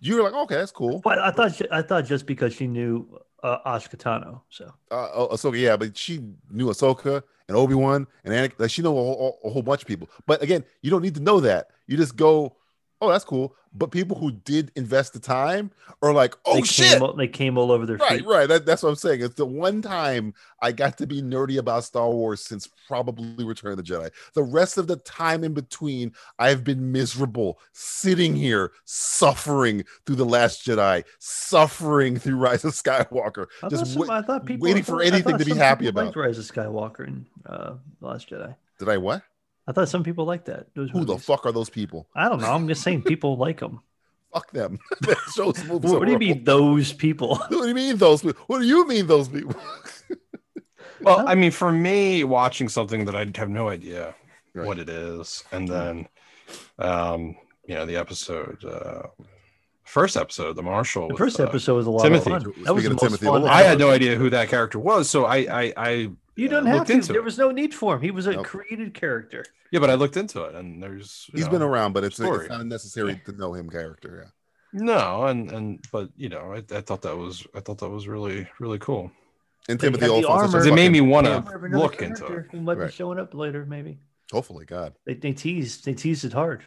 Speaker 1: you're like, "Okay, that's cool."
Speaker 8: But I thought she, I thought just because she knew uh, Ashkatano, so
Speaker 1: Uh, oh, Ahsoka, yeah, but she knew Ahsoka and Obi Wan and Anakin. Like she know a whole, a whole bunch of people. But again, you don't need to know that. You just go, "Oh, that's cool." But people who did invest the time are like, "Oh
Speaker 8: they
Speaker 1: shit!"
Speaker 8: came all, they came all over their
Speaker 1: Right,
Speaker 8: feet.
Speaker 1: right. That, that's what I'm saying. It's the one time I got to be nerdy about Star Wars since probably Return of the Jedi. The rest of the time in between, I've been miserable, sitting here, suffering through The Last Jedi, suffering through Rise of Skywalker.
Speaker 8: I thought,
Speaker 1: Just
Speaker 8: some,
Speaker 1: wait-
Speaker 8: I thought people
Speaker 1: waiting
Speaker 8: I
Speaker 1: for
Speaker 8: thought- I
Speaker 1: anything
Speaker 8: thought
Speaker 1: to be
Speaker 8: some
Speaker 1: happy
Speaker 8: people liked
Speaker 1: about.
Speaker 8: Rise of Skywalker and uh, The Last Jedi.
Speaker 1: did I what?
Speaker 8: I thought some people liked that. Those
Speaker 1: Who the
Speaker 8: movies.
Speaker 1: fuck are those people?
Speaker 8: I don't know. I'm just saying people like them.
Speaker 1: Fuck them. that show's movies
Speaker 8: What do you
Speaker 1: are
Speaker 8: mean those people?
Speaker 1: horrible. What do you mean those people? What do you mean those people?
Speaker 2: Well, I mean, for me, watching something that I have no idea
Speaker 1: Right.
Speaker 2: what it is, and then, um, you know, the episode, uh, first episode, the Marshal.
Speaker 8: The
Speaker 2: with,
Speaker 8: first
Speaker 2: uh,
Speaker 8: episode was a lot
Speaker 2: Timothy.
Speaker 8: of fun. That
Speaker 1: Speaking
Speaker 8: was the
Speaker 1: of
Speaker 8: most
Speaker 1: Timothy,
Speaker 8: fun.
Speaker 1: well,
Speaker 2: I had no idea who that character was, so I, I, I
Speaker 8: You
Speaker 2: uh,
Speaker 8: don't have
Speaker 2: looked
Speaker 8: to.
Speaker 2: into
Speaker 8: There
Speaker 2: it.
Speaker 8: was no need for him. He was a
Speaker 1: Nope.
Speaker 8: created character.
Speaker 2: yeah, but I looked into it, and there's you
Speaker 1: He's
Speaker 2: know,
Speaker 1: been around, but it's,
Speaker 2: story.
Speaker 1: it's not necessary to know him character. Yeah.
Speaker 2: No, and and but you know, I, I thought that was I thought that was really really cool.
Speaker 1: And
Speaker 8: But he
Speaker 1: Timothy
Speaker 8: had the
Speaker 1: Olyphant.
Speaker 8: armor.
Speaker 2: It made me want
Speaker 8: Yeah, for
Speaker 2: to
Speaker 8: another
Speaker 2: look into it.
Speaker 8: character Who might
Speaker 1: Right.
Speaker 8: be showing up later, maybe.
Speaker 1: Hopefully, God.
Speaker 8: They, they teased. They teased it hard.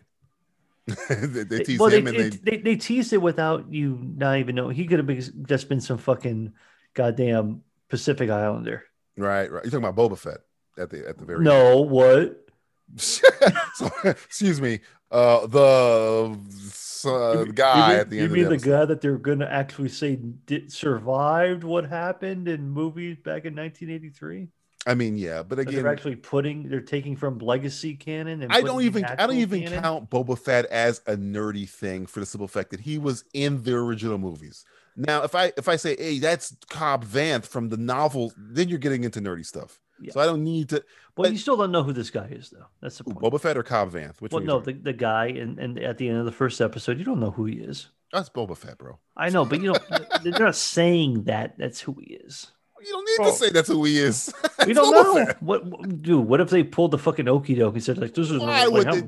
Speaker 1: they, they tease
Speaker 8: well,
Speaker 1: him
Speaker 8: they,
Speaker 1: and they,
Speaker 8: it- they, they teased it without you not even knowing. He could have been, just been some fucking goddamn Pacific Islander.
Speaker 1: right, right. You're talking about Boba Fett at the at the very end.
Speaker 8: No, what?
Speaker 1: So, excuse me. Uh, the uh, guy at the
Speaker 8: you
Speaker 1: end.
Speaker 8: mean
Speaker 1: of
Speaker 8: the,
Speaker 1: the,
Speaker 8: guy that they're going to actually say did, survived what happened in movies back in 1983?
Speaker 1: guy? I mean, yeah, but
Speaker 8: That they're
Speaker 1: again,
Speaker 8: actually putting, they're taking from legacy canon. And
Speaker 1: I
Speaker 8: putting
Speaker 1: don't
Speaker 8: in
Speaker 1: even I
Speaker 8: actual
Speaker 1: don't even
Speaker 8: canon?
Speaker 1: count Boba Fett as a nerdy thing for the simple fact that he was in the original movies. Now, if I if I say, hey, that's Cobb Vanth from the novel, then you're getting into nerdy stuff.
Speaker 8: Yeah.
Speaker 1: So I don't need to.
Speaker 8: Well,
Speaker 1: But-
Speaker 8: you still don't know who this guy is, though. That's the
Speaker 1: Ooh,
Speaker 8: point.
Speaker 1: Boba Fett or Cobb Vanth? Which
Speaker 8: well,
Speaker 1: one? you
Speaker 8: no, the,
Speaker 1: talking
Speaker 8: the guy, and, and at the end of the first episode, you don't know who he is.
Speaker 1: about? that's Boba Fett, bro.
Speaker 8: I know, but you don't. they're not saying that. That's who he is.
Speaker 1: You don't need
Speaker 7: Bro.
Speaker 1: to say that's who he is.
Speaker 8: We
Speaker 1: It's
Speaker 8: don't
Speaker 1: Boba
Speaker 8: know.
Speaker 1: Fett.
Speaker 8: What, what, dude? What if they pulled the fucking okie doke and said like, "This is
Speaker 1: Why
Speaker 8: like,
Speaker 1: would
Speaker 8: how-
Speaker 1: they,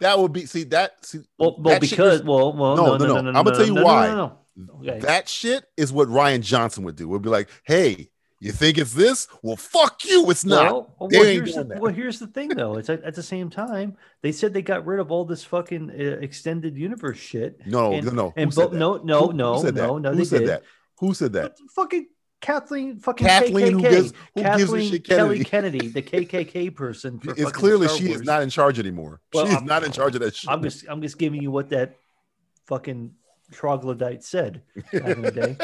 Speaker 1: that would be see that see
Speaker 8: Well, well,
Speaker 1: that shit
Speaker 8: because Oh,
Speaker 1: is-
Speaker 8: well, well,
Speaker 1: No, no,
Speaker 8: no, no,
Speaker 1: no.
Speaker 8: no, no,
Speaker 1: I'ma
Speaker 8: no,
Speaker 1: tell you
Speaker 8: no, no,
Speaker 1: why.
Speaker 8: No, no, no. Okay.
Speaker 1: that shit is what Ryan Johnson would do. Would be like, hey, you think it's this? Well, fuck you, it's not.
Speaker 8: Well, well,
Speaker 1: They ain't
Speaker 8: here's the,
Speaker 1: doing that.
Speaker 8: well, here's the thing, though. It's at, at the same time they said they got rid of all this fucking uh, extended universe shit.
Speaker 1: no,
Speaker 8: and-
Speaker 1: no, no.
Speaker 8: and
Speaker 1: Who said
Speaker 8: Bo-
Speaker 1: that?
Speaker 8: no, no,
Speaker 1: Who-
Speaker 8: no,
Speaker 1: who said that?
Speaker 8: no, no,
Speaker 1: Who
Speaker 8: they
Speaker 1: said
Speaker 8: did.
Speaker 1: that? Who said that?
Speaker 8: But fucking Kathleen, fucking
Speaker 1: Kathleen,
Speaker 8: KKK.
Speaker 1: who gives who gives a
Speaker 8: Kathleen
Speaker 1: shit?
Speaker 8: Kelly
Speaker 1: Kennedy.
Speaker 8: Kennedy, the KKK person. For
Speaker 1: It's
Speaker 8: fucking
Speaker 1: clearly
Speaker 8: Star
Speaker 1: she is
Speaker 8: Wars.
Speaker 1: not in charge anymore.
Speaker 8: Well,
Speaker 1: she is
Speaker 8: I'm-
Speaker 1: not in charge of that shit.
Speaker 8: I'm just, I'm just giving you what that fucking troglodyte said back in the day.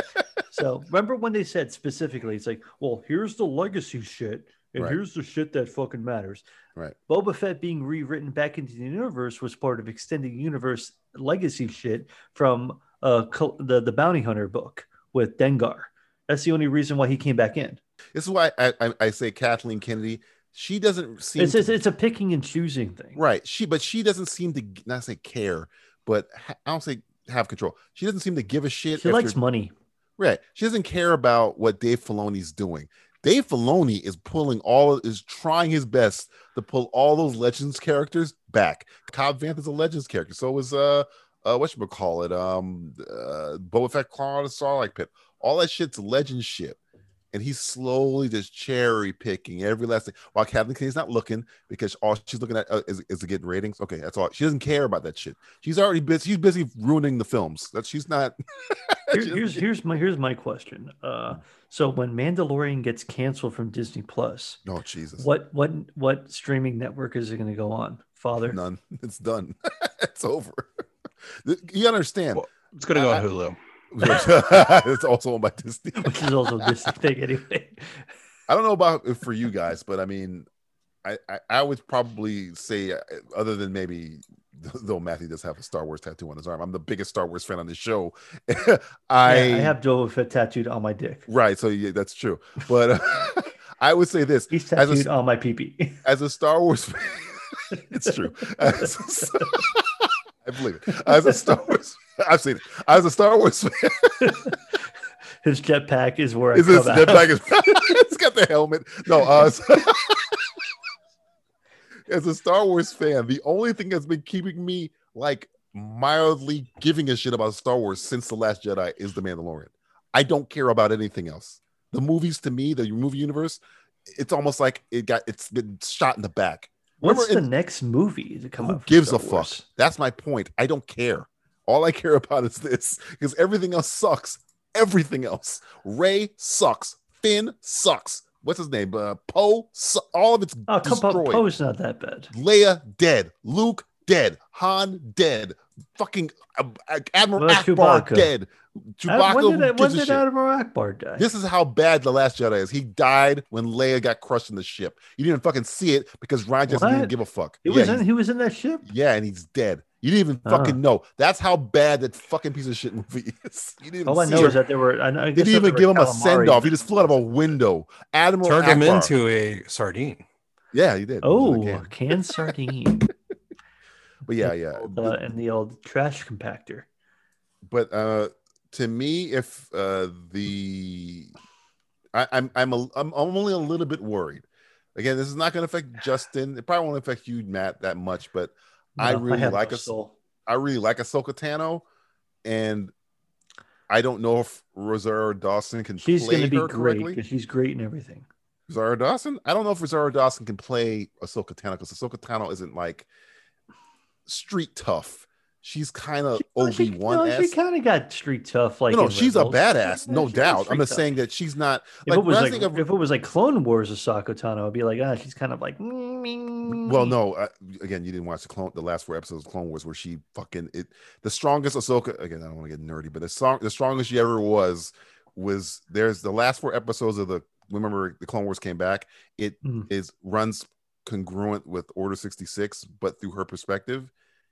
Speaker 8: So remember when they said specifically, it's like, well, here's the legacy shit, and
Speaker 1: Right.
Speaker 8: here's the shit that fucking matters.
Speaker 1: Right.
Speaker 8: Boba Fett being rewritten back into the universe was part of extended universe legacy shit from uh Col- the the Bounty Hunter book with Dengar. That's the only reason why he came back in.
Speaker 1: This is why I, I, I say Kathleen Kennedy. She doesn't seem
Speaker 8: It's
Speaker 1: to-
Speaker 8: it's, it's a picking and choosing thing.
Speaker 1: right. She but she doesn't seem to g- not say care, but ha- I don't say have control. She doesn't seem to give a shit.
Speaker 8: She
Speaker 1: if
Speaker 8: likes
Speaker 1: you're-
Speaker 8: money.
Speaker 1: right. She doesn't care about what Dave Filoni's doing. Dave Filoni is pulling all is trying his best to pull all those Legends characters back. Cobb Vanth is a Legends character. So is uh uh what should we call it? Um uh Boba Fett Claw the Sarlacc Pit. All that shit's legend shit. And he's slowly just cherry picking every last thing while Kathleen Kennedy's not looking because all she's looking at uh, is, is to get ratings. Okay, that's all. She doesn't care about that shit. She's already busy. She's busy ruining the films. That she's not.
Speaker 8: Here- here's here's my here's my question. Uh, so when Mandalorian gets canceled from Disney Plus,
Speaker 1: Oh Jesus!
Speaker 8: what what what streaming network is it going to go on? Father,
Speaker 1: None. It's done. it's over. You understand?
Speaker 7: Well- It's gonna go
Speaker 1: I-
Speaker 7: on Hulu.
Speaker 1: it's also owned by Disney.
Speaker 8: which is also a Disney thing anyway.
Speaker 1: I don't know about if for you guys, but I mean, I I, I would probably say, uh, other than maybe though Matthew does have a Star Wars tattoo on his arm. I'm the biggest Star Wars fan on this show.
Speaker 8: I,
Speaker 1: I,
Speaker 8: I have Boba Fett tattooed on my dick.
Speaker 1: right, so yeah, that's true. But uh, I would say this
Speaker 8: He's
Speaker 1: As a-
Speaker 8: tattooed on my peepee.
Speaker 1: as a Star Wars fan, it's true. As a s- I believe it. As a Star Wars, I've seen it. As a Star Wars fan,
Speaker 8: His jetpack is where I
Speaker 1: is
Speaker 8: come
Speaker 1: this
Speaker 8: out.
Speaker 1: jetpack? Is, it's got the helmet. No, uh, s- as a Star Wars fan, the only thing that's been keeping me like mildly giving a shit about Star Wars since the Last Jedi is the Mandalorian. I don't care about anything else. The movies to me, the movie universe, it's almost like it got it's been shot in the back.
Speaker 8: What's
Speaker 1: remember
Speaker 8: the next movie to come
Speaker 1: Who
Speaker 8: out? for
Speaker 1: gives
Speaker 8: Star
Speaker 1: a fuck?
Speaker 8: Wars?
Speaker 1: That's my point. I don't care. All I care about is this because everything else sucks. Everything else. Ray sucks. Finn sucks. What's his name? Uh, Poe. Su- all of it's
Speaker 8: Oh, come on,
Speaker 1: destroyed.
Speaker 8: Poe's not that bad.
Speaker 1: Leia dead. Luke dead. Han dead. Fucking uh, uh, Admiral
Speaker 8: Well,
Speaker 1: Akbar
Speaker 8: Chewbacca.
Speaker 1: dead. Chewbacca.
Speaker 8: Uh, when
Speaker 1: who
Speaker 8: did, when
Speaker 1: gives a
Speaker 8: did
Speaker 1: shit?
Speaker 8: Admiral Akbar die?
Speaker 1: This is how bad The Last Jedi is. He died when Leia got crushed in the ship. You didn't even fucking see it because Ryan just didn't
Speaker 8: What?
Speaker 1: give a fuck.
Speaker 8: he
Speaker 1: Yeah,
Speaker 8: was
Speaker 1: he
Speaker 8: in. He was in that ship.
Speaker 1: yeah, and he's dead. You didn't even
Speaker 8: Ah.
Speaker 1: fucking know. That's how bad that fucking piece of shit movie is. You didn't even
Speaker 8: All I
Speaker 1: see
Speaker 8: know
Speaker 1: it.
Speaker 8: is that there were. I, know- I
Speaker 1: they didn't
Speaker 8: guess that
Speaker 1: even
Speaker 8: there
Speaker 1: give
Speaker 8: were
Speaker 1: him a
Speaker 8: calamari.
Speaker 1: send off. He just flew out of a window.
Speaker 2: Uh,
Speaker 1: Admiral
Speaker 7: Turned him
Speaker 1: Akbar.
Speaker 7: into a sardine.
Speaker 1: yeah, he did. He was in the
Speaker 8: Oh,
Speaker 1: can.
Speaker 8: canned sardine
Speaker 1: but yeah, yeah.
Speaker 8: uh, and the old trash compactor.
Speaker 1: but uh to me if uh the I, I'm I'm a, I'm only a little bit worried. Again, this is not going to affect Justin. It probably won't affect you, Matt, that much. But I
Speaker 8: No,
Speaker 1: really
Speaker 8: have
Speaker 1: like
Speaker 8: no
Speaker 1: us-
Speaker 8: soul.
Speaker 1: I really like Ahsoka Tano, and I don't know if Rosario Dawson can
Speaker 8: She's
Speaker 1: play
Speaker 8: going to be
Speaker 1: her
Speaker 8: great
Speaker 1: correctly.
Speaker 8: because she's great in everything.
Speaker 1: Rosario Dawson. I don't know if Rosario Dawson can play Ahsoka Tano because Ahsoka Tano isn't like street tough. She's kind of
Speaker 8: Well, she-
Speaker 1: Obi Wan.
Speaker 8: no, she kind of got street tough. Like
Speaker 1: Uh, no, no,
Speaker 8: in
Speaker 1: she's a
Speaker 8: Rebels.
Speaker 1: badass,
Speaker 8: Yeah,
Speaker 1: no
Speaker 8: she was
Speaker 1: doubt. I'm
Speaker 8: street
Speaker 1: just
Speaker 8: tough.
Speaker 1: saying that she's not
Speaker 8: If
Speaker 1: like
Speaker 8: it was
Speaker 1: when I
Speaker 8: like
Speaker 1: think of-
Speaker 8: if it was like Clone Wars Ahsoka Tano, I'd be like, ah, she's kind of like. Well,
Speaker 1: Well,
Speaker 8: Mm.
Speaker 1: no. Uh, again, you didn't watch the clone, the last four episodes of Clone Wars, where she fucking it. The strongest Ahsoka. Again, I don't want to get nerdy, but the song, the strongest she ever was, was there's the last four episodes of the. Remember, the Clone Wars came back. It is
Speaker 8: Mm.
Speaker 1: runs congruent with Order sixty six, but through her perspective,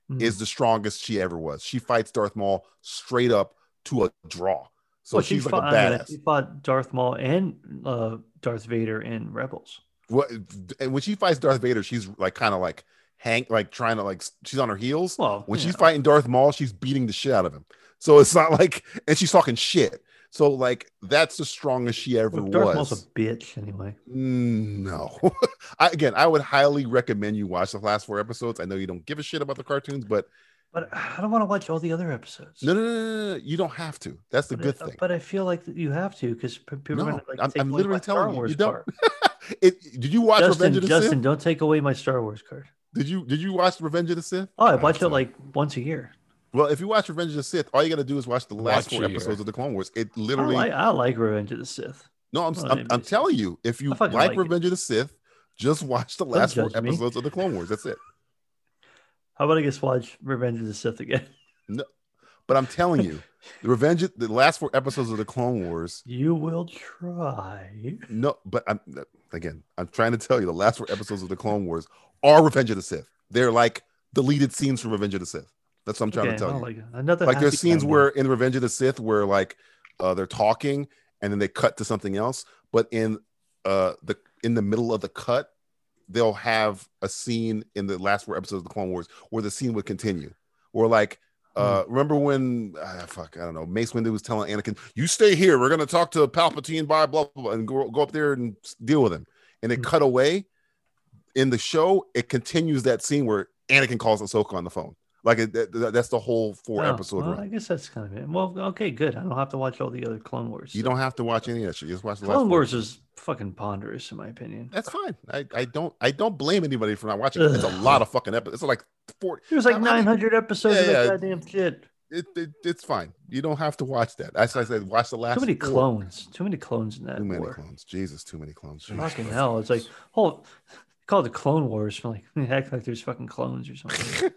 Speaker 8: Mm.
Speaker 1: is the strongest she ever was. She fights Darth Maul straight up to a draw. So
Speaker 8: Well, she
Speaker 1: she's like a
Speaker 8: fought- I mean,
Speaker 1: badass.
Speaker 8: She fought Darth Maul and uh, Darth Vader in Rebels.
Speaker 1: What? And when she fights Darth Vader, she's like kind of like Hank, like trying to like she's on her heels.
Speaker 8: Well,
Speaker 1: When
Speaker 8: you
Speaker 1: she's
Speaker 8: know,
Speaker 1: fighting Darth Maul, she's beating the shit out of him. So it's not like, and she's talking shit. So like that's the strongest she ever
Speaker 8: well,
Speaker 1: was.
Speaker 8: Darth Maul's a bitch anyway.
Speaker 1: Mm, No. I, again, I would highly recommend you watch the last four episodes. I know you don't give a shit about the cartoons, but
Speaker 8: But I don't want to watch all the other episodes.
Speaker 1: no, no, no, no, no, no, you don't have to. That's the
Speaker 8: but
Speaker 1: good
Speaker 8: I,
Speaker 1: thing.
Speaker 8: But I feel like you have to because people
Speaker 1: No,
Speaker 8: are going to like
Speaker 1: I'm-
Speaker 8: take
Speaker 1: I'm
Speaker 8: away
Speaker 1: literally
Speaker 8: my
Speaker 1: telling
Speaker 8: Star
Speaker 1: you, you
Speaker 8: Wars
Speaker 1: don't-
Speaker 8: card.
Speaker 1: it, did you watch
Speaker 8: Justin,
Speaker 1: Revenge of the
Speaker 8: Justin,
Speaker 1: Sith?
Speaker 8: don't take away my Star Wars card.
Speaker 1: Did you did you watch Revenge of the Sith?
Speaker 8: Oh, I
Speaker 1: Alright,
Speaker 8: watch it
Speaker 1: so-
Speaker 8: like once a year.
Speaker 1: well. If you watch Revenge of the Sith, all you got to do is watch the last
Speaker 2: Watch
Speaker 1: four
Speaker 2: it here.
Speaker 1: episodes of the Clone Wars. It
Speaker 8: Oh, I
Speaker 1: literally
Speaker 8: like, I like Revenge of the Sith.
Speaker 1: no. I'm
Speaker 8: Oh,
Speaker 1: I'm,
Speaker 8: that
Speaker 1: I'm
Speaker 8: makes
Speaker 1: telling you, if you
Speaker 8: I
Speaker 1: like,
Speaker 8: fucking like it.
Speaker 1: Revenge of the Sith, just watch the last four
Speaker 8: judge me.
Speaker 1: episodes of the Clone Wars. That's it.
Speaker 8: How about I just watch Revenge of the Sith again?
Speaker 1: But I'm telling you, the Revenge of, the last four episodes of the Clone Wars
Speaker 8: You will try.
Speaker 1: No, but I'm again. I'm trying to tell you the last four episodes of the Clone Wars are Revenge of the Sith. They're like deleted scenes from Revenge of the Sith. That's what I'm trying
Speaker 8: Okay,
Speaker 1: to tell
Speaker 8: I'll
Speaker 1: you. Like,
Speaker 8: Like, another happy
Speaker 1: there's scenes
Speaker 8: time
Speaker 1: where in Revenge of the Sith where like uh, they're talking and then they cut to something else, but in uh, the in the middle of the cut, they'll have a scene in the last four episodes of the Clone Wars where the scene would continue. Or like, uh,
Speaker 8: Hmm.
Speaker 1: remember when ah, fuck I don't know Mace Windu was telling Anakin, "You stay here. We're gonna talk to Palpatine by blah blah, blah and go, go up there and s- deal with him." And they
Speaker 8: Hmm.
Speaker 1: cut away. In the show, it continues that scene where Anakin calls Ahsoka on the phone. Like it, that, that- that's the whole four
Speaker 8: Oh,
Speaker 1: episode
Speaker 8: well, I
Speaker 1: run.
Speaker 8: guess that's kind of it. Well, okay, good. I don't have to watch all the other Clone Wars.
Speaker 1: You
Speaker 8: so-
Speaker 1: don't have to watch any of that shit. You just watch the last
Speaker 8: Clone
Speaker 1: four. Eh,
Speaker 8: Wars is fucking ponderous, in my opinion.
Speaker 1: That's fine. I, I don't I don't blame anybody for not watching. it. It's a
Speaker 8: Ugh.
Speaker 1: lot of fucking episodes. It's like four.
Speaker 8: There's like
Speaker 1: How many-
Speaker 8: 900 episodes
Speaker 1: Yeah,
Speaker 8: of that
Speaker 1: yeah.
Speaker 8: goddamn shit.
Speaker 1: It, it, it's fine. You don't have to watch that. As I said, watch the last.
Speaker 8: Too many
Speaker 1: four.
Speaker 8: clones. Too many clones in that
Speaker 1: Too many
Speaker 8: war.
Speaker 1: clones. Jesus, too many clones. Jesus.
Speaker 8: Fucking hell! It's like whole call it the Clone Wars. but, Like act like there's fucking clones or something.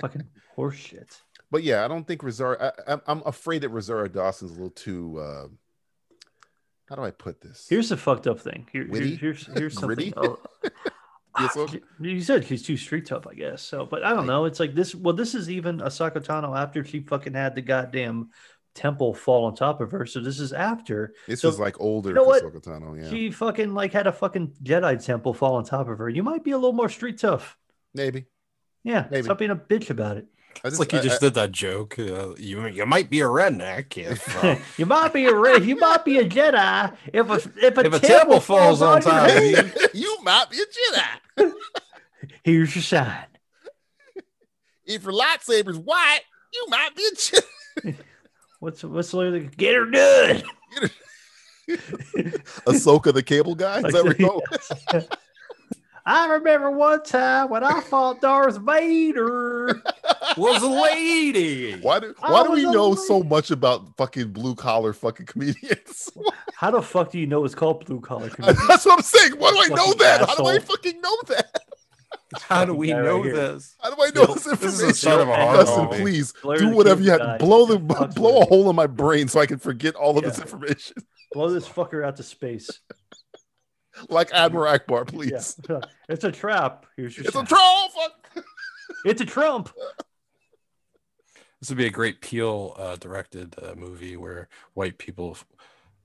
Speaker 8: fucking horseshit.
Speaker 1: But yeah, I don't think Rosara. I, I'm, I'm afraid that Rosara Dawson's a little too. Uh, how do I put this?
Speaker 8: Here's the fucked up thing. Here, here-
Speaker 1: Witty?
Speaker 8: here's here's something.
Speaker 1: Gritty?
Speaker 8: Oh.
Speaker 1: Yes,
Speaker 8: Ah,
Speaker 1: look.
Speaker 8: You said she's too street tough, I guess. So, but I don't know. It's like this. Well, this is even Asako Tano after she fucking had the goddamn temple fall on top of her. So this is after
Speaker 1: this
Speaker 8: so-
Speaker 1: is like older
Speaker 8: You know what?
Speaker 1: Ahsoka Tano, Yeah,
Speaker 8: she fucking like had a fucking Jedi temple fall on top of her. You might be a little more street tough.
Speaker 1: maybe.
Speaker 8: Yeah,
Speaker 1: Maybe.
Speaker 8: stop being a bitch about it.
Speaker 1: I
Speaker 2: It's like you
Speaker 1: I-
Speaker 2: just
Speaker 1: I-
Speaker 2: did that joke. Uh, you you might be a redneck if uh,
Speaker 8: you might be a ra- you might be a Jedi if a if a,
Speaker 2: if a temple falls on
Speaker 8: you.
Speaker 2: top of you.
Speaker 1: you might be a Jedi
Speaker 8: Here's your sign.
Speaker 1: if your lightsaber's white. You might be a Jedi.
Speaker 8: What's what's the lyric? Get her done.
Speaker 1: Ahsoka, the cable guy. Is that where you go?
Speaker 8: Yes. I remember one time when I fought Darth Vader.
Speaker 2: Was a lady.
Speaker 1: Why do
Speaker 8: I
Speaker 1: Why do we
Speaker 8: was
Speaker 1: know
Speaker 8: a
Speaker 1: so much about fucking blue collar fucking comedians?
Speaker 8: How the fuck do you know it's called blue collar community?
Speaker 1: That's what I'm saying. Why do I know
Speaker 8: Fucking
Speaker 1: that? How do I
Speaker 8: asshole.
Speaker 1: fucking know that?
Speaker 2: How do we
Speaker 8: Guy right
Speaker 2: know
Speaker 8: here.
Speaker 2: this?
Speaker 1: How do I know this
Speaker 2: This is
Speaker 1: information?
Speaker 2: a son of a hard
Speaker 1: Dustin,
Speaker 2: hole.
Speaker 1: please
Speaker 8: Blair
Speaker 1: do
Speaker 8: the
Speaker 1: whatever you
Speaker 8: Cable
Speaker 1: have.
Speaker 8: Guy
Speaker 1: Blow
Speaker 8: is
Speaker 1: the
Speaker 8: a fuck
Speaker 1: blow a
Speaker 8: with it.
Speaker 1: hole in my brain so I can forget all of this
Speaker 8: Yeah.
Speaker 1: information.
Speaker 8: Blow this fucker out to space.
Speaker 1: Like Admiral Akbar, please.
Speaker 8: Yeah. It's a trap. Here's your
Speaker 1: It's a
Speaker 8: sign.
Speaker 1: troll. Fuck.
Speaker 8: It's a Trump.
Speaker 2: This would be a great Peel uh, directed uh, movie where white people f-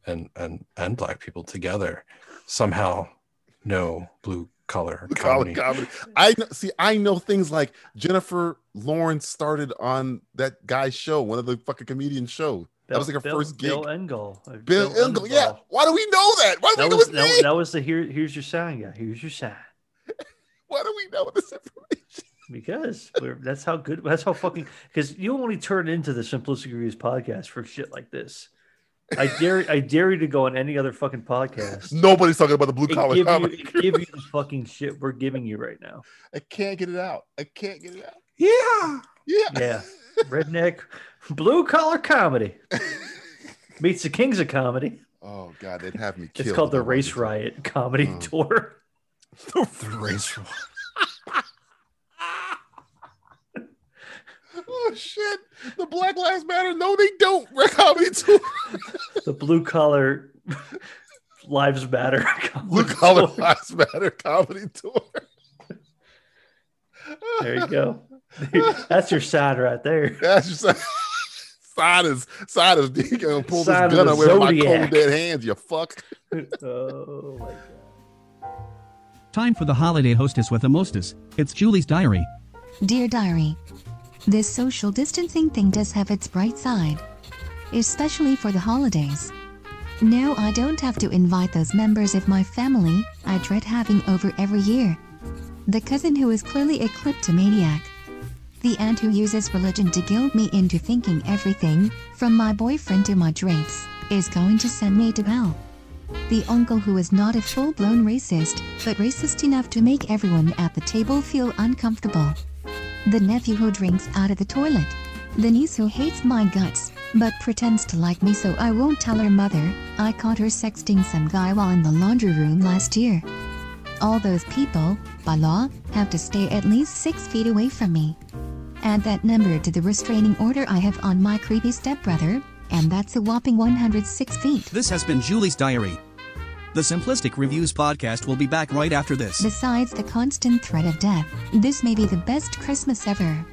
Speaker 2: and and and black people together somehow know blue collar
Speaker 1: Blue collar
Speaker 2: comedy.
Speaker 1: comedy. I kn- see. I know things like Jennifer Lawrence started on that guy's show, one of the fucking comedian show. That was like her
Speaker 8: Bill,
Speaker 1: first gig.
Speaker 8: Bill Engel. Uh,
Speaker 1: Bill Engvall. Yeah. Why do we know that? Why do
Speaker 8: That
Speaker 1: we
Speaker 8: was
Speaker 1: know
Speaker 8: that,
Speaker 1: his
Speaker 8: was-
Speaker 1: name?
Speaker 8: that was the here. Here's your sign guy. Here's your sign.
Speaker 1: Why do we know this information?
Speaker 8: Because we're, that's how good. That's how fucking. Because you only turn into the Simplicity Reviews podcast for shit like this. I dare. I dare you to go on any other fucking podcast.
Speaker 1: Nobody's talking about the blue
Speaker 8: and
Speaker 1: collar
Speaker 8: give, you,
Speaker 1: comedy.
Speaker 8: and give you the fucking shit we're giving you right now.
Speaker 1: I can't get it out. I can't get it out.
Speaker 2: Yeah.
Speaker 1: Yeah.
Speaker 8: Yeah. Redneck, blue collar comedy meets the kings of comedy.
Speaker 1: Oh God, they'd have me killed.
Speaker 8: It's called
Speaker 1: if
Speaker 8: the
Speaker 1: I wanted
Speaker 8: Race
Speaker 1: to.
Speaker 8: Riot Comedy
Speaker 1: Oh.
Speaker 8: Tour.
Speaker 2: The racial.
Speaker 1: Oh shit! The Black Lives Matter. No, they don't. Rick Comedy Tour.
Speaker 8: The blue collar lives matter. Comedy
Speaker 1: Blue Collar
Speaker 8: Tour.
Speaker 1: Lives Matter Comedy Tour.
Speaker 8: There you go. That's your sign right there.
Speaker 1: That's just like side is side is you gonna pull
Speaker 8: Sign of
Speaker 1: this gun
Speaker 8: the
Speaker 1: away with my
Speaker 8: Zodiac.
Speaker 1: cold dead hands. You fuck.
Speaker 8: Oh my god.
Speaker 2: Time for the holiday hostess with a mostess. It's Julie's diary.
Speaker 4: Dear Diary, this social distancing thing does have its bright side, especially for the holidays. Now I don't have to invite those members of my family I dread having over every year. The cousin who is clearly a kleptomaniac. The aunt who uses religion to guilt me into thinking everything, from my boyfriend to my drinks, is going to send me to hell. The uncle who is not a full blown racist, but racist enough to make everyone at the table feel uncomfortable. The nephew who drinks out of the toilet. The niece who hates my guts, but pretends to like me so I won't tell her mother, I caught her sexting some guy while in the laundry room last year. All those people, by law, have to stay at least six feet away from me. Add that number to the restraining order I have on my creepy stepbrother, and that's a whopping 106 feet.
Speaker 2: This has been Julie's diary. The Simplistic Reviews podcast will be back right after this.
Speaker 4: Besides the constant threat of death, this may be the best Christmas ever.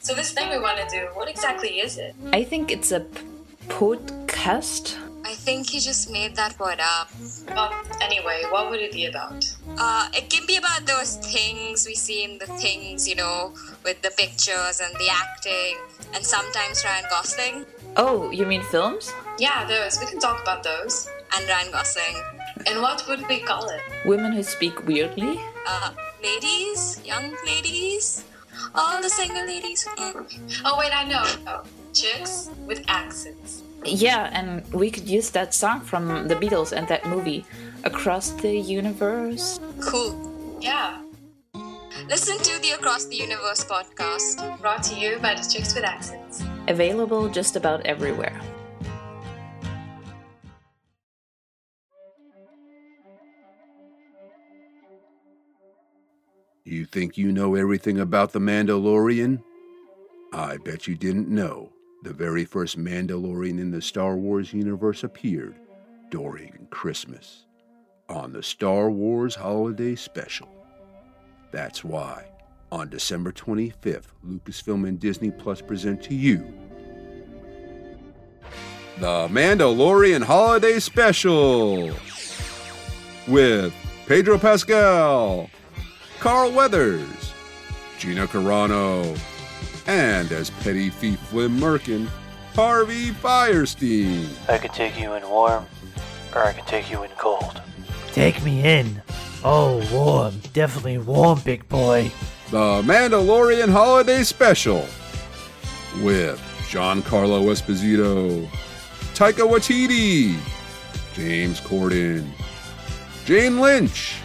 Speaker 11: So this thing we want to do, what exactly is it?
Speaker 3: I think it's a p- podcast.
Speaker 11: I think he just made that word up. Well, anyway, what would it be about? Uh, it can be about those things we see in the things, you know, with the pictures and the acting, and sometimes Ryan Gosling.
Speaker 3: Oh, you mean films?
Speaker 11: Yeah, those. We can talk about those. And Ryan Gosling. And what would we call it?
Speaker 3: Women who speak weirdly?
Speaker 11: Uh, ladies? Young ladies? All the single ladies? Mm. Oh, wait, I know. Oh, chicks with accents.
Speaker 3: Yeah, and we could use that song from the Beatles and that movie, Across the Universe.
Speaker 11: Cool. Yeah. Listen to the Across the Universe podcast, brought to you by the Chicks with Accents.
Speaker 3: Available just about everywhere.
Speaker 9: You think you know everything about the Mandalorian? I bet you didn't know. The very first Mandalorian in the Star Wars universe appeared during Christmas on the Star Wars Holiday Special. That's why, on December 25th, Lucasfilm and Disney Plus present to you The Mandalorian Holiday Special with Pedro Pascal, Carl Weathers, Gina Carano, and as petty thief Flynn Merkin, Harvey Firestein.
Speaker 8: I could take you in warm, or I could take you in cold.
Speaker 12: Take me in. Oh, warm. Definitely warm, big boy.
Speaker 9: The Mandalorian Holiday Special with Giancarlo Esposito, Taika Waititi, James Corden, Jane Lynch,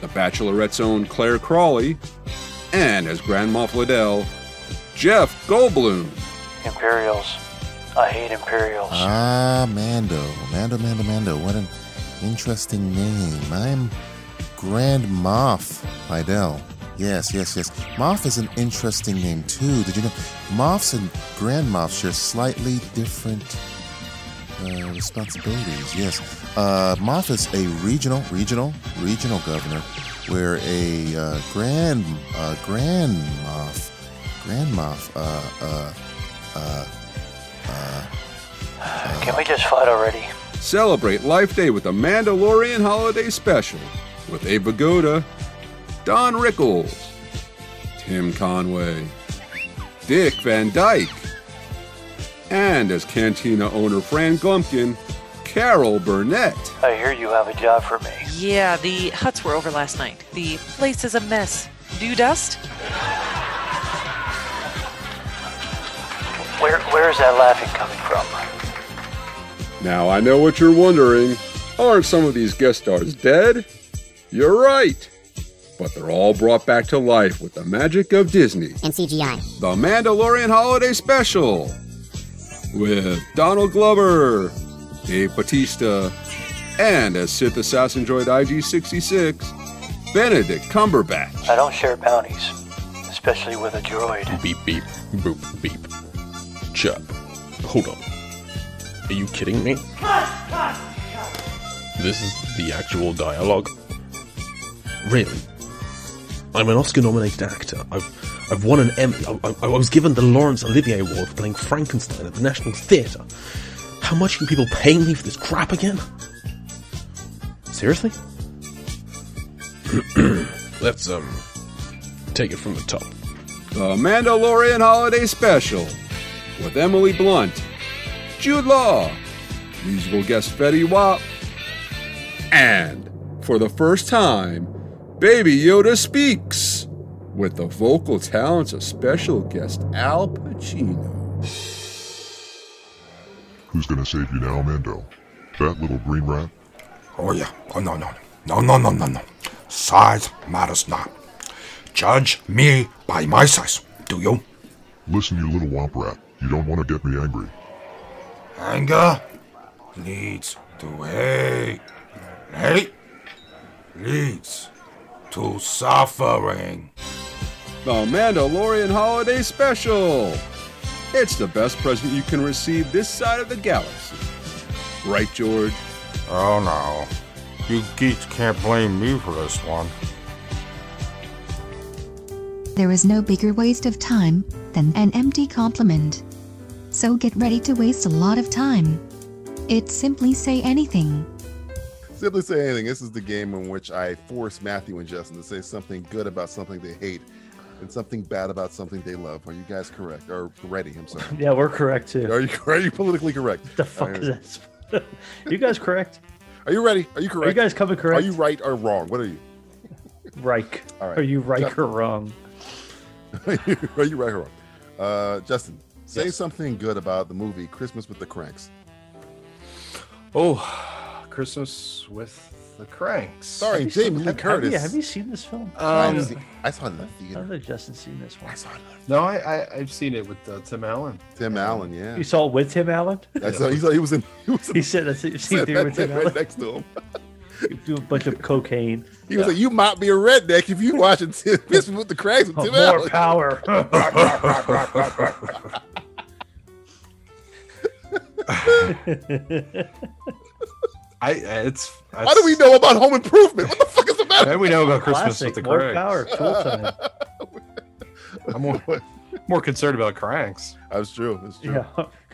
Speaker 9: The Bachelorette's own Claire Crawley, and as Grand Moff Liddell, Jeff Goldblum.
Speaker 8: Imperials. I hate Imperials.
Speaker 12: Uh.
Speaker 1: Ah, Mando, Mando, Mando, Mando. What an interesting name. I'm Grand Moff Idell. Yes, yes, yes. Moff is an interesting name too. Did you know Moffs and Grand Moffs share slightly different uh, responsibilities? Yes. Uh, Moff is a regional, regional, regional governor, where a uh, Grand uh, Grand Moff Grand Moff, uh, uh, uh, uh,
Speaker 8: uh, Can we just fight already?
Speaker 9: Celebrate Life Day with the Mandalorian Holiday Special with Ava Goda, Don Rickles, Tim Conway, Dick Van Dyke, and as cantina owner Fran Glumpkin, Carol Burnett.
Speaker 8: I hear you have a job for me.
Speaker 13: Yeah, the huts were over last night. The place is a mess. Dew dust?
Speaker 8: Where, where is that laughing coming from?
Speaker 9: Now I know what you're wondering. Aren't some of these guest stars dead? You're right. But they're all brought back to life with the magic of Disney
Speaker 14: and CGI.
Speaker 9: The Mandalorian Holiday Special with Donald Glover, Dave Batista, and as Sith Assassin Droid IG66, Benedict Cumberbatch.
Speaker 8: I don't share bounties, especially with a droid.
Speaker 7: Beep, beep, boop, beep. Chub. Hold on. Are you kidding me? This is the actual dialogue. Really? I'm an Oscar-nominated actor. I've I've won an Emmy. I, I, I was given the Laurence Olivier Award for playing Frankenstein at the National Theatre. How much are people paying me for this crap again?
Speaker 15: Seriously?
Speaker 7: Let's um take it from the top.
Speaker 9: The Mandalorian Holiday Special with Emily Blunt, Jude Law, musical guest Fetty Wap, and for the first time, Baby Yoda Speaks with the vocal talents of special guest Al Pacino.
Speaker 16: Who's gonna save you now, Mando? That little green rat?
Speaker 7: Oh yeah. Oh no no no no no no no. Size matters not. Judge me by my size, do you?
Speaker 16: Listen, you little womp rat. You don't want to get me angry.
Speaker 7: Anger leads to hate. Hate leads to suffering.
Speaker 9: The Mandalorian Holiday Special. It's the best present you can receive this side of the galaxy. Right, George?
Speaker 7: Oh no. You geeks can't blame me for this one.
Speaker 4: There is no bigger waste of time than an empty compliment. So get ready to waste a lot of time. It's simply say anything.
Speaker 1: Simply say anything. This is the game in which I force Matthew and Justin to say something good about something they hate and something bad about something they love. Are you guys correct? Or ready? I'm sorry.
Speaker 8: Yeah, we're correct too.
Speaker 1: Are you are you politically correct?
Speaker 8: The fuck is this? you guys correct?
Speaker 1: Are you ready? Are you
Speaker 8: Are you
Speaker 1: correct?
Speaker 8: guys coming
Speaker 1: Are
Speaker 8: correct?
Speaker 1: you right or wrong? What are you?
Speaker 8: Reich?
Speaker 1: All right.
Speaker 8: Are you Reich
Speaker 1: Justin.
Speaker 8: or wrong?
Speaker 1: Are you are you right or wrong? Uh, Justin, say something good about the movie Christmas with the Cranks.
Speaker 2: Oh, Christmas with the Cranks.
Speaker 1: Sorry,
Speaker 8: Have you
Speaker 1: Jamie
Speaker 8: seen-
Speaker 1: Lee
Speaker 8: have-
Speaker 1: Curtis.
Speaker 8: Have you, have you seen this film?
Speaker 1: I,
Speaker 2: Um,
Speaker 1: haven't seen- I saw it in the
Speaker 8: I don't
Speaker 1: theater.
Speaker 8: think Justin's seen this one.
Speaker 1: I saw it. in
Speaker 2: No, I, I I've seen it with uh, Tim Allen.
Speaker 1: the- Tim Allen, yeah.
Speaker 8: You saw it with Tim Allen?
Speaker 1: I saw, he, saw, he was in. He was in
Speaker 8: He said, I see see
Speaker 1: said
Speaker 8: you
Speaker 1: that
Speaker 8: with
Speaker 1: thing
Speaker 8: Tim
Speaker 1: right
Speaker 8: Allen.
Speaker 1: next to him.
Speaker 8: Do a bunch of cocaine.
Speaker 1: He was like, "You might be a redneck if you watching Tim Christmas with the Cranks with Tim
Speaker 8: Oh, More
Speaker 1: Allen."
Speaker 8: power.
Speaker 2: I it's.
Speaker 1: Why do we know about Home Improvement? What the fuck is the matter?
Speaker 2: And we know about Christmas
Speaker 8: Classic.
Speaker 2: with the
Speaker 8: More
Speaker 2: Cranks.
Speaker 8: power. Tool time.
Speaker 2: I'm more, more concerned about Cranks.
Speaker 1: That's true. That's true.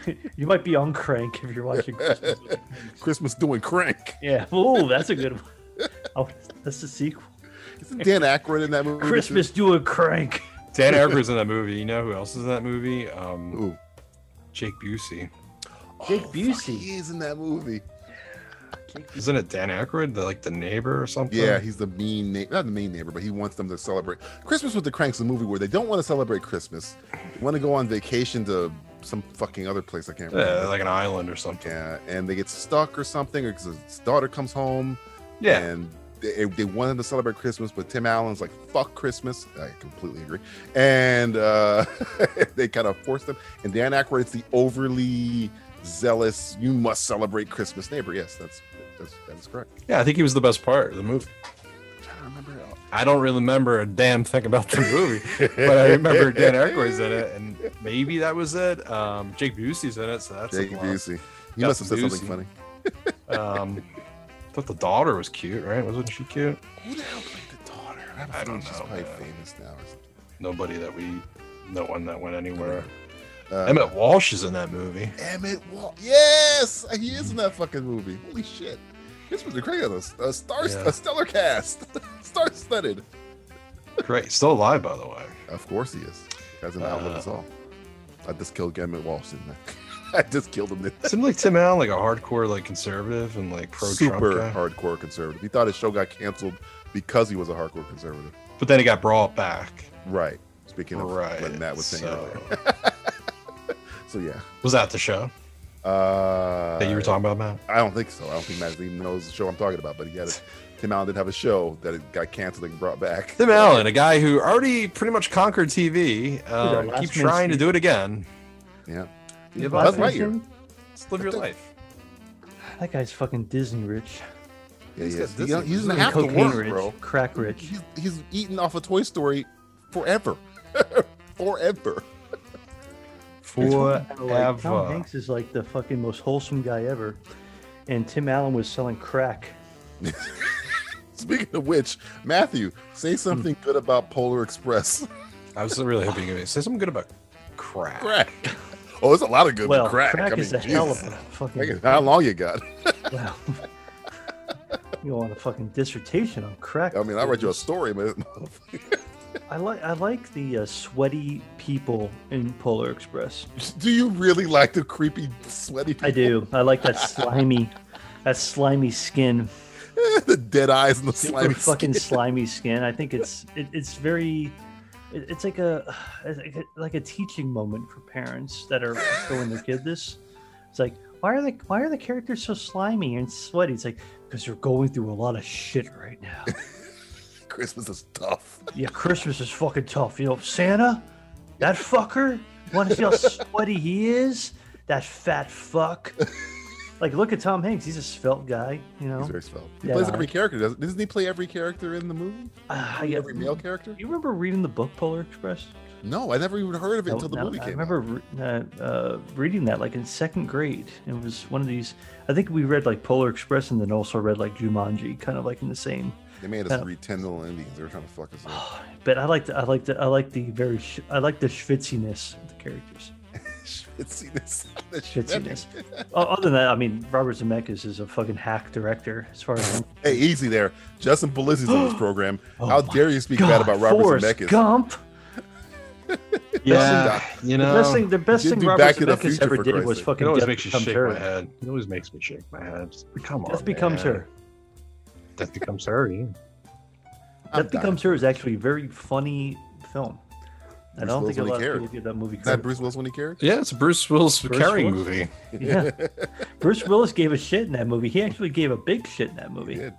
Speaker 8: Yeah. you might be on crank if you're watching Christmas.
Speaker 1: Christmas doing crank.
Speaker 8: Yeah. Ooh, that's a good one. Oh, that's the sequel.
Speaker 1: Isn't Dan Aykroyd in that movie? too?
Speaker 8: Christmas do a crank.
Speaker 2: Dan Aykroyd's in that movie. You know who else is in that movie? Um,
Speaker 1: Ooh.
Speaker 2: Jake Busey.
Speaker 8: Jake
Speaker 1: Oh, Fuck,
Speaker 8: Busey.
Speaker 1: he is in that movie.
Speaker 2: Isn't it Dan Aykroyd, the, like the neighbor or something?
Speaker 1: Yeah, he's the mean neighbor. Not the mean neighbor, but he wants them to celebrate. Christmas with the Cranks, is a movie where they don't want to celebrate Christmas. They want to go on vacation to some fucking other place. I can't remember.
Speaker 2: Yeah, like an island or something.
Speaker 1: yeah, and they get stuck or something, or because his daughter comes home.
Speaker 2: Yeah.
Speaker 1: And they, they wanted to celebrate Christmas, but Tim Allen's like, fuck Christmas. I completely agree. And uh, they kind of forced them. And Dan Aykroyd's the overly zealous, you must celebrate Christmas neighbor. Yes, that's that's, that's correct.
Speaker 2: Yeah, I think he was the best part of the movie.
Speaker 1: I'm trying to remember.
Speaker 2: I don't really remember a damn thing about the movie, but I remember Dan Aykroyd's in it, and maybe that was it. Um, Jake Busey's in it, so that's
Speaker 1: Jake
Speaker 2: a lot.
Speaker 1: Busey. He
Speaker 2: Got
Speaker 1: must have said
Speaker 2: Busey.
Speaker 1: something funny.
Speaker 2: Um, thought the daughter was cute, right? Wasn't she cute?
Speaker 1: Who the hell played the daughter? I, have a
Speaker 2: I
Speaker 1: feeling
Speaker 2: don't
Speaker 1: She's
Speaker 2: know,
Speaker 1: probably
Speaker 2: man.
Speaker 1: famous now or something.
Speaker 2: Nobody that we, no one that went anywhere.
Speaker 1: Uh,
Speaker 2: Emmett Walsh is in that movie.
Speaker 1: Emmett Wall. Yes, he is in that fucking movie. Holy shit! This was a great a, a star,
Speaker 2: Yeah.
Speaker 1: a stellar cast, star studded.
Speaker 2: Great, still alive by the way.
Speaker 1: Of course he is. He has an outlet
Speaker 2: Uh.
Speaker 1: us all. I just killed Emmett Walsh, didn't I? I just killed him. didn't I?
Speaker 2: Seemed like Tim Allen, like a hardcore, like conservative and like pro Trump
Speaker 1: Super
Speaker 2: guy.
Speaker 1: hardcore conservative. He thought his show got canceled because he was a hardcore conservative.
Speaker 2: But then he got brought back.
Speaker 1: Right. Speaking of
Speaker 2: Right.
Speaker 1: what Matt was saying
Speaker 2: so-
Speaker 1: earlier. So yeah.
Speaker 2: was that the show
Speaker 1: Uh,
Speaker 2: that you were talking about, Matt?
Speaker 1: I don't think so. I don't think Matt even knows the show I'm talking about. But he had a, Tim Allen did have a show that it got canceled and brought back.
Speaker 2: Tim Allen, a guy who already pretty much conquered TV, um,
Speaker 8: last
Speaker 2: keep
Speaker 8: man
Speaker 2: trying to
Speaker 8: speak-
Speaker 2: do it again.
Speaker 1: Yeah.
Speaker 2: Give
Speaker 8: Last
Speaker 2: up.
Speaker 1: That's
Speaker 8: man
Speaker 1: right here.
Speaker 2: Just live your life.
Speaker 8: That guy's fucking Disney rich.
Speaker 1: Yeah,
Speaker 2: He's
Speaker 1: he
Speaker 2: got
Speaker 1: is. He
Speaker 2: Disney.
Speaker 1: don't- he doesn't
Speaker 8: Fucking
Speaker 1: have to
Speaker 8: cocaine
Speaker 1: work,
Speaker 8: rich.
Speaker 1: bro.
Speaker 8: Crack rich.
Speaker 1: He's, he's eating off of Toy Story forever. forever.
Speaker 8: That's what- Like, uh, Tom
Speaker 2: Forever.
Speaker 8: Hanks is like the fucking most wholesome guy ever. And Tim Allen was selling crack.
Speaker 1: Speaking of which, Matthew, say something good about Polar Express.
Speaker 2: Hmm. I was really hoping you were gonna say something good about crack.
Speaker 1: crack. Oh, there's a lot of good
Speaker 8: well,
Speaker 1: with crack.
Speaker 8: crack is a hell of a
Speaker 1: Jesus.
Speaker 8: fucking.
Speaker 1: How long you got?
Speaker 8: Wow. You want a fucking dissertation on crack?
Speaker 1: I mean, I read you a story, but
Speaker 8: I like I like the uh, sweaty people in Polar Express.
Speaker 1: do you really like the creepy, sweaty? People?
Speaker 8: I do. I like that slimy, that slimy skin.
Speaker 1: the dead eyes and the
Speaker 8: The
Speaker 1: slimy
Speaker 8: fucking
Speaker 1: skin.
Speaker 8: slimy skin. I think it's it, it's very. it- It's like a it's like a- like a teaching moment for parents that are showing their kid this. It's like why are the why are the characters so slimy and sweaty? It's like because they're going through a lot of shit right now.
Speaker 1: Christmas is tough.
Speaker 8: Yeah, Christmas is fucking tough. You know, Santa, that fucker. Want to see how sweaty he is? That fat fuck. Like, look at Tom Hanks. He's a svelte guy. You know,
Speaker 1: He's very svelte. He
Speaker 8: Yeah,
Speaker 1: plays
Speaker 8: I-
Speaker 1: every character, doesn't? Doesn't he play every character in the movie?
Speaker 8: Ah, yeah.
Speaker 1: every male character?
Speaker 8: You remember reading the book Polar Express?
Speaker 1: No, I never even heard of it until the movie
Speaker 8: I
Speaker 1: came. out.
Speaker 8: remember re- uh, uh, reading that like in second grade. It was one of these. I think we read like Polar Express and then also read like Jumanji, kind of like in the same.
Speaker 1: They made
Speaker 8: kind
Speaker 1: us
Speaker 8: of-
Speaker 1: read Ten Little Indians. They were trying to fuck us up.
Speaker 8: But I like the I like the I like the very sh- I like the schwitziness of the characters.
Speaker 1: Schwitziness. The
Speaker 8: Schwitziness.
Speaker 1: schwitziness.
Speaker 8: O- Other than that, I mean, Robert Zemeckis is a fucking hack director as far as I'm
Speaker 1: Hey, easy there. Justin Belizzi's on this program. How dare you speak bad
Speaker 8: Oh God,
Speaker 1: about Robert
Speaker 8: Forrest
Speaker 1: Zemeckis?
Speaker 8: Gump.
Speaker 1: Yeah,
Speaker 8: the best thing, the best
Speaker 1: you
Speaker 8: thing
Speaker 1: do
Speaker 8: Robert
Speaker 1: Back to the
Speaker 8: Zemeckis
Speaker 1: Future,
Speaker 8: ever
Speaker 1: for
Speaker 8: did
Speaker 1: Christ's
Speaker 8: was
Speaker 1: sake.
Speaker 8: fucking
Speaker 1: It always
Speaker 8: Death
Speaker 1: makes you
Speaker 8: Becomes
Speaker 1: shake
Speaker 8: Her.
Speaker 1: my
Speaker 2: head. It always makes me shake my head. It's- Come on.
Speaker 8: Death Becomes
Speaker 2: man.
Speaker 8: Her.
Speaker 2: Death becomes her. Yeah.
Speaker 8: Death Becomes Her is actually a very funny film. I don't think a lot of people give that movie
Speaker 1: Is that
Speaker 8: credit.
Speaker 1: Bruce Willis when he carried?
Speaker 2: Yeah, it's Bruce Willis
Speaker 8: Bruce
Speaker 2: carrying
Speaker 8: Willis?
Speaker 2: movie.
Speaker 8: Yeah. Bruce Willis gave a shit in that movie. He actually gave a big shit in that movie.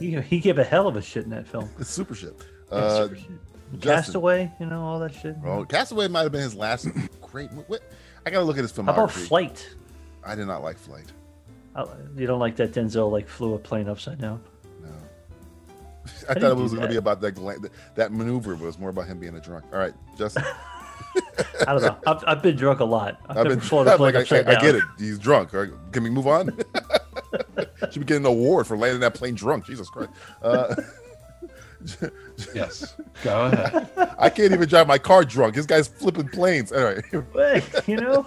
Speaker 8: He he, gave a hell of a shit in that film.
Speaker 1: It's super shit.
Speaker 8: Yeah,
Speaker 1: Uh,
Speaker 8: super shit.
Speaker 1: Justin.
Speaker 8: Castaway, you know all that shit.
Speaker 1: Oh, Castaway might have been his last great. mo- What? I gotta look at his filmography.
Speaker 8: How about Flight?
Speaker 1: I did not like Flight.
Speaker 8: Uh, You don't like that Denzel like flew a plane upside down?
Speaker 1: I,
Speaker 8: I
Speaker 1: thought
Speaker 8: didn't
Speaker 1: it was
Speaker 8: do
Speaker 1: going to
Speaker 8: that.
Speaker 1: be about that gla- that maneuver. But it was more about him being a drunk. All right, Justin.
Speaker 8: I don't know. I've, I've been drunk a lot. I've,
Speaker 1: I've
Speaker 8: never
Speaker 1: been.
Speaker 8: flown a
Speaker 1: I'm
Speaker 8: plane
Speaker 1: like, I,
Speaker 8: upside
Speaker 1: I
Speaker 8: down.
Speaker 1: get it. He's drunk. All right, Can we move on? Should be getting an award for landing that plane drunk. Jesus Christ. Uh,
Speaker 2: yes. Go ahead.
Speaker 1: I can't even drive my car drunk. This guy's flipping planes. All right.
Speaker 8: Hey, you know,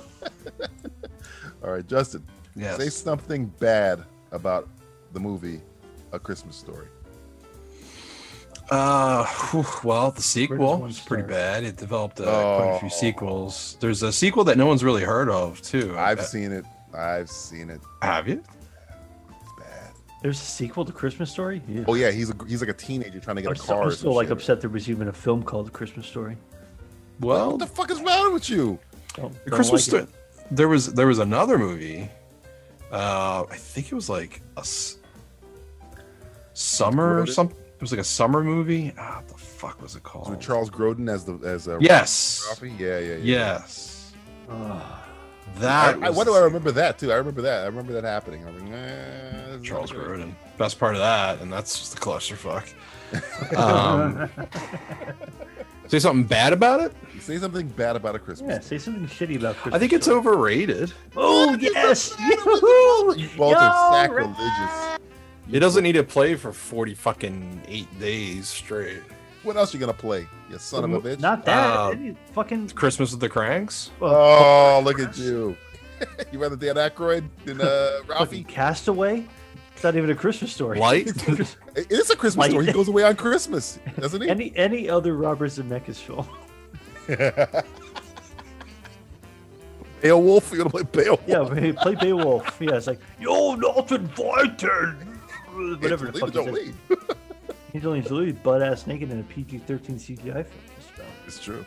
Speaker 1: All right, Justin.
Speaker 2: Yes.
Speaker 1: Say something bad about the movie A Christmas Story.
Speaker 2: Uh, whew, well, the sequel
Speaker 1: one
Speaker 2: was pretty
Speaker 1: start?
Speaker 2: bad. It developed uh, quite a
Speaker 1: Oh.
Speaker 2: few sequels. There's a sequel that no one's really heard of too.
Speaker 1: I've
Speaker 2: Uh,
Speaker 1: seen it. I've seen it.
Speaker 2: Have you?
Speaker 8: there's a sequel to Christmas Story. Yeah.
Speaker 1: Oh yeah, he's a, he's like a teenager trying to get
Speaker 8: I'm
Speaker 1: a
Speaker 8: still,
Speaker 1: car.
Speaker 8: I'm
Speaker 1: or
Speaker 8: still
Speaker 1: some
Speaker 8: like
Speaker 1: shit.
Speaker 8: upset there was even a film called The Christmas Story.
Speaker 2: Well,
Speaker 1: what the fuck is wrong with you?
Speaker 8: Don't,
Speaker 2: The
Speaker 8: don't
Speaker 2: Christmas
Speaker 8: like it.
Speaker 2: Story. There was there was another movie. Uh, I think it was like a s- summer or
Speaker 1: Groden?
Speaker 2: something. It was like a summer movie. Ah, what the fuck was
Speaker 1: Is
Speaker 2: it
Speaker 1: it with
Speaker 2: called?
Speaker 1: Charles Grodin as the as a
Speaker 2: Oh. Yes.
Speaker 1: Yeah, yeah, yeah.
Speaker 2: Yes,
Speaker 8: Ah,
Speaker 2: that.
Speaker 1: I, I,
Speaker 2: was
Speaker 1: why
Speaker 2: the
Speaker 1: do I remember that too? I remember that. I remember that happening. I'm like, nah, this is
Speaker 2: Charles
Speaker 1: not good.
Speaker 2: Grodin. Best part of that, and that's just a clusterfuck. Um, say something bad about it.
Speaker 1: You Say something bad about a Christmas.
Speaker 8: Yeah, say something shitty about Christmas.
Speaker 2: I think it's overrated.
Speaker 8: Oh yes, Yoo-hoo!
Speaker 1: You both
Speaker 8: Yo,
Speaker 1: are
Speaker 8: right.
Speaker 1: sacrilegious.
Speaker 2: It doesn't need to play for forty fucking eight days straight.
Speaker 1: What else you gonna play? You son of a bitch.
Speaker 8: Not that.
Speaker 2: Uh,
Speaker 8: any fucking
Speaker 2: Christmas with the Cranks.
Speaker 1: Oh, look at you. you rather Dan Aykroyd than uh,
Speaker 8: fucking
Speaker 1: Ralphie?
Speaker 8: Castaway. It's not even a Christmas story.
Speaker 2: Light.
Speaker 1: It is a Christmas
Speaker 8: Like-
Speaker 1: story. He goes away on Christmas, doesn't he?
Speaker 8: Any any other Robert Zemeckis film?
Speaker 1: Beowulf. You want to play Beowulf?
Speaker 8: Yeah, we play Beowulf. Yeah, it's like you're not invited. Whatever
Speaker 1: Angelina
Speaker 8: the fuck he said.
Speaker 1: Jolie.
Speaker 8: Angelina Jolie butt ass naked in a PG-13 CGI film. It's about-
Speaker 1: It's true.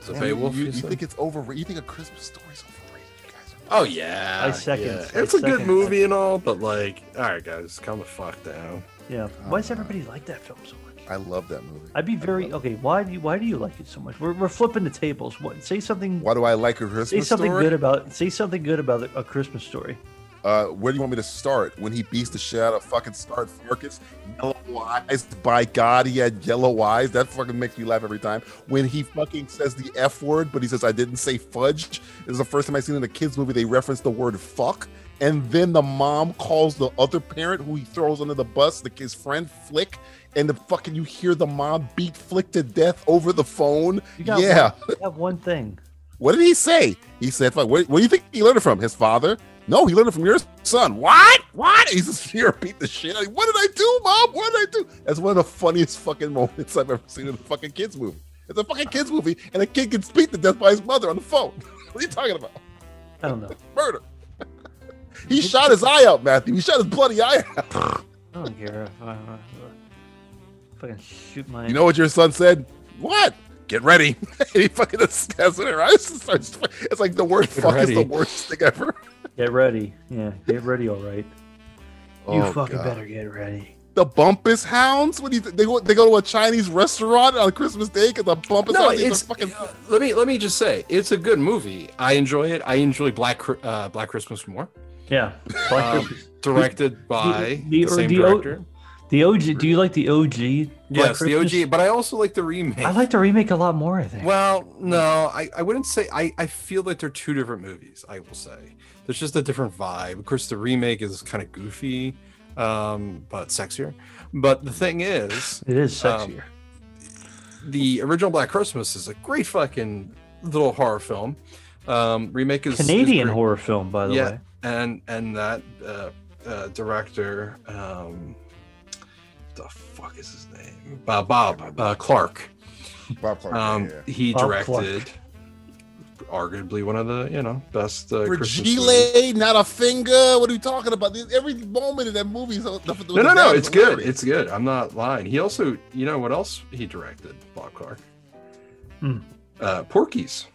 Speaker 2: So
Speaker 1: Yeah,
Speaker 2: Beowulf,
Speaker 1: You,
Speaker 2: you
Speaker 1: you
Speaker 2: said?
Speaker 1: think it's overrated? You think a Christmas story's overrated? You guys are-
Speaker 2: Oh yeah,
Speaker 8: I second-
Speaker 2: yeah.
Speaker 8: I
Speaker 2: It's a good
Speaker 8: second
Speaker 2: movie and all, but like, all right, guys, calm the fuck down.
Speaker 8: Yeah. Why
Speaker 1: Oh.
Speaker 8: does everybody like that film so much?
Speaker 1: I love that movie.
Speaker 8: I'd be very okay. Why do you why do you like it so much? We're, we're flipping the tables. What say something?
Speaker 1: Why do I like a Christmas
Speaker 8: say something
Speaker 1: story?
Speaker 8: good about say something good about a Christmas story.
Speaker 1: Uh, where do you want me to start? When he beats the shit out of fucking Start Farkas, yellow eyes. By God, he had yellow eyes. That fucking makes me laugh every time. When he fucking says the F word, but he says I didn't say fudge. This is the first time I seen in a kids movie they reference the word fuck. And then the mom calls the other parent who he throws under the bus, the his friend Flick, and the fucking you hear the mom beat Flick to death over the phone.
Speaker 8: You got
Speaker 1: yeah.
Speaker 8: one, you got one thing.
Speaker 1: What did he say? He said, "Fuck." Where, where do you think he learned it from? His father? No, he learned it from your son, what? What? He's just here, beat the shit. Like, what did I do, mom? What did I do? That's one of the funniest fucking moments I've ever seen in a fucking kids movie. It's a fucking kids movie, and a kid gets beat to death by his mother on the phone. what are you talking about?
Speaker 8: I don't know.
Speaker 1: Murder. he shot his eye out, Matthew. He shot his bloody eye out.
Speaker 8: I don't care. If I, uh, fucking shoot my.
Speaker 1: You know what your son said? What? Get ready. and he fucking just has it in her eyes and starts. It's like the word
Speaker 8: Get
Speaker 1: fuck is the
Speaker 8: ready.
Speaker 1: worst thing ever.
Speaker 8: Get ready. Yeah, get ready. All right.
Speaker 1: Oh,
Speaker 8: you fucking
Speaker 1: God.
Speaker 8: better get ready.
Speaker 1: The Bumpus Hounds? What do you th- they go? They go to a Chinese restaurant on Christmas Day because the Bumpus
Speaker 7: No,
Speaker 1: Hounds eat
Speaker 7: it's
Speaker 1: the fucking.
Speaker 7: let me let me just say it's a good movie. I enjoy it. I enjoy Black Cri- uh, Black Christmas more.
Speaker 8: Yeah.
Speaker 7: Um, directed by the, same
Speaker 8: the O-
Speaker 7: director.
Speaker 8: The OG. Do you like the OG? Black
Speaker 7: yes, the
Speaker 8: Christmas?
Speaker 7: OG, but I also like the remake.
Speaker 8: I like the remake a lot more. I think.
Speaker 7: Well, no, I, I wouldn't say I, I feel like they're two different movies, I will say. There's just a different vibe. Of course the remake is kind of goofy, um, but sexier. But the thing is
Speaker 8: It is
Speaker 7: um,
Speaker 8: sexier.
Speaker 7: the original Black Christmas is a great fucking little horror film. Um remake is is
Speaker 8: Canadian
Speaker 7: great.
Speaker 8: horror film, by the
Speaker 7: yeah,
Speaker 8: way.
Speaker 7: and and that uh, uh, director, um, the fuck is his name? Uh, Bob uh, Clark.
Speaker 1: Bob Clark.
Speaker 7: Um, He
Speaker 8: Bob
Speaker 7: directed, arguably one of the you know best uh, Christmas movies.
Speaker 1: Regile, not a finger. What are you talking about? Every moment in that movie is.
Speaker 7: No, no, no! It's good. It's good. I'm not lying. He also, you know, what else he directed? Bob Clark.
Speaker 8: Hmm.
Speaker 7: Uh, Porky's.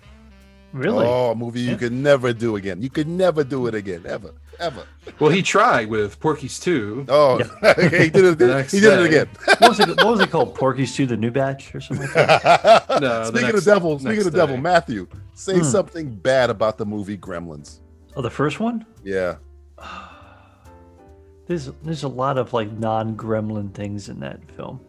Speaker 8: Really?
Speaker 1: Oh, a movie you could never do again. You could never do it again, ever, ever.
Speaker 7: Well, he tried with Porky's too.
Speaker 1: Oh, he did it.
Speaker 7: The next
Speaker 1: he did it
Speaker 7: day.
Speaker 1: again.
Speaker 8: what, was it, what was it called? Porky's Two: The New Batch or something. Like that?
Speaker 7: No, uh, the
Speaker 1: speaking
Speaker 7: next-
Speaker 1: of the devil, speaking
Speaker 7: next
Speaker 1: of the devil,
Speaker 7: day.
Speaker 1: Matthew, say
Speaker 8: Hmm.
Speaker 1: something bad about the movie Gremlins.
Speaker 8: Oh, the first one.
Speaker 1: Yeah,
Speaker 8: There's there's a lot of like non-gremlin things in that film.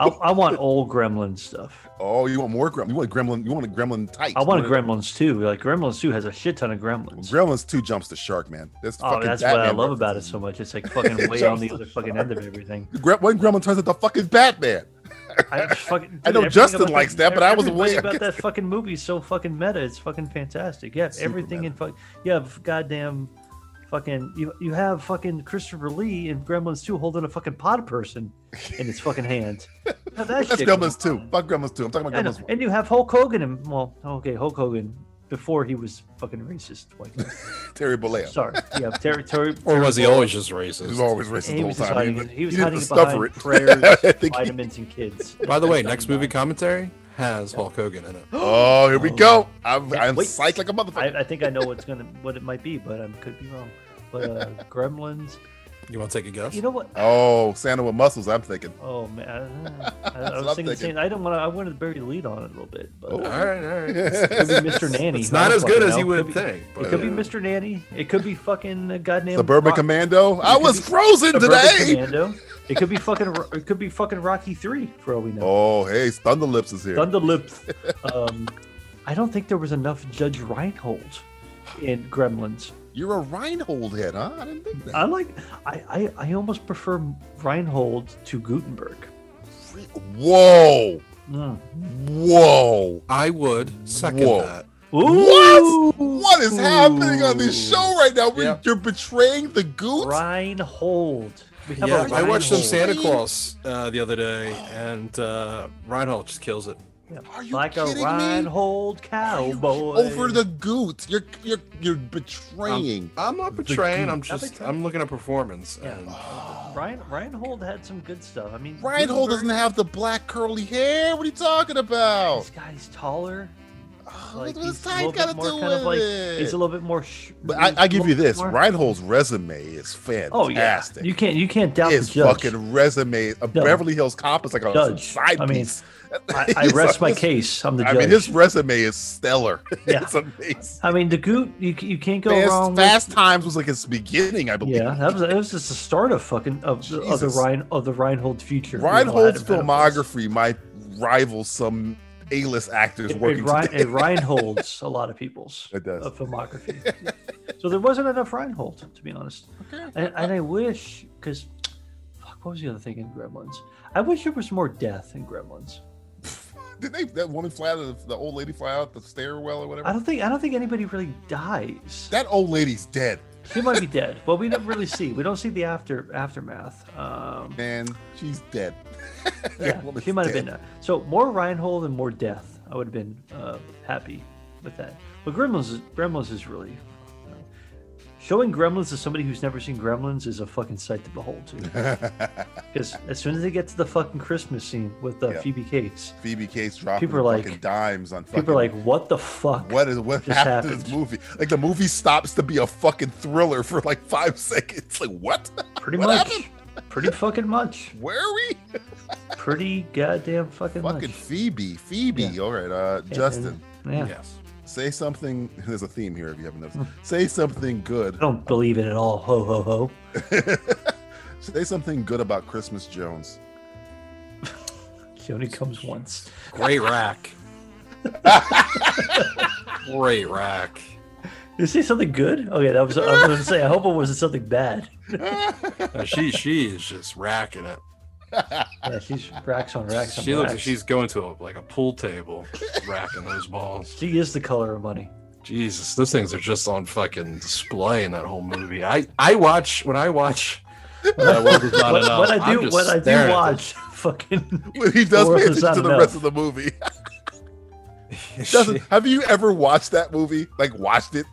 Speaker 8: I, I want old gremlin stuff.
Speaker 1: Oh, you want more gremlin? You want gremlin? You want a gremlin tight?
Speaker 8: I want
Speaker 1: You
Speaker 8: a Gremlins too. Like Gremlins two has a shit ton of gremlins.
Speaker 1: Gremlins two jumps the shark, man. That's
Speaker 8: Oh,
Speaker 1: fucking
Speaker 8: that's what
Speaker 1: Batman
Speaker 8: I love about it so much. It's like fucking way on the other fucking end of everything.
Speaker 1: it. Gre- one gremlin turns into fucking Batman.
Speaker 8: I, just fucking,
Speaker 1: I
Speaker 8: dude,
Speaker 1: know
Speaker 8: everything
Speaker 1: Justin
Speaker 8: about
Speaker 1: likes that, but I was
Speaker 8: everything
Speaker 1: way-
Speaker 8: about that fucking movie. Is so fucking meta. It's fucking fantastic. Yeah,
Speaker 1: Super
Speaker 8: everything in fuck. Yeah, f- goddamn, fucking. You you have fucking Christopher Lee in Gremlins two holding a fucking pod person in his fucking hand. Now that
Speaker 1: That's
Speaker 8: shit goes
Speaker 1: Gremlins two. Fuck Gremlins two. I'm talking
Speaker 8: I
Speaker 1: about
Speaker 8: know.
Speaker 1: Gremlins one.
Speaker 8: And you have Hulk Hogan and well, okay, Hulk Hogan before he was fucking racist. White guy.
Speaker 1: Terry Bollea.
Speaker 8: Sorry, yeah, territory.
Speaker 7: Or was he always just racist?
Speaker 1: He was always racist
Speaker 8: He
Speaker 1: the whole
Speaker 8: was just
Speaker 1: time.
Speaker 8: hiding, it- he was
Speaker 1: didn't
Speaker 8: hiding it
Speaker 1: discover
Speaker 8: behind
Speaker 1: it. I
Speaker 8: prayers,
Speaker 1: think he-
Speaker 8: vitamins, and kids.
Speaker 7: By the way, next movie commentary has Hulk Hogan in it.
Speaker 1: oh, here we go. I'm,
Speaker 8: Yeah,
Speaker 1: I'm
Speaker 8: wait.
Speaker 1: psyched like a motherfucker.
Speaker 8: I, I think I know what's gonna what it might be, but I could be wrong. But uh, Gremlins.
Speaker 7: You want to take a guess?
Speaker 8: You know what?
Speaker 1: Oh, Santa with muscles. I'm thinking.
Speaker 8: Oh man, I, I,
Speaker 1: what
Speaker 8: I
Speaker 1: I'm
Speaker 8: was thinking. the
Speaker 1: thinking.
Speaker 8: same- I don't want. to. I wanted to bury the lead on it a little bit, but
Speaker 7: all right, all right.
Speaker 8: it could be Mr. Nanny.
Speaker 7: Oh. It's
Speaker 8: I
Speaker 7: not
Speaker 8: don't
Speaker 7: as good
Speaker 8: fucking
Speaker 7: as you
Speaker 8: know.
Speaker 7: would
Speaker 8: Could be-
Speaker 7: think. uh,
Speaker 8: It could be Mr. Nanny. It could be fucking uh, goddamn
Speaker 1: Suburban
Speaker 8: Rock-
Speaker 1: Commando. I
Speaker 8: could
Speaker 1: was
Speaker 8: be
Speaker 1: frozen
Speaker 8: Suburban
Speaker 1: today.
Speaker 8: Commando. It could be fucking. Ro- It could be fucking Rocky Three for all we know.
Speaker 1: Oh, hey, Thunderlips is here.
Speaker 8: Thunderlips. Um, I don't think there was enough Judge Reinhold in Gremlins.
Speaker 1: You're a Reinhold head, huh? I didn't think that.
Speaker 8: I like. I, I, I almost prefer Reinhold to Gutenberg.
Speaker 1: Whoa.
Speaker 8: Mm.
Speaker 1: Whoa.
Speaker 7: I would second
Speaker 1: Whoa.
Speaker 7: that.
Speaker 1: What? What is happening on this show right now? We-
Speaker 7: Yeah.
Speaker 1: You're betraying the goots?
Speaker 8: Reinhold. We have a
Speaker 7: Yeah, I watched some
Speaker 8: Reinhold.
Speaker 7: Santa Claus uh, the other day, and uh, Reinhold just kills it.
Speaker 8: Yeah.
Speaker 1: Are you
Speaker 8: Like a
Speaker 1: kidding me?
Speaker 8: Reinhold cowboy.
Speaker 1: Over the goots. You're you're you're betraying.
Speaker 8: Um,
Speaker 7: I'm not
Speaker 1: The
Speaker 7: betraying. I'm
Speaker 8: goop. Not
Speaker 7: just
Speaker 8: betraying.
Speaker 7: I'm looking at performance.
Speaker 8: Yeah.
Speaker 7: And
Speaker 8: Rein, Reinhold had some good stuff. I mean,
Speaker 1: Reinhold doesn't
Speaker 8: Gutenberg,
Speaker 1: have the black curly hair. What are you talking about?
Speaker 8: This guy's taller.
Speaker 1: Oh,
Speaker 8: Like,
Speaker 1: what's
Speaker 8: he's a
Speaker 1: Ty
Speaker 8: little
Speaker 1: got
Speaker 8: bit
Speaker 1: to
Speaker 8: more
Speaker 1: do
Speaker 8: kind of
Speaker 1: with
Speaker 8: like he's
Speaker 1: it?
Speaker 8: a little bit more. Sh-
Speaker 1: But I, I give you this:
Speaker 8: more-
Speaker 1: Reinhold's resume is
Speaker 8: Oh yeah,
Speaker 1: fantastic.
Speaker 8: you can't you can't doubt
Speaker 1: His
Speaker 8: the judge.
Speaker 1: fucking resume, a
Speaker 8: No.
Speaker 1: Beverly Hills Cop, is like a
Speaker 8: Judge.
Speaker 1: side
Speaker 8: I mean,
Speaker 1: piece.
Speaker 8: I, I
Speaker 1: He's
Speaker 8: rest
Speaker 1: like,
Speaker 8: my
Speaker 1: this-
Speaker 8: case. I'm the
Speaker 1: I
Speaker 8: judge.
Speaker 1: mean, his resume is stellar.
Speaker 8: Yeah.
Speaker 1: it's amazing.
Speaker 8: I mean, the goot you, you can't go wrong.
Speaker 1: Fast, Fast
Speaker 8: with-
Speaker 1: Times was like its beginning, I believe.
Speaker 8: Yeah, that was, that was just the start of fucking of, the- of the
Speaker 1: Jesus.
Speaker 8: Ryan of the Reinhold future. We all had
Speaker 1: Reinhold's
Speaker 8: a bit of-
Speaker 1: filmography might rival some A-list actors
Speaker 8: It, it,
Speaker 1: working
Speaker 8: Rein-
Speaker 1: today.
Speaker 8: it Reinhold's a lot of people's
Speaker 1: It does.
Speaker 8: uh, filmography. so there wasn't enough Reinhold, to be honest.
Speaker 1: Okay.
Speaker 8: And, and I wish, because fuck, what was the other thing in Gremlins? I wish there was more death in Gremlins.
Speaker 1: Did they, that woman fly out of the, the old lady fly out the stairwell or whatever?
Speaker 8: I don't think I don't think anybody really dies.
Speaker 1: That old lady's dead.
Speaker 8: She might be dead, but we don't really see. We don't see the after aftermath. Um,
Speaker 1: Man, she's dead.
Speaker 8: yeah, she might have been. Uh, so more Reinhold and more death. I would have been uh, happy with that. But Gremlins, is- Gremlins is really uh, showing Gremlins to somebody who's never seen Gremlins is a fucking sight to behold. Too, because as soon as they get to the fucking Christmas scene with uh,
Speaker 1: Yeah.
Speaker 8: Phoebe Cates,
Speaker 1: Phoebe Cates dropping
Speaker 8: People are
Speaker 1: fucking
Speaker 8: like-
Speaker 1: dimes on fucking.
Speaker 8: people are like, "What the fuck?
Speaker 1: what is what
Speaker 8: just
Speaker 1: happened to this movie? Like the movie stops to be a fucking thriller for like five seconds. Like what?
Speaker 8: Pretty
Speaker 1: What
Speaker 8: much.
Speaker 1: happened?
Speaker 8: Pretty fucking much.
Speaker 1: Where are we?
Speaker 8: Pretty goddamn fucking,
Speaker 1: Fucking
Speaker 8: much.
Speaker 1: Phoebe. Phoebe. All right, uh,
Speaker 8: Yeah,
Speaker 1: Justin.
Speaker 8: and- yeah.
Speaker 1: Yes. Say something. There's a theme here. If you haven't noticed, say something good.
Speaker 8: I don't believe it at all. Ho ho ho.
Speaker 1: Say something good about Christmas Jones.
Speaker 8: She only comes once.
Speaker 7: Great rack. Great rack.
Speaker 8: You say something good? Okay, that was I was gonna say. I hope it wasn't something bad.
Speaker 7: Uh, she she is just racking it.
Speaker 8: Yeah, she's racks on racks. on
Speaker 7: she looks like
Speaker 8: racks.
Speaker 7: she's going to a, like a pool table, racking those balls.
Speaker 8: She is the color of money.
Speaker 7: Jesus, those things are just on fucking display in that whole movie. I I watch when I watch. Uh, World Is Not
Speaker 8: What,
Speaker 7: Enough,
Speaker 8: what I
Speaker 7: I'm
Speaker 8: do,
Speaker 7: just
Speaker 8: what I
Speaker 7: staring
Speaker 8: do
Speaker 7: at
Speaker 8: watch, fucking.
Speaker 1: But he does
Speaker 8: The
Speaker 1: pay
Speaker 8: world is
Speaker 1: attention
Speaker 8: not
Speaker 1: to the
Speaker 8: enough.
Speaker 1: rest of the movie. Doesn't, have you ever watched that movie? Like watched it?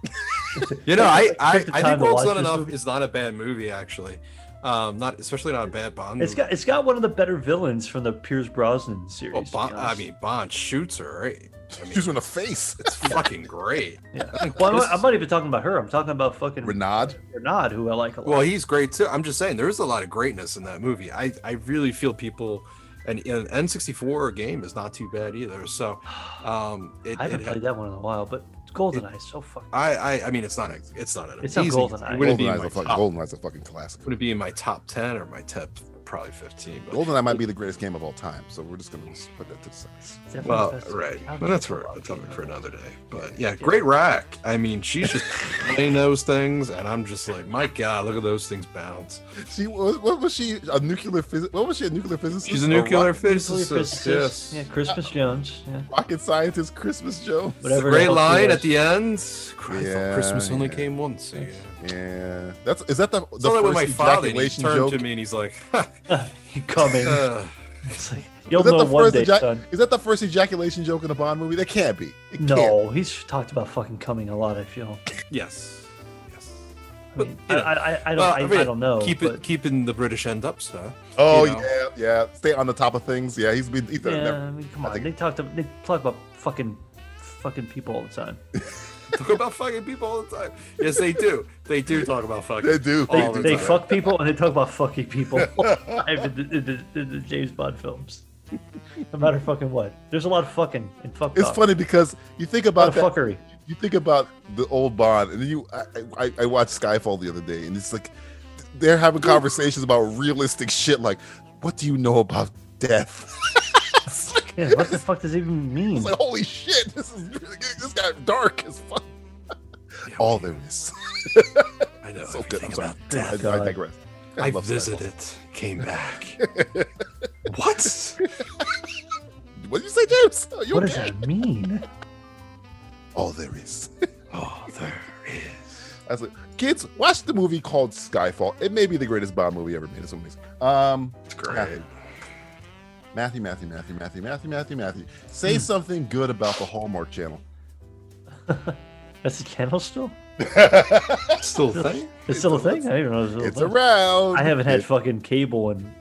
Speaker 7: You know, I I,
Speaker 8: Take the
Speaker 7: I
Speaker 8: time
Speaker 7: think
Speaker 8: to watch
Speaker 7: World's Not
Speaker 8: this
Speaker 7: Enough
Speaker 8: movie.
Speaker 7: is not a bad movie actually. Um, not especially not a bad Bond.
Speaker 8: It's
Speaker 7: Movie.
Speaker 8: got it's got one of the better villains from the Pierce Brosnan series.
Speaker 7: Well,
Speaker 8: to be
Speaker 7: Bond, I
Speaker 8: honest.
Speaker 7: mean, Bond shoots her. Right? I mean,
Speaker 1: Shoots her in the face.
Speaker 7: It's fucking great.
Speaker 8: yeah. Well, I'm, not- I'm not even talking about her. I'm talking about fucking
Speaker 1: Renard.
Speaker 8: Renard, who I like a lot.
Speaker 7: Well, he's great too. I'm just saying, there is a lot of greatness in that movie. I, I really feel people, and an N64 game is not too bad either. So, um, it,
Speaker 8: I haven't
Speaker 7: it-
Speaker 8: played that one in a while, but GoldenEye is so fucking.
Speaker 7: I, I, I mean, it's not, a, it's not an
Speaker 8: It's not
Speaker 7: amazing-
Speaker 8: GoldenEye.
Speaker 7: It wouldn't be in
Speaker 1: Goldeneye's
Speaker 7: my
Speaker 1: a, fucking,
Speaker 7: top-
Speaker 1: Goldeneye's a fucking classic.
Speaker 7: Would it be in my top ten or my top probably fifteen? But,
Speaker 1: Goldeneye might be the greatest game of all time, so we're just gonna just put that to the side.
Speaker 8: Definitely
Speaker 7: well,
Speaker 8: best-
Speaker 7: right.
Speaker 8: How
Speaker 7: Well, that's
Speaker 8: could
Speaker 7: for a topic for another day. But
Speaker 1: Yeah.
Speaker 7: yeah, great rack. I mean, she's just playing those things, and I'm just like, my God, look at those things bounce.
Speaker 1: She what, what was she a nuclear physicist? What was she a nuclear physicist?
Speaker 7: She's a
Speaker 1: Or
Speaker 7: nuclear
Speaker 1: rock-
Speaker 8: Nuclear
Speaker 7: physicist.
Speaker 8: physicist,
Speaker 7: Yes.
Speaker 8: Yeah, Christmas Jones. Yeah.
Speaker 1: rocket scientist Christmas Jones.
Speaker 8: Whatever. the
Speaker 7: Great
Speaker 8: fuck he
Speaker 7: line
Speaker 8: was.
Speaker 7: at the end. Cry
Speaker 1: Yeah,
Speaker 7: for Christmas only
Speaker 1: yeah.
Speaker 7: came once. Yeah.
Speaker 1: Yeah, that's is that the
Speaker 7: I
Speaker 1: the
Speaker 7: saw that with
Speaker 1: first
Speaker 7: my father. And he
Speaker 1: ejaculation
Speaker 7: turned
Speaker 1: joke?
Speaker 7: to me and he's like,
Speaker 8: You come in.
Speaker 7: uh,
Speaker 8: It's like, you'll
Speaker 1: Is that
Speaker 8: know
Speaker 1: the
Speaker 8: one
Speaker 1: first
Speaker 8: day,
Speaker 1: ejac-
Speaker 8: son.
Speaker 1: Is that the first ejaculation joke in a Bond movie? That can't be. It can't.
Speaker 8: No, he's talked about fucking coming a lot. I feel.
Speaker 7: "Yes, yes."
Speaker 8: I mean, I,
Speaker 7: you know,
Speaker 8: I, I- I don't,
Speaker 7: well,
Speaker 8: I, I,
Speaker 7: mean,
Speaker 8: don't know.
Speaker 7: Keep
Speaker 8: but,
Speaker 7: it, keeping the British end up, sir.
Speaker 1: Oh
Speaker 7: You know.
Speaker 1: yeah, yeah. Stay on the top of things. Yeah, he's been. He's done it
Speaker 8: yeah,
Speaker 1: never-
Speaker 8: I mean, come on.
Speaker 1: think-
Speaker 8: They talk to, they talk about fucking, fucking people all the time.
Speaker 7: Talk about fucking people all the time. Yes, they do. They do talk about fucking.
Speaker 1: They do.
Speaker 8: They,
Speaker 7: all the
Speaker 8: they
Speaker 7: time.
Speaker 8: fuck people and they talk about fucking people. I mean, the, the, the, the James Bond films. No matter fucking what, there's a lot of fucking and fuck.
Speaker 1: It's
Speaker 8: talk.
Speaker 1: funny because you think
Speaker 8: A lot
Speaker 1: about
Speaker 8: of
Speaker 1: that,
Speaker 8: fuckery.
Speaker 1: you think about the old Bond, and then you I, I, I watched Skyfall the other day, and it's like they're having conversations about realistic shit. Like, what do you know about death? it's, like,
Speaker 8: Yeah, what the fuck does it even mean?
Speaker 1: it's like, holy shit, this is really good. this got dark as fuck. All there is.
Speaker 7: I know
Speaker 1: so good.
Speaker 7: everything
Speaker 1: I'm sorry.
Speaker 7: about
Speaker 1: I, I
Speaker 7: death.
Speaker 8: Oh, God.
Speaker 1: digress. I
Speaker 7: I
Speaker 1: love Skyfall.
Speaker 7: visited, came back. what?
Speaker 1: What did you say, James? Are you
Speaker 8: What does
Speaker 1: okay?
Speaker 8: that mean?
Speaker 1: All there is.
Speaker 7: Oh, there is.
Speaker 1: I was like, kids, watch the movie called Skyfall. It may be the greatest Bond movie ever made. It's amazing. Um,
Speaker 7: It's great.
Speaker 1: Matthew. Matthew, Matthew, Matthew, Matthew, Matthew, Matthew, Matthew. Say
Speaker 8: Hmm.
Speaker 1: something good about the Hallmark Channel.
Speaker 8: That's the channel still?
Speaker 7: Still a thing.
Speaker 8: It's still a thing? I don't know. It's, still a
Speaker 1: It's
Speaker 8: thing.
Speaker 1: around.
Speaker 8: Oh, I haven't had
Speaker 1: It-
Speaker 8: fucking cable in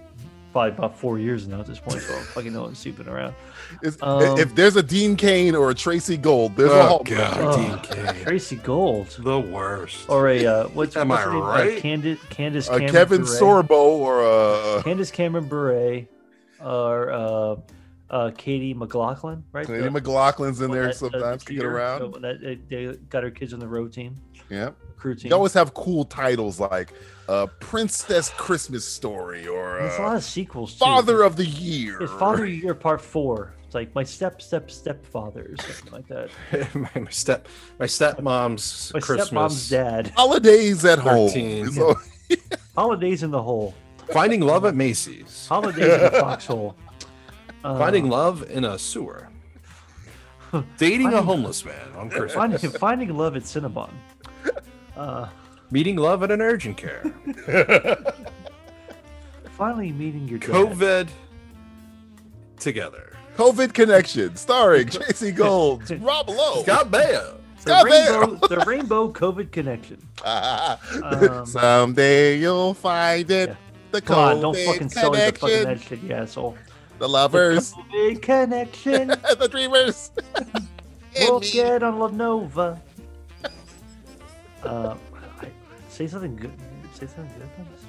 Speaker 8: probably about four years now at this point, so I fucking know I'm sleeping around.
Speaker 1: it's-
Speaker 8: um,
Speaker 1: if there's a Dean Kane or a Tracy Gold, there's a
Speaker 7: Oh
Speaker 1: Hallmark.
Speaker 7: God,
Speaker 8: Oh,
Speaker 7: DK,
Speaker 8: Tracy Gold.
Speaker 7: the worst.
Speaker 1: Oh.
Speaker 8: Or a, uh, what's,
Speaker 7: Am
Speaker 8: what's
Speaker 7: I
Speaker 8: her name?
Speaker 7: right?
Speaker 8: Uh, Candace, Candace
Speaker 1: A
Speaker 8: Cameron
Speaker 1: Kevin
Speaker 8: Bure.
Speaker 1: Sorbo or a
Speaker 8: Candace Cameron Bure or uh, uh, Katie McLaughlin, right?
Speaker 1: Lady
Speaker 8: The-
Speaker 1: McLaughlin's in
Speaker 8: one
Speaker 1: there
Speaker 8: that, uh,
Speaker 1: sometimes to get
Speaker 8: cheer,
Speaker 1: around.
Speaker 8: the- that- they- they got her kids on the road team,
Speaker 1: Yeah.
Speaker 8: crew team.
Speaker 1: You always have cool titles like uh, Princess Christmas Story or
Speaker 8: There's a
Speaker 1: uh,
Speaker 8: lot of sequels, too.
Speaker 1: Father of the Year.
Speaker 8: It's Father of the Year Part Four. It's like my step step stepfather or something like that.
Speaker 7: my my step, my stepmom's
Speaker 8: My
Speaker 7: Christmas.
Speaker 8: stepmom's dad.
Speaker 1: Holidays at home.
Speaker 7: 13.
Speaker 1: So-
Speaker 8: Holidays in the hole.
Speaker 7: Finding love at Macy's.
Speaker 8: Holidays in the foxhole. Uh,
Speaker 7: Finding love in a sewer. Dating a
Speaker 8: Finding-
Speaker 7: homeless man on Christmas.
Speaker 8: finding, finding love at Cinnabon. Uh,
Speaker 2: Meeting love at an urgent care.
Speaker 8: Finally meeting your dad.
Speaker 2: COVID together.
Speaker 1: COVID Connection, starring Tracy Golds, Rob Lowe,
Speaker 2: Scott Baio.
Speaker 1: Scott
Speaker 8: the,
Speaker 1: Baio.
Speaker 8: rainbow, the rainbow COVID connection. Um,
Speaker 1: Someday you'll find it. The
Speaker 8: Come on,
Speaker 1: COVID
Speaker 8: don't fucking sell me the
Speaker 1: Connection,
Speaker 8: fucking that shit, you asshole.
Speaker 1: the lovers,
Speaker 8: The COVID connection.
Speaker 1: the dreamers.
Speaker 8: we'll get on La Nova. Uh, I, say something good. Say something good about this.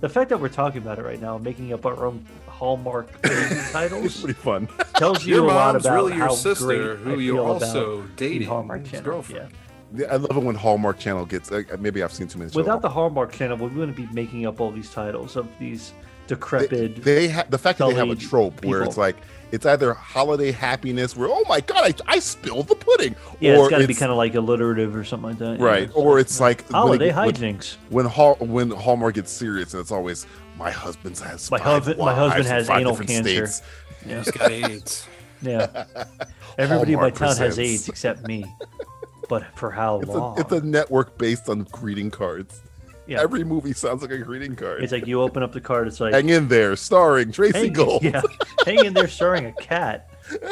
Speaker 8: The fact that we're talking about it right now, making up our own Hallmark movie titles,
Speaker 1: pretty fun.
Speaker 8: tells you
Speaker 2: Your
Speaker 8: a lot
Speaker 2: mom's
Speaker 8: about
Speaker 2: really your
Speaker 8: how
Speaker 2: sister,
Speaker 8: great
Speaker 2: who
Speaker 8: I
Speaker 2: you're
Speaker 8: feel
Speaker 2: also
Speaker 8: about
Speaker 2: dating,
Speaker 8: The Hallmark
Speaker 2: whose
Speaker 8: Channel.
Speaker 2: girlfriend.
Speaker 8: Yeah.
Speaker 1: I love it when Hallmark Channel gets. Like, maybe I've seen too many. shows.
Speaker 8: Without the Hallmark Channel, we're going to be making up all these titles of these
Speaker 1: they,
Speaker 8: decrepit.
Speaker 1: they ha- the fact that they have a
Speaker 8: sullied
Speaker 1: trope where
Speaker 8: people.
Speaker 1: it's like it's either holiday happiness where oh my god I, I spilled the pudding
Speaker 8: yeah,
Speaker 1: or
Speaker 8: it's got to be kind of like alliterative or something like that. yeah.
Speaker 1: right or it's like when
Speaker 8: Holiday
Speaker 1: it- when-
Speaker 8: hijinks.
Speaker 1: when Hall, when Hallmark gets serious and it's always my husband's has
Speaker 8: My
Speaker 1: five
Speaker 8: husband- my husband
Speaker 1: wives in
Speaker 8: has
Speaker 1: five
Speaker 8: anal
Speaker 1: different
Speaker 8: cancer.
Speaker 1: states.
Speaker 8: Yeah.
Speaker 2: He's got AIDS.
Speaker 8: Yeah. Everybody
Speaker 1: Hallmark
Speaker 8: in my town
Speaker 1: presents.
Speaker 8: has AIDS except me. But for how
Speaker 1: it's a,
Speaker 8: long?
Speaker 1: it's a network based on greeting cards
Speaker 8: Yeah.
Speaker 1: every movie sounds like a greeting card
Speaker 8: it's like you open up the card, it's like
Speaker 1: hang in there starring Tracy
Speaker 8: hang-
Speaker 1: Gold
Speaker 8: Yeah, hang in there starring a cat. hang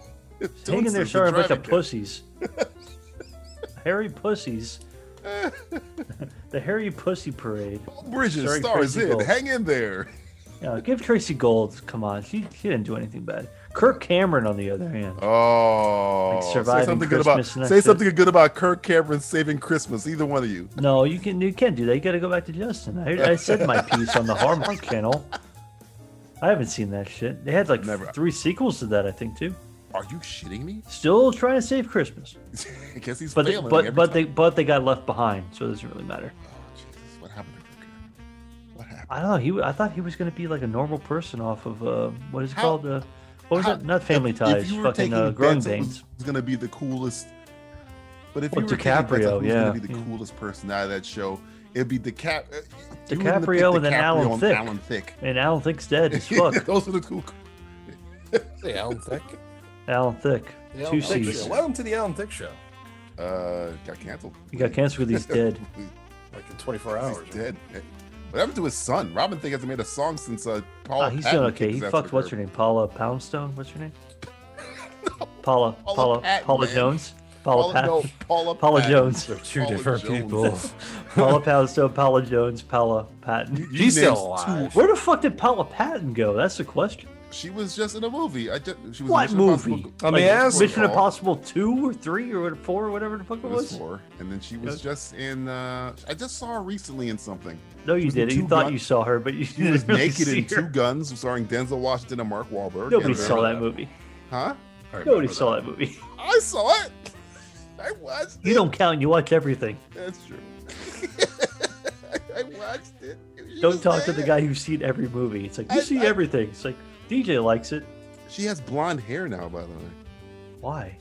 Speaker 8: in
Speaker 1: Don't
Speaker 8: there
Speaker 1: sleep,
Speaker 8: starring a bunch
Speaker 1: driving
Speaker 8: of
Speaker 1: cat.
Speaker 8: pussies. hairy pussies. the hairy pussy parade.
Speaker 1: Bridges
Speaker 8: starring
Speaker 1: stars
Speaker 8: Tracy
Speaker 1: in
Speaker 8: Gold.
Speaker 1: hang in there
Speaker 8: Yeah, give Tracy Gold. Come on, she she didn't do anything bad. Kirk Cameron, on the other hand,
Speaker 1: Oh,
Speaker 8: Like surviving
Speaker 1: good about
Speaker 8: Christmas and that's
Speaker 1: say
Speaker 8: it.
Speaker 1: something good about Kirk Cameron saving Christmas. Either one of you.
Speaker 8: no, you can you can't do that. You got to go back to Justin. I, I said my piece on the Hallmark Channel. I haven't seen that shit. They had like three sequels to that, I think, too.
Speaker 1: Are you shitting me?
Speaker 8: Still trying to save Christmas,
Speaker 1: I guess he's
Speaker 8: but they,
Speaker 1: failing. every
Speaker 8: but but
Speaker 1: time.
Speaker 8: they but they got left behind, so it doesn't really matter.
Speaker 1: Jesus, what happened to Kirk Cameron? What happened?
Speaker 8: I don't know. He w- I thought he was going to be like a normal person off of uh, what is it
Speaker 1: How-
Speaker 8: called? Uh, what was
Speaker 1: how-
Speaker 8: it? Not Family
Speaker 1: if-
Speaker 8: Ties.
Speaker 1: If you were
Speaker 8: fucking
Speaker 1: taking
Speaker 8: uh, Growing
Speaker 1: bets, it was,
Speaker 8: Pains.
Speaker 1: going to be the coolest. But if
Speaker 8: Well,
Speaker 1: you were taking bets on
Speaker 8: DiCaprio,
Speaker 1: who's
Speaker 8: yeah.
Speaker 1: going to be the coolest person out of that show, it'd be DiCap- uh, you wouldn't have picked
Speaker 8: DiCaprio and then
Speaker 1: DiCaprio
Speaker 8: Alan
Speaker 1: and
Speaker 8: Thicke.
Speaker 1: Alan Thicke.
Speaker 8: And Alan Thicke's dead as fuck.
Speaker 1: Those are the cool.
Speaker 2: The Alan Thick.
Speaker 8: Alan Thicke.
Speaker 2: The Alan
Speaker 8: Two
Speaker 2: Thick
Speaker 8: C's.
Speaker 2: Show. Welcome to the Alan Thick Show.
Speaker 1: Uh, got canceled.
Speaker 8: He got canceled with he's dead.
Speaker 2: Like in 24 hours.
Speaker 1: He's dead. What happened to his son? Robin Thicke hasn't made a song since uh, Paul.
Speaker 8: Ah, he's doing okay. He fucked what's her name? Paula Poundstone? What's her name?
Speaker 1: Paula
Speaker 8: Paula Paula
Speaker 1: Patton,
Speaker 8: Paula
Speaker 1: man.
Speaker 8: Jones? Paula
Speaker 1: Paula- no,
Speaker 8: Patton.
Speaker 1: Paula
Speaker 8: Paula
Speaker 1: Patton.
Speaker 8: Jones.
Speaker 1: They're two Paula different Jones. people.
Speaker 8: Paula Poundstone, Paula Jones, Paula Patton.
Speaker 1: you She's still named alive.
Speaker 8: Where the fuck did Paula Patton go? That's the question.
Speaker 1: She was just in a movie. I just, she was in
Speaker 8: What
Speaker 1: Mission
Speaker 8: movie? Um,
Speaker 1: Impossible-
Speaker 2: Let me ask-
Speaker 8: Mission
Speaker 1: Paul.
Speaker 8: Impossible two or three or four or whatever the fuck it
Speaker 1: It was
Speaker 8: was.
Speaker 1: four, and then she was just in. uh I just saw her recently in something.
Speaker 8: No,
Speaker 1: She
Speaker 8: you
Speaker 1: was in
Speaker 8: didn't. You
Speaker 1: Two
Speaker 8: thought
Speaker 1: Gun-
Speaker 8: you saw her, but you
Speaker 1: She was
Speaker 8: didn't really
Speaker 1: naked
Speaker 8: see
Speaker 1: in Two
Speaker 8: her.
Speaker 1: Guns, starring Denzel Washington and Mark Wahlberg.
Speaker 8: Nobody
Speaker 1: and, uh,
Speaker 8: saw that movie.
Speaker 1: huh?
Speaker 8: Nobody saw that movie.
Speaker 1: I saw it. I watched it.
Speaker 8: You don't count. You watch everything.
Speaker 1: That's true. I watched it. It was
Speaker 8: Don't
Speaker 1: just
Speaker 8: talk to the
Speaker 1: there.
Speaker 8: guy who's seen every movie. It's like you see everything. It's like DJ likes it.
Speaker 1: She has blonde hair now, by the way.
Speaker 8: Why?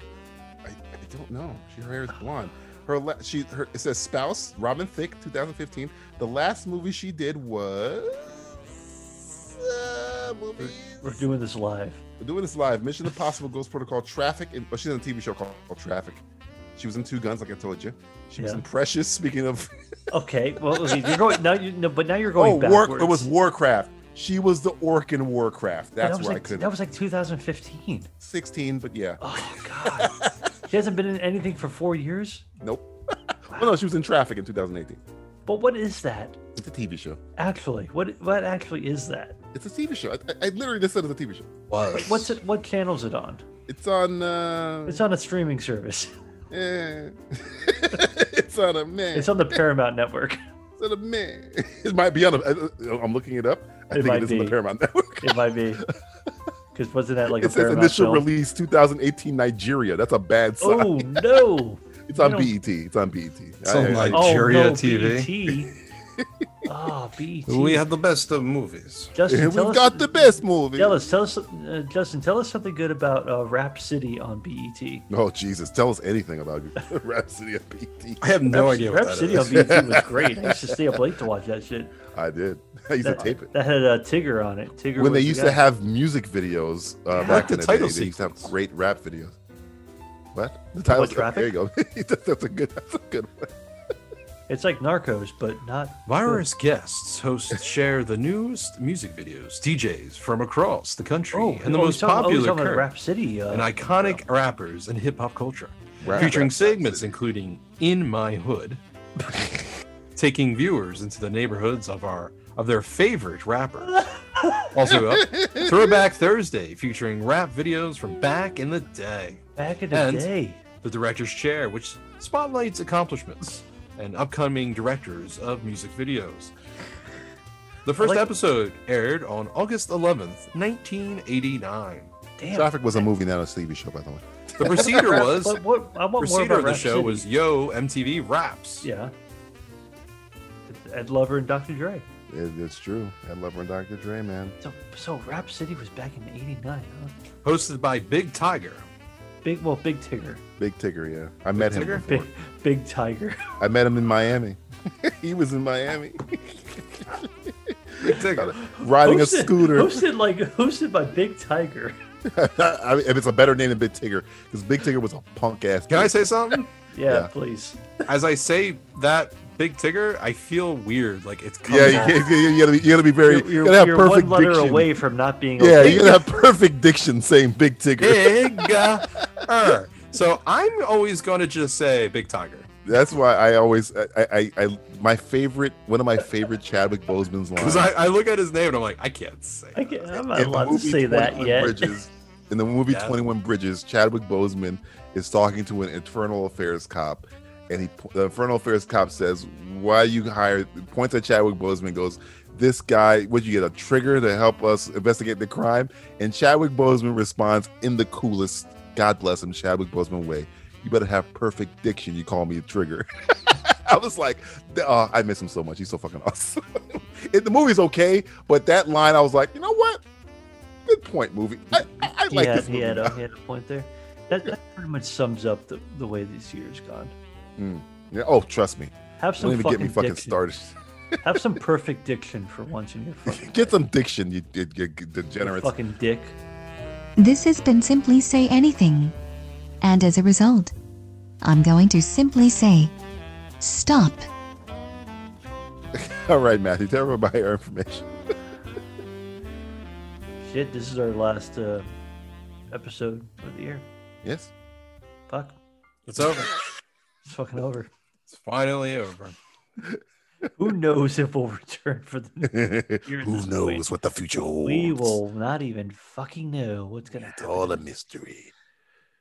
Speaker 1: I, I don't know. She, her hair is blonde. Her la- she her it says spouse Robin Thicke 2015. The last movie she did was uh, movie.
Speaker 8: We're doing this live.
Speaker 1: We're doing this live. Mission Impossible Ghost Protocol Traffic. And, well, she's on a TV show called, called Traffic. She was in Two Guns, like I told you. She was
Speaker 8: Yeah.
Speaker 1: in Precious. Speaking of,
Speaker 8: Okay. Well, okay, you're going now. You no, but now you're going
Speaker 1: oh,
Speaker 8: backwards.
Speaker 1: War, it was Warcraft. She was the orc in Warcraft.
Speaker 8: But that
Speaker 1: That's
Speaker 8: was
Speaker 1: why I
Speaker 8: like,
Speaker 1: couldn't.
Speaker 8: That was Oh. like 2015.
Speaker 1: 16, but yeah.
Speaker 8: She hasn't been in anything for four years.
Speaker 1: Nope. well, no, she was in Traffic in 2018.
Speaker 8: But what is that
Speaker 1: It's a TV show.
Speaker 8: actually? What what actually is that?
Speaker 1: It's a TV show. I, I- I literally just said it's a TV show.
Speaker 2: Was.
Speaker 8: What's it? What channel's it on?
Speaker 1: It's on. Uh,
Speaker 8: It's on a streaming service.
Speaker 1: eh. it's on a man.
Speaker 8: It's on the Paramount Network.
Speaker 1: It's on a man. It might be on. A, I- I'm looking it up. I
Speaker 8: It
Speaker 1: think
Speaker 8: might
Speaker 1: it is on the
Speaker 8: be.
Speaker 1: Paramount Network.
Speaker 8: It might be. Because wasn't that like a
Speaker 1: it says
Speaker 8: Paramount
Speaker 1: initial
Speaker 8: film?
Speaker 1: release 2018 Nigeria. That's a bad sign.
Speaker 8: Oh no!
Speaker 1: it's on
Speaker 8: don't-
Speaker 1: BET. It's on BET.
Speaker 2: It's on
Speaker 1: I- I-
Speaker 2: Nigeria.
Speaker 8: oh, no,
Speaker 2: TV.
Speaker 8: BT. Ah, BT.
Speaker 2: We have the best of movies.
Speaker 8: Justin,
Speaker 1: We've
Speaker 8: tell us,
Speaker 1: got the best movie.
Speaker 8: tell us, tell us, uh, Justin, tell us something good about uh, Rap City on E BET.
Speaker 1: Oh Jesus! Tell us anything about Rhapsody of E BET.
Speaker 2: I have no
Speaker 8: Rap,
Speaker 2: idea what
Speaker 8: Rap
Speaker 2: that
Speaker 8: City
Speaker 2: is.
Speaker 8: on BET was great. I used to stay up late to watch that shit.
Speaker 1: I did. I used
Speaker 8: That,
Speaker 1: to tape it.
Speaker 8: that had uh, Tigger on it. Tigger
Speaker 1: when
Speaker 8: was
Speaker 1: they
Speaker 8: the
Speaker 1: used
Speaker 8: guy.
Speaker 1: to have music videos uh,
Speaker 2: Yeah.
Speaker 1: back
Speaker 2: Like the
Speaker 1: in the
Speaker 2: title
Speaker 1: day, they used to have
Speaker 2: sequence.
Speaker 1: great rap videos. What? The title?
Speaker 8: What,
Speaker 1: There you go. that's a good. That's a good one.
Speaker 8: It's like Narcos, but not.
Speaker 7: Virus guests hosts share the newest music videos, DJs from across the country,
Speaker 8: Oh,
Speaker 7: and the
Speaker 8: oh,
Speaker 7: most
Speaker 8: he's talking- oh, he's
Speaker 7: popular
Speaker 8: talking about
Speaker 7: current
Speaker 8: Rap City, uh,
Speaker 7: and iconic rappers in hip hop culture,
Speaker 8: Rap-
Speaker 7: featuring
Speaker 8: rap-
Speaker 7: segments including "In My Hood," taking viewers into the neighborhoods of our of their favorite rappers. also, uh, Throwback Thursday featuring rap videos from back in the day
Speaker 8: Back in the
Speaker 7: and
Speaker 8: day.
Speaker 7: the director's chair, which spotlights accomplishments and upcoming directors of music videos. The first episode aired on August 11th, 1989.
Speaker 1: Traffic was a movie, not a TV show, by the way.
Speaker 7: The procedure was
Speaker 8: But what- I want more
Speaker 7: procedure
Speaker 8: about
Speaker 7: of the
Speaker 8: Rap
Speaker 7: show
Speaker 8: City.
Speaker 7: was Yo MTV Raps.
Speaker 8: Yeah. Ed Lover and Dr. Dre.
Speaker 1: It, it's true. Ed Lover and Dr. Dre, man.
Speaker 8: So, so Rap City was back in '89, huh?
Speaker 7: Hosted by Big Tiger.
Speaker 8: Big, well, Big Tigger.
Speaker 1: Big Tigger, yeah. I met him.
Speaker 7: Tigger?
Speaker 1: Before.
Speaker 8: Big, Big Tiger.
Speaker 1: I met him in Miami. he was in Miami. Riding a
Speaker 8: Hosted-
Speaker 1: scooter.
Speaker 8: Hosted like hosted by Big Tiger.
Speaker 1: I mean, if it's a better name than Big Tigger, because Big Tigger was a punk ass.
Speaker 7: Can I say something?
Speaker 8: Yeah, please.
Speaker 7: As I say that Big Tigger, I feel weird. Like it's coming
Speaker 1: Yeah, you, can't- you, you gotta be, you gotta be very.
Speaker 8: You're- you're-
Speaker 1: you gotta have
Speaker 8: you're one
Speaker 1: perfect
Speaker 8: letter
Speaker 1: diction.
Speaker 8: away from not being
Speaker 1: Yeah,
Speaker 8: okay.
Speaker 1: you gotta have perfect diction saying Big Tigger.
Speaker 7: Big Tiger. So I'm always going to just say Big Tiger.
Speaker 1: That's why I always, I, I, I, my favorite, one of my favorite Chadwick Boseman's lines.
Speaker 7: Because I, I look at his name and I'm like, I can't say.
Speaker 8: I can't, I'm not
Speaker 1: in the
Speaker 8: allowed to
Speaker 1: movie
Speaker 8: say that
Speaker 1: 21
Speaker 8: yet.
Speaker 1: Bridges, in the movie
Speaker 8: Yeah.
Speaker 1: 21 Bridges, Chadwick Boseman is talking to an internal affairs cop, and he the internal affairs cop says, "Why you hired?" Points at Chadwick Boseman, goes, "This guy, would you get a trigger to help us investigate the crime?" And Chadwick Boseman responds in the coolest, God bless him, Chadwick Boseman way. You better have perfect diction. You call me a trigger. I was like, oh, I miss him so much. He's so fucking awesome. It- the movie's okay, but that line, I was like, you know what? Good point, movie. I, I, I
Speaker 8: he,
Speaker 1: like
Speaker 8: had,
Speaker 1: this
Speaker 8: he,
Speaker 1: movie.
Speaker 8: had a, he had a point there. That, that pretty much sums up the, the way this year's gone.
Speaker 1: Mm. Yeah, oh, trust me.
Speaker 8: Have some
Speaker 1: Don't even get me fucking
Speaker 8: fucking diction.
Speaker 1: started.
Speaker 8: Have some perfect diction for once in your fucking
Speaker 1: Get some diction, you, you, you degenerates.
Speaker 8: fucking dick.
Speaker 4: This has been Simply Say Anything. And as a result, I'm going to simply say, stop.
Speaker 1: All right, Matthew, tell everybody our information.
Speaker 8: Shit, this is our last uh, episode of the year.
Speaker 1: Yes.
Speaker 8: Fuck,
Speaker 7: It's over.
Speaker 8: it's fucking over.
Speaker 7: It's finally over.
Speaker 8: Who knows if we'll return for the year at
Speaker 1: Who
Speaker 8: this
Speaker 1: knows
Speaker 8: point?
Speaker 1: what the future holds?
Speaker 8: We will not even fucking know what's gonna happen
Speaker 1: all a mystery.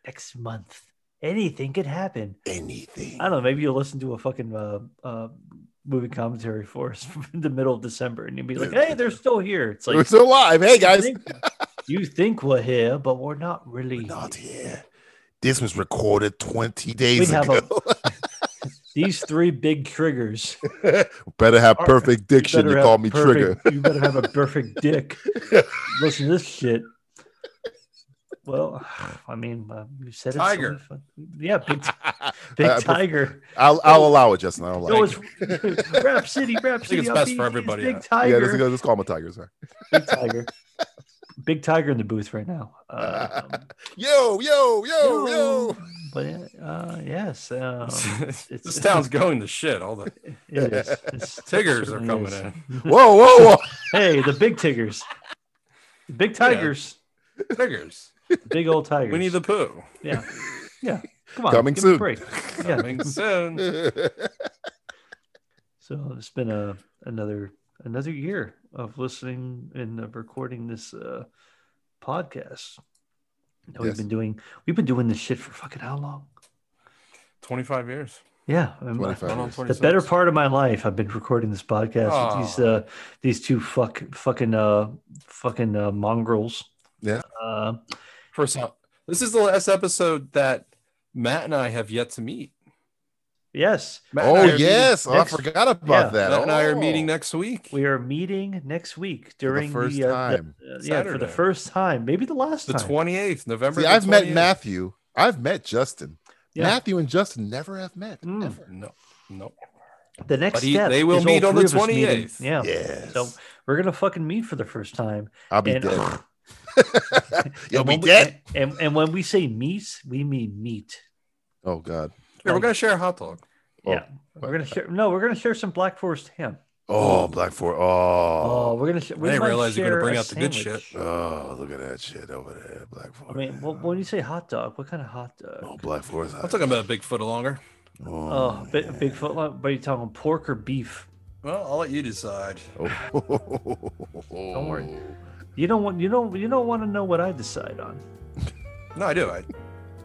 Speaker 8: next month. Anything could happen.
Speaker 1: Anything.
Speaker 8: I don't know. Maybe you'll listen to a fucking uh, uh, movie commentary for us in the middle of December, and you'll be like, "Hey, they're still here." It's like
Speaker 1: We're still alive. Hey, guys.
Speaker 8: You think, you think we're here, but we're not really.
Speaker 1: Not here. This was recorded 20 days
Speaker 8: We have
Speaker 1: ago.
Speaker 8: a, these three big triggers.
Speaker 1: better have
Speaker 8: Our-
Speaker 1: perfect diction.
Speaker 8: better
Speaker 1: You,
Speaker 8: have
Speaker 1: call me
Speaker 8: perfect-
Speaker 1: Trigger.
Speaker 8: You better have a perfect dick. Listen to this shit. Well, I mean, uh, you said it. so
Speaker 7: Tiger.
Speaker 8: many fun- yeah, big, t- big
Speaker 1: I- I-
Speaker 8: tiger.
Speaker 1: I'll, I'll allow it, Justin. I'll allow
Speaker 8: It
Speaker 1: it.
Speaker 8: was Rap City, Rap City.
Speaker 7: it's
Speaker 8: on
Speaker 7: best for
Speaker 8: BET,
Speaker 7: everybody, uh,
Speaker 8: Big
Speaker 7: yeah.
Speaker 1: Yeah, let's,
Speaker 8: tiger.
Speaker 1: go- let's call him a tiger. Sorry.
Speaker 8: big tiger. Big tiger in the booth right now. Uh,
Speaker 1: Yo, yo, yo, yo.
Speaker 8: but uh, yes, um, it's, it's,
Speaker 7: this town's going to shit. All the
Speaker 8: It is. It's-
Speaker 7: Tiggers are
Speaker 8: certainly
Speaker 7: coming
Speaker 8: is.
Speaker 7: in.
Speaker 1: Whoa, whoa, whoa.
Speaker 8: Hey, the big tiggers. The big tigers.
Speaker 7: Tiggers.
Speaker 8: The Big old tigers.
Speaker 7: Winnie the Pooh.
Speaker 8: Yeah. Yeah. Come on.
Speaker 1: Coming
Speaker 8: give me a
Speaker 1: soon.
Speaker 8: break. Yeah.
Speaker 7: Coming soon.
Speaker 8: So it's been a another another year of listening and of recording this uh podcast. That we've
Speaker 1: Yes.
Speaker 8: been doing we've been doing this shit for fucking how long?
Speaker 7: 25 years.
Speaker 8: Yeah. I'm-
Speaker 1: 25
Speaker 7: Going on
Speaker 1: years.
Speaker 7: 26.
Speaker 8: the better part of my life I've been recording this podcast
Speaker 7: Aw.
Speaker 8: with these uh these two fuck fucking uh fucking uh mongrels.
Speaker 1: Yeah.
Speaker 8: Uh
Speaker 7: First out. This is the last episode that Matt and I have yet to meet.
Speaker 8: yes.
Speaker 7: Matt and I
Speaker 1: Oh,
Speaker 7: are meeting-
Speaker 1: yes. oh, I
Speaker 8: next-
Speaker 1: forgot about
Speaker 8: yeah,
Speaker 1: that.
Speaker 7: Matt and I are
Speaker 1: Oh.
Speaker 7: meeting next week.
Speaker 8: We are meeting next week during
Speaker 1: first
Speaker 8: uh,
Speaker 1: time.
Speaker 8: uh, yeah, for the
Speaker 7: Saturday.
Speaker 8: first time, maybe the last
Speaker 7: The
Speaker 8: time.
Speaker 7: 28th, November.
Speaker 1: See,
Speaker 7: the
Speaker 1: I've met
Speaker 7: 28th.
Speaker 1: Matthew. I've met Justin.
Speaker 8: Yeah.
Speaker 1: Matthew and Justin never have met.
Speaker 8: Mm.
Speaker 1: Ever.
Speaker 7: No, no.
Speaker 8: the next
Speaker 7: But he-
Speaker 8: step.
Speaker 7: they will
Speaker 8: is all
Speaker 7: meet on
Speaker 8: three of
Speaker 7: the
Speaker 8: us meeting.
Speaker 7: 28th.
Speaker 8: Yeah.
Speaker 1: Yes.
Speaker 8: So we're gonna fucking meet for the first time.
Speaker 1: I'll be
Speaker 8: and-
Speaker 1: dead. You'll be
Speaker 8: And when we-
Speaker 1: dead.
Speaker 8: And and when we say meet, we mean meet.
Speaker 1: Oh, God.
Speaker 7: Here, we're going to share a hot dog.
Speaker 8: yeah, we're gonna share. No, we're gonna share some Black Forest ham.
Speaker 1: Oh, Black Forest. Oh,
Speaker 8: Oh, we're gonna sh- we
Speaker 1: I didn't
Speaker 8: might
Speaker 1: realize you're gonna
Speaker 8: share
Speaker 1: bring
Speaker 8: a
Speaker 1: out the good shit.
Speaker 8: sandwich.
Speaker 1: Oh, look at that shit over there, Black Forest.
Speaker 8: I mean, what, when you say hot dog, what kind of hot dog? Oh,
Speaker 1: Black Forest.
Speaker 2: I'm talking about a big foot longer.
Speaker 1: Oh,
Speaker 8: Oh, big, Bigfoot. lump- But you talking pork or beef?
Speaker 2: Well, I'll let you decide.
Speaker 1: Oh.
Speaker 8: Don't worry. You don't want you don't you don't want to know what I decide on.
Speaker 2: No, I do. I,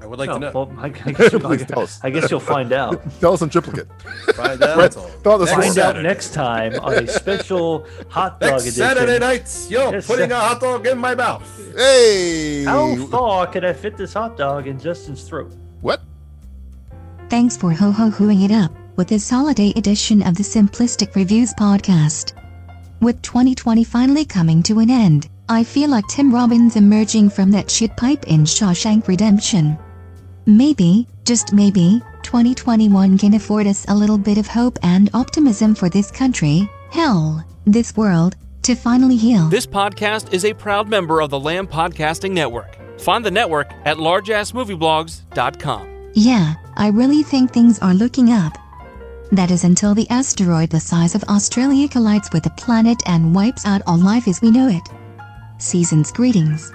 Speaker 2: I would like to know.
Speaker 8: No, well, I, I guess you, I,
Speaker 2: Please
Speaker 8: guess-
Speaker 2: tell us.
Speaker 8: I guess you'll find out.
Speaker 1: Tell us in triplicate.
Speaker 2: Find out.
Speaker 1: Right. Tell us
Speaker 8: Find
Speaker 1: more.
Speaker 8: out next time on a special hot dog
Speaker 2: Next
Speaker 8: edition.
Speaker 2: Saturday nights, yo,
Speaker 8: Yes,
Speaker 2: putting
Speaker 8: sir.
Speaker 2: a hot dog in my mouth.
Speaker 1: Hey!
Speaker 8: How far could I fit this hot dog in Justin's throat?
Speaker 1: What?
Speaker 4: Thanks for ho ho hooing it up with this holiday edition of the Simplistic Reviews podcast. With 2020 finally coming to an end, I feel like Tim Robbins emerging from that shit pipe in Shawshank Redemption. Maybe, just maybe, 2021 can afford us a little bit of hope and optimism for this country, hell, this world, to finally heal.
Speaker 17: This podcast is a proud member of the Lamb Podcasting Network. Find the network at largeassmovieblogs.com.
Speaker 4: Yeah, I really think things are looking up. That is until the asteroid the size of Australia collides with the planet and wipes out all life as we know it. Season's greetings.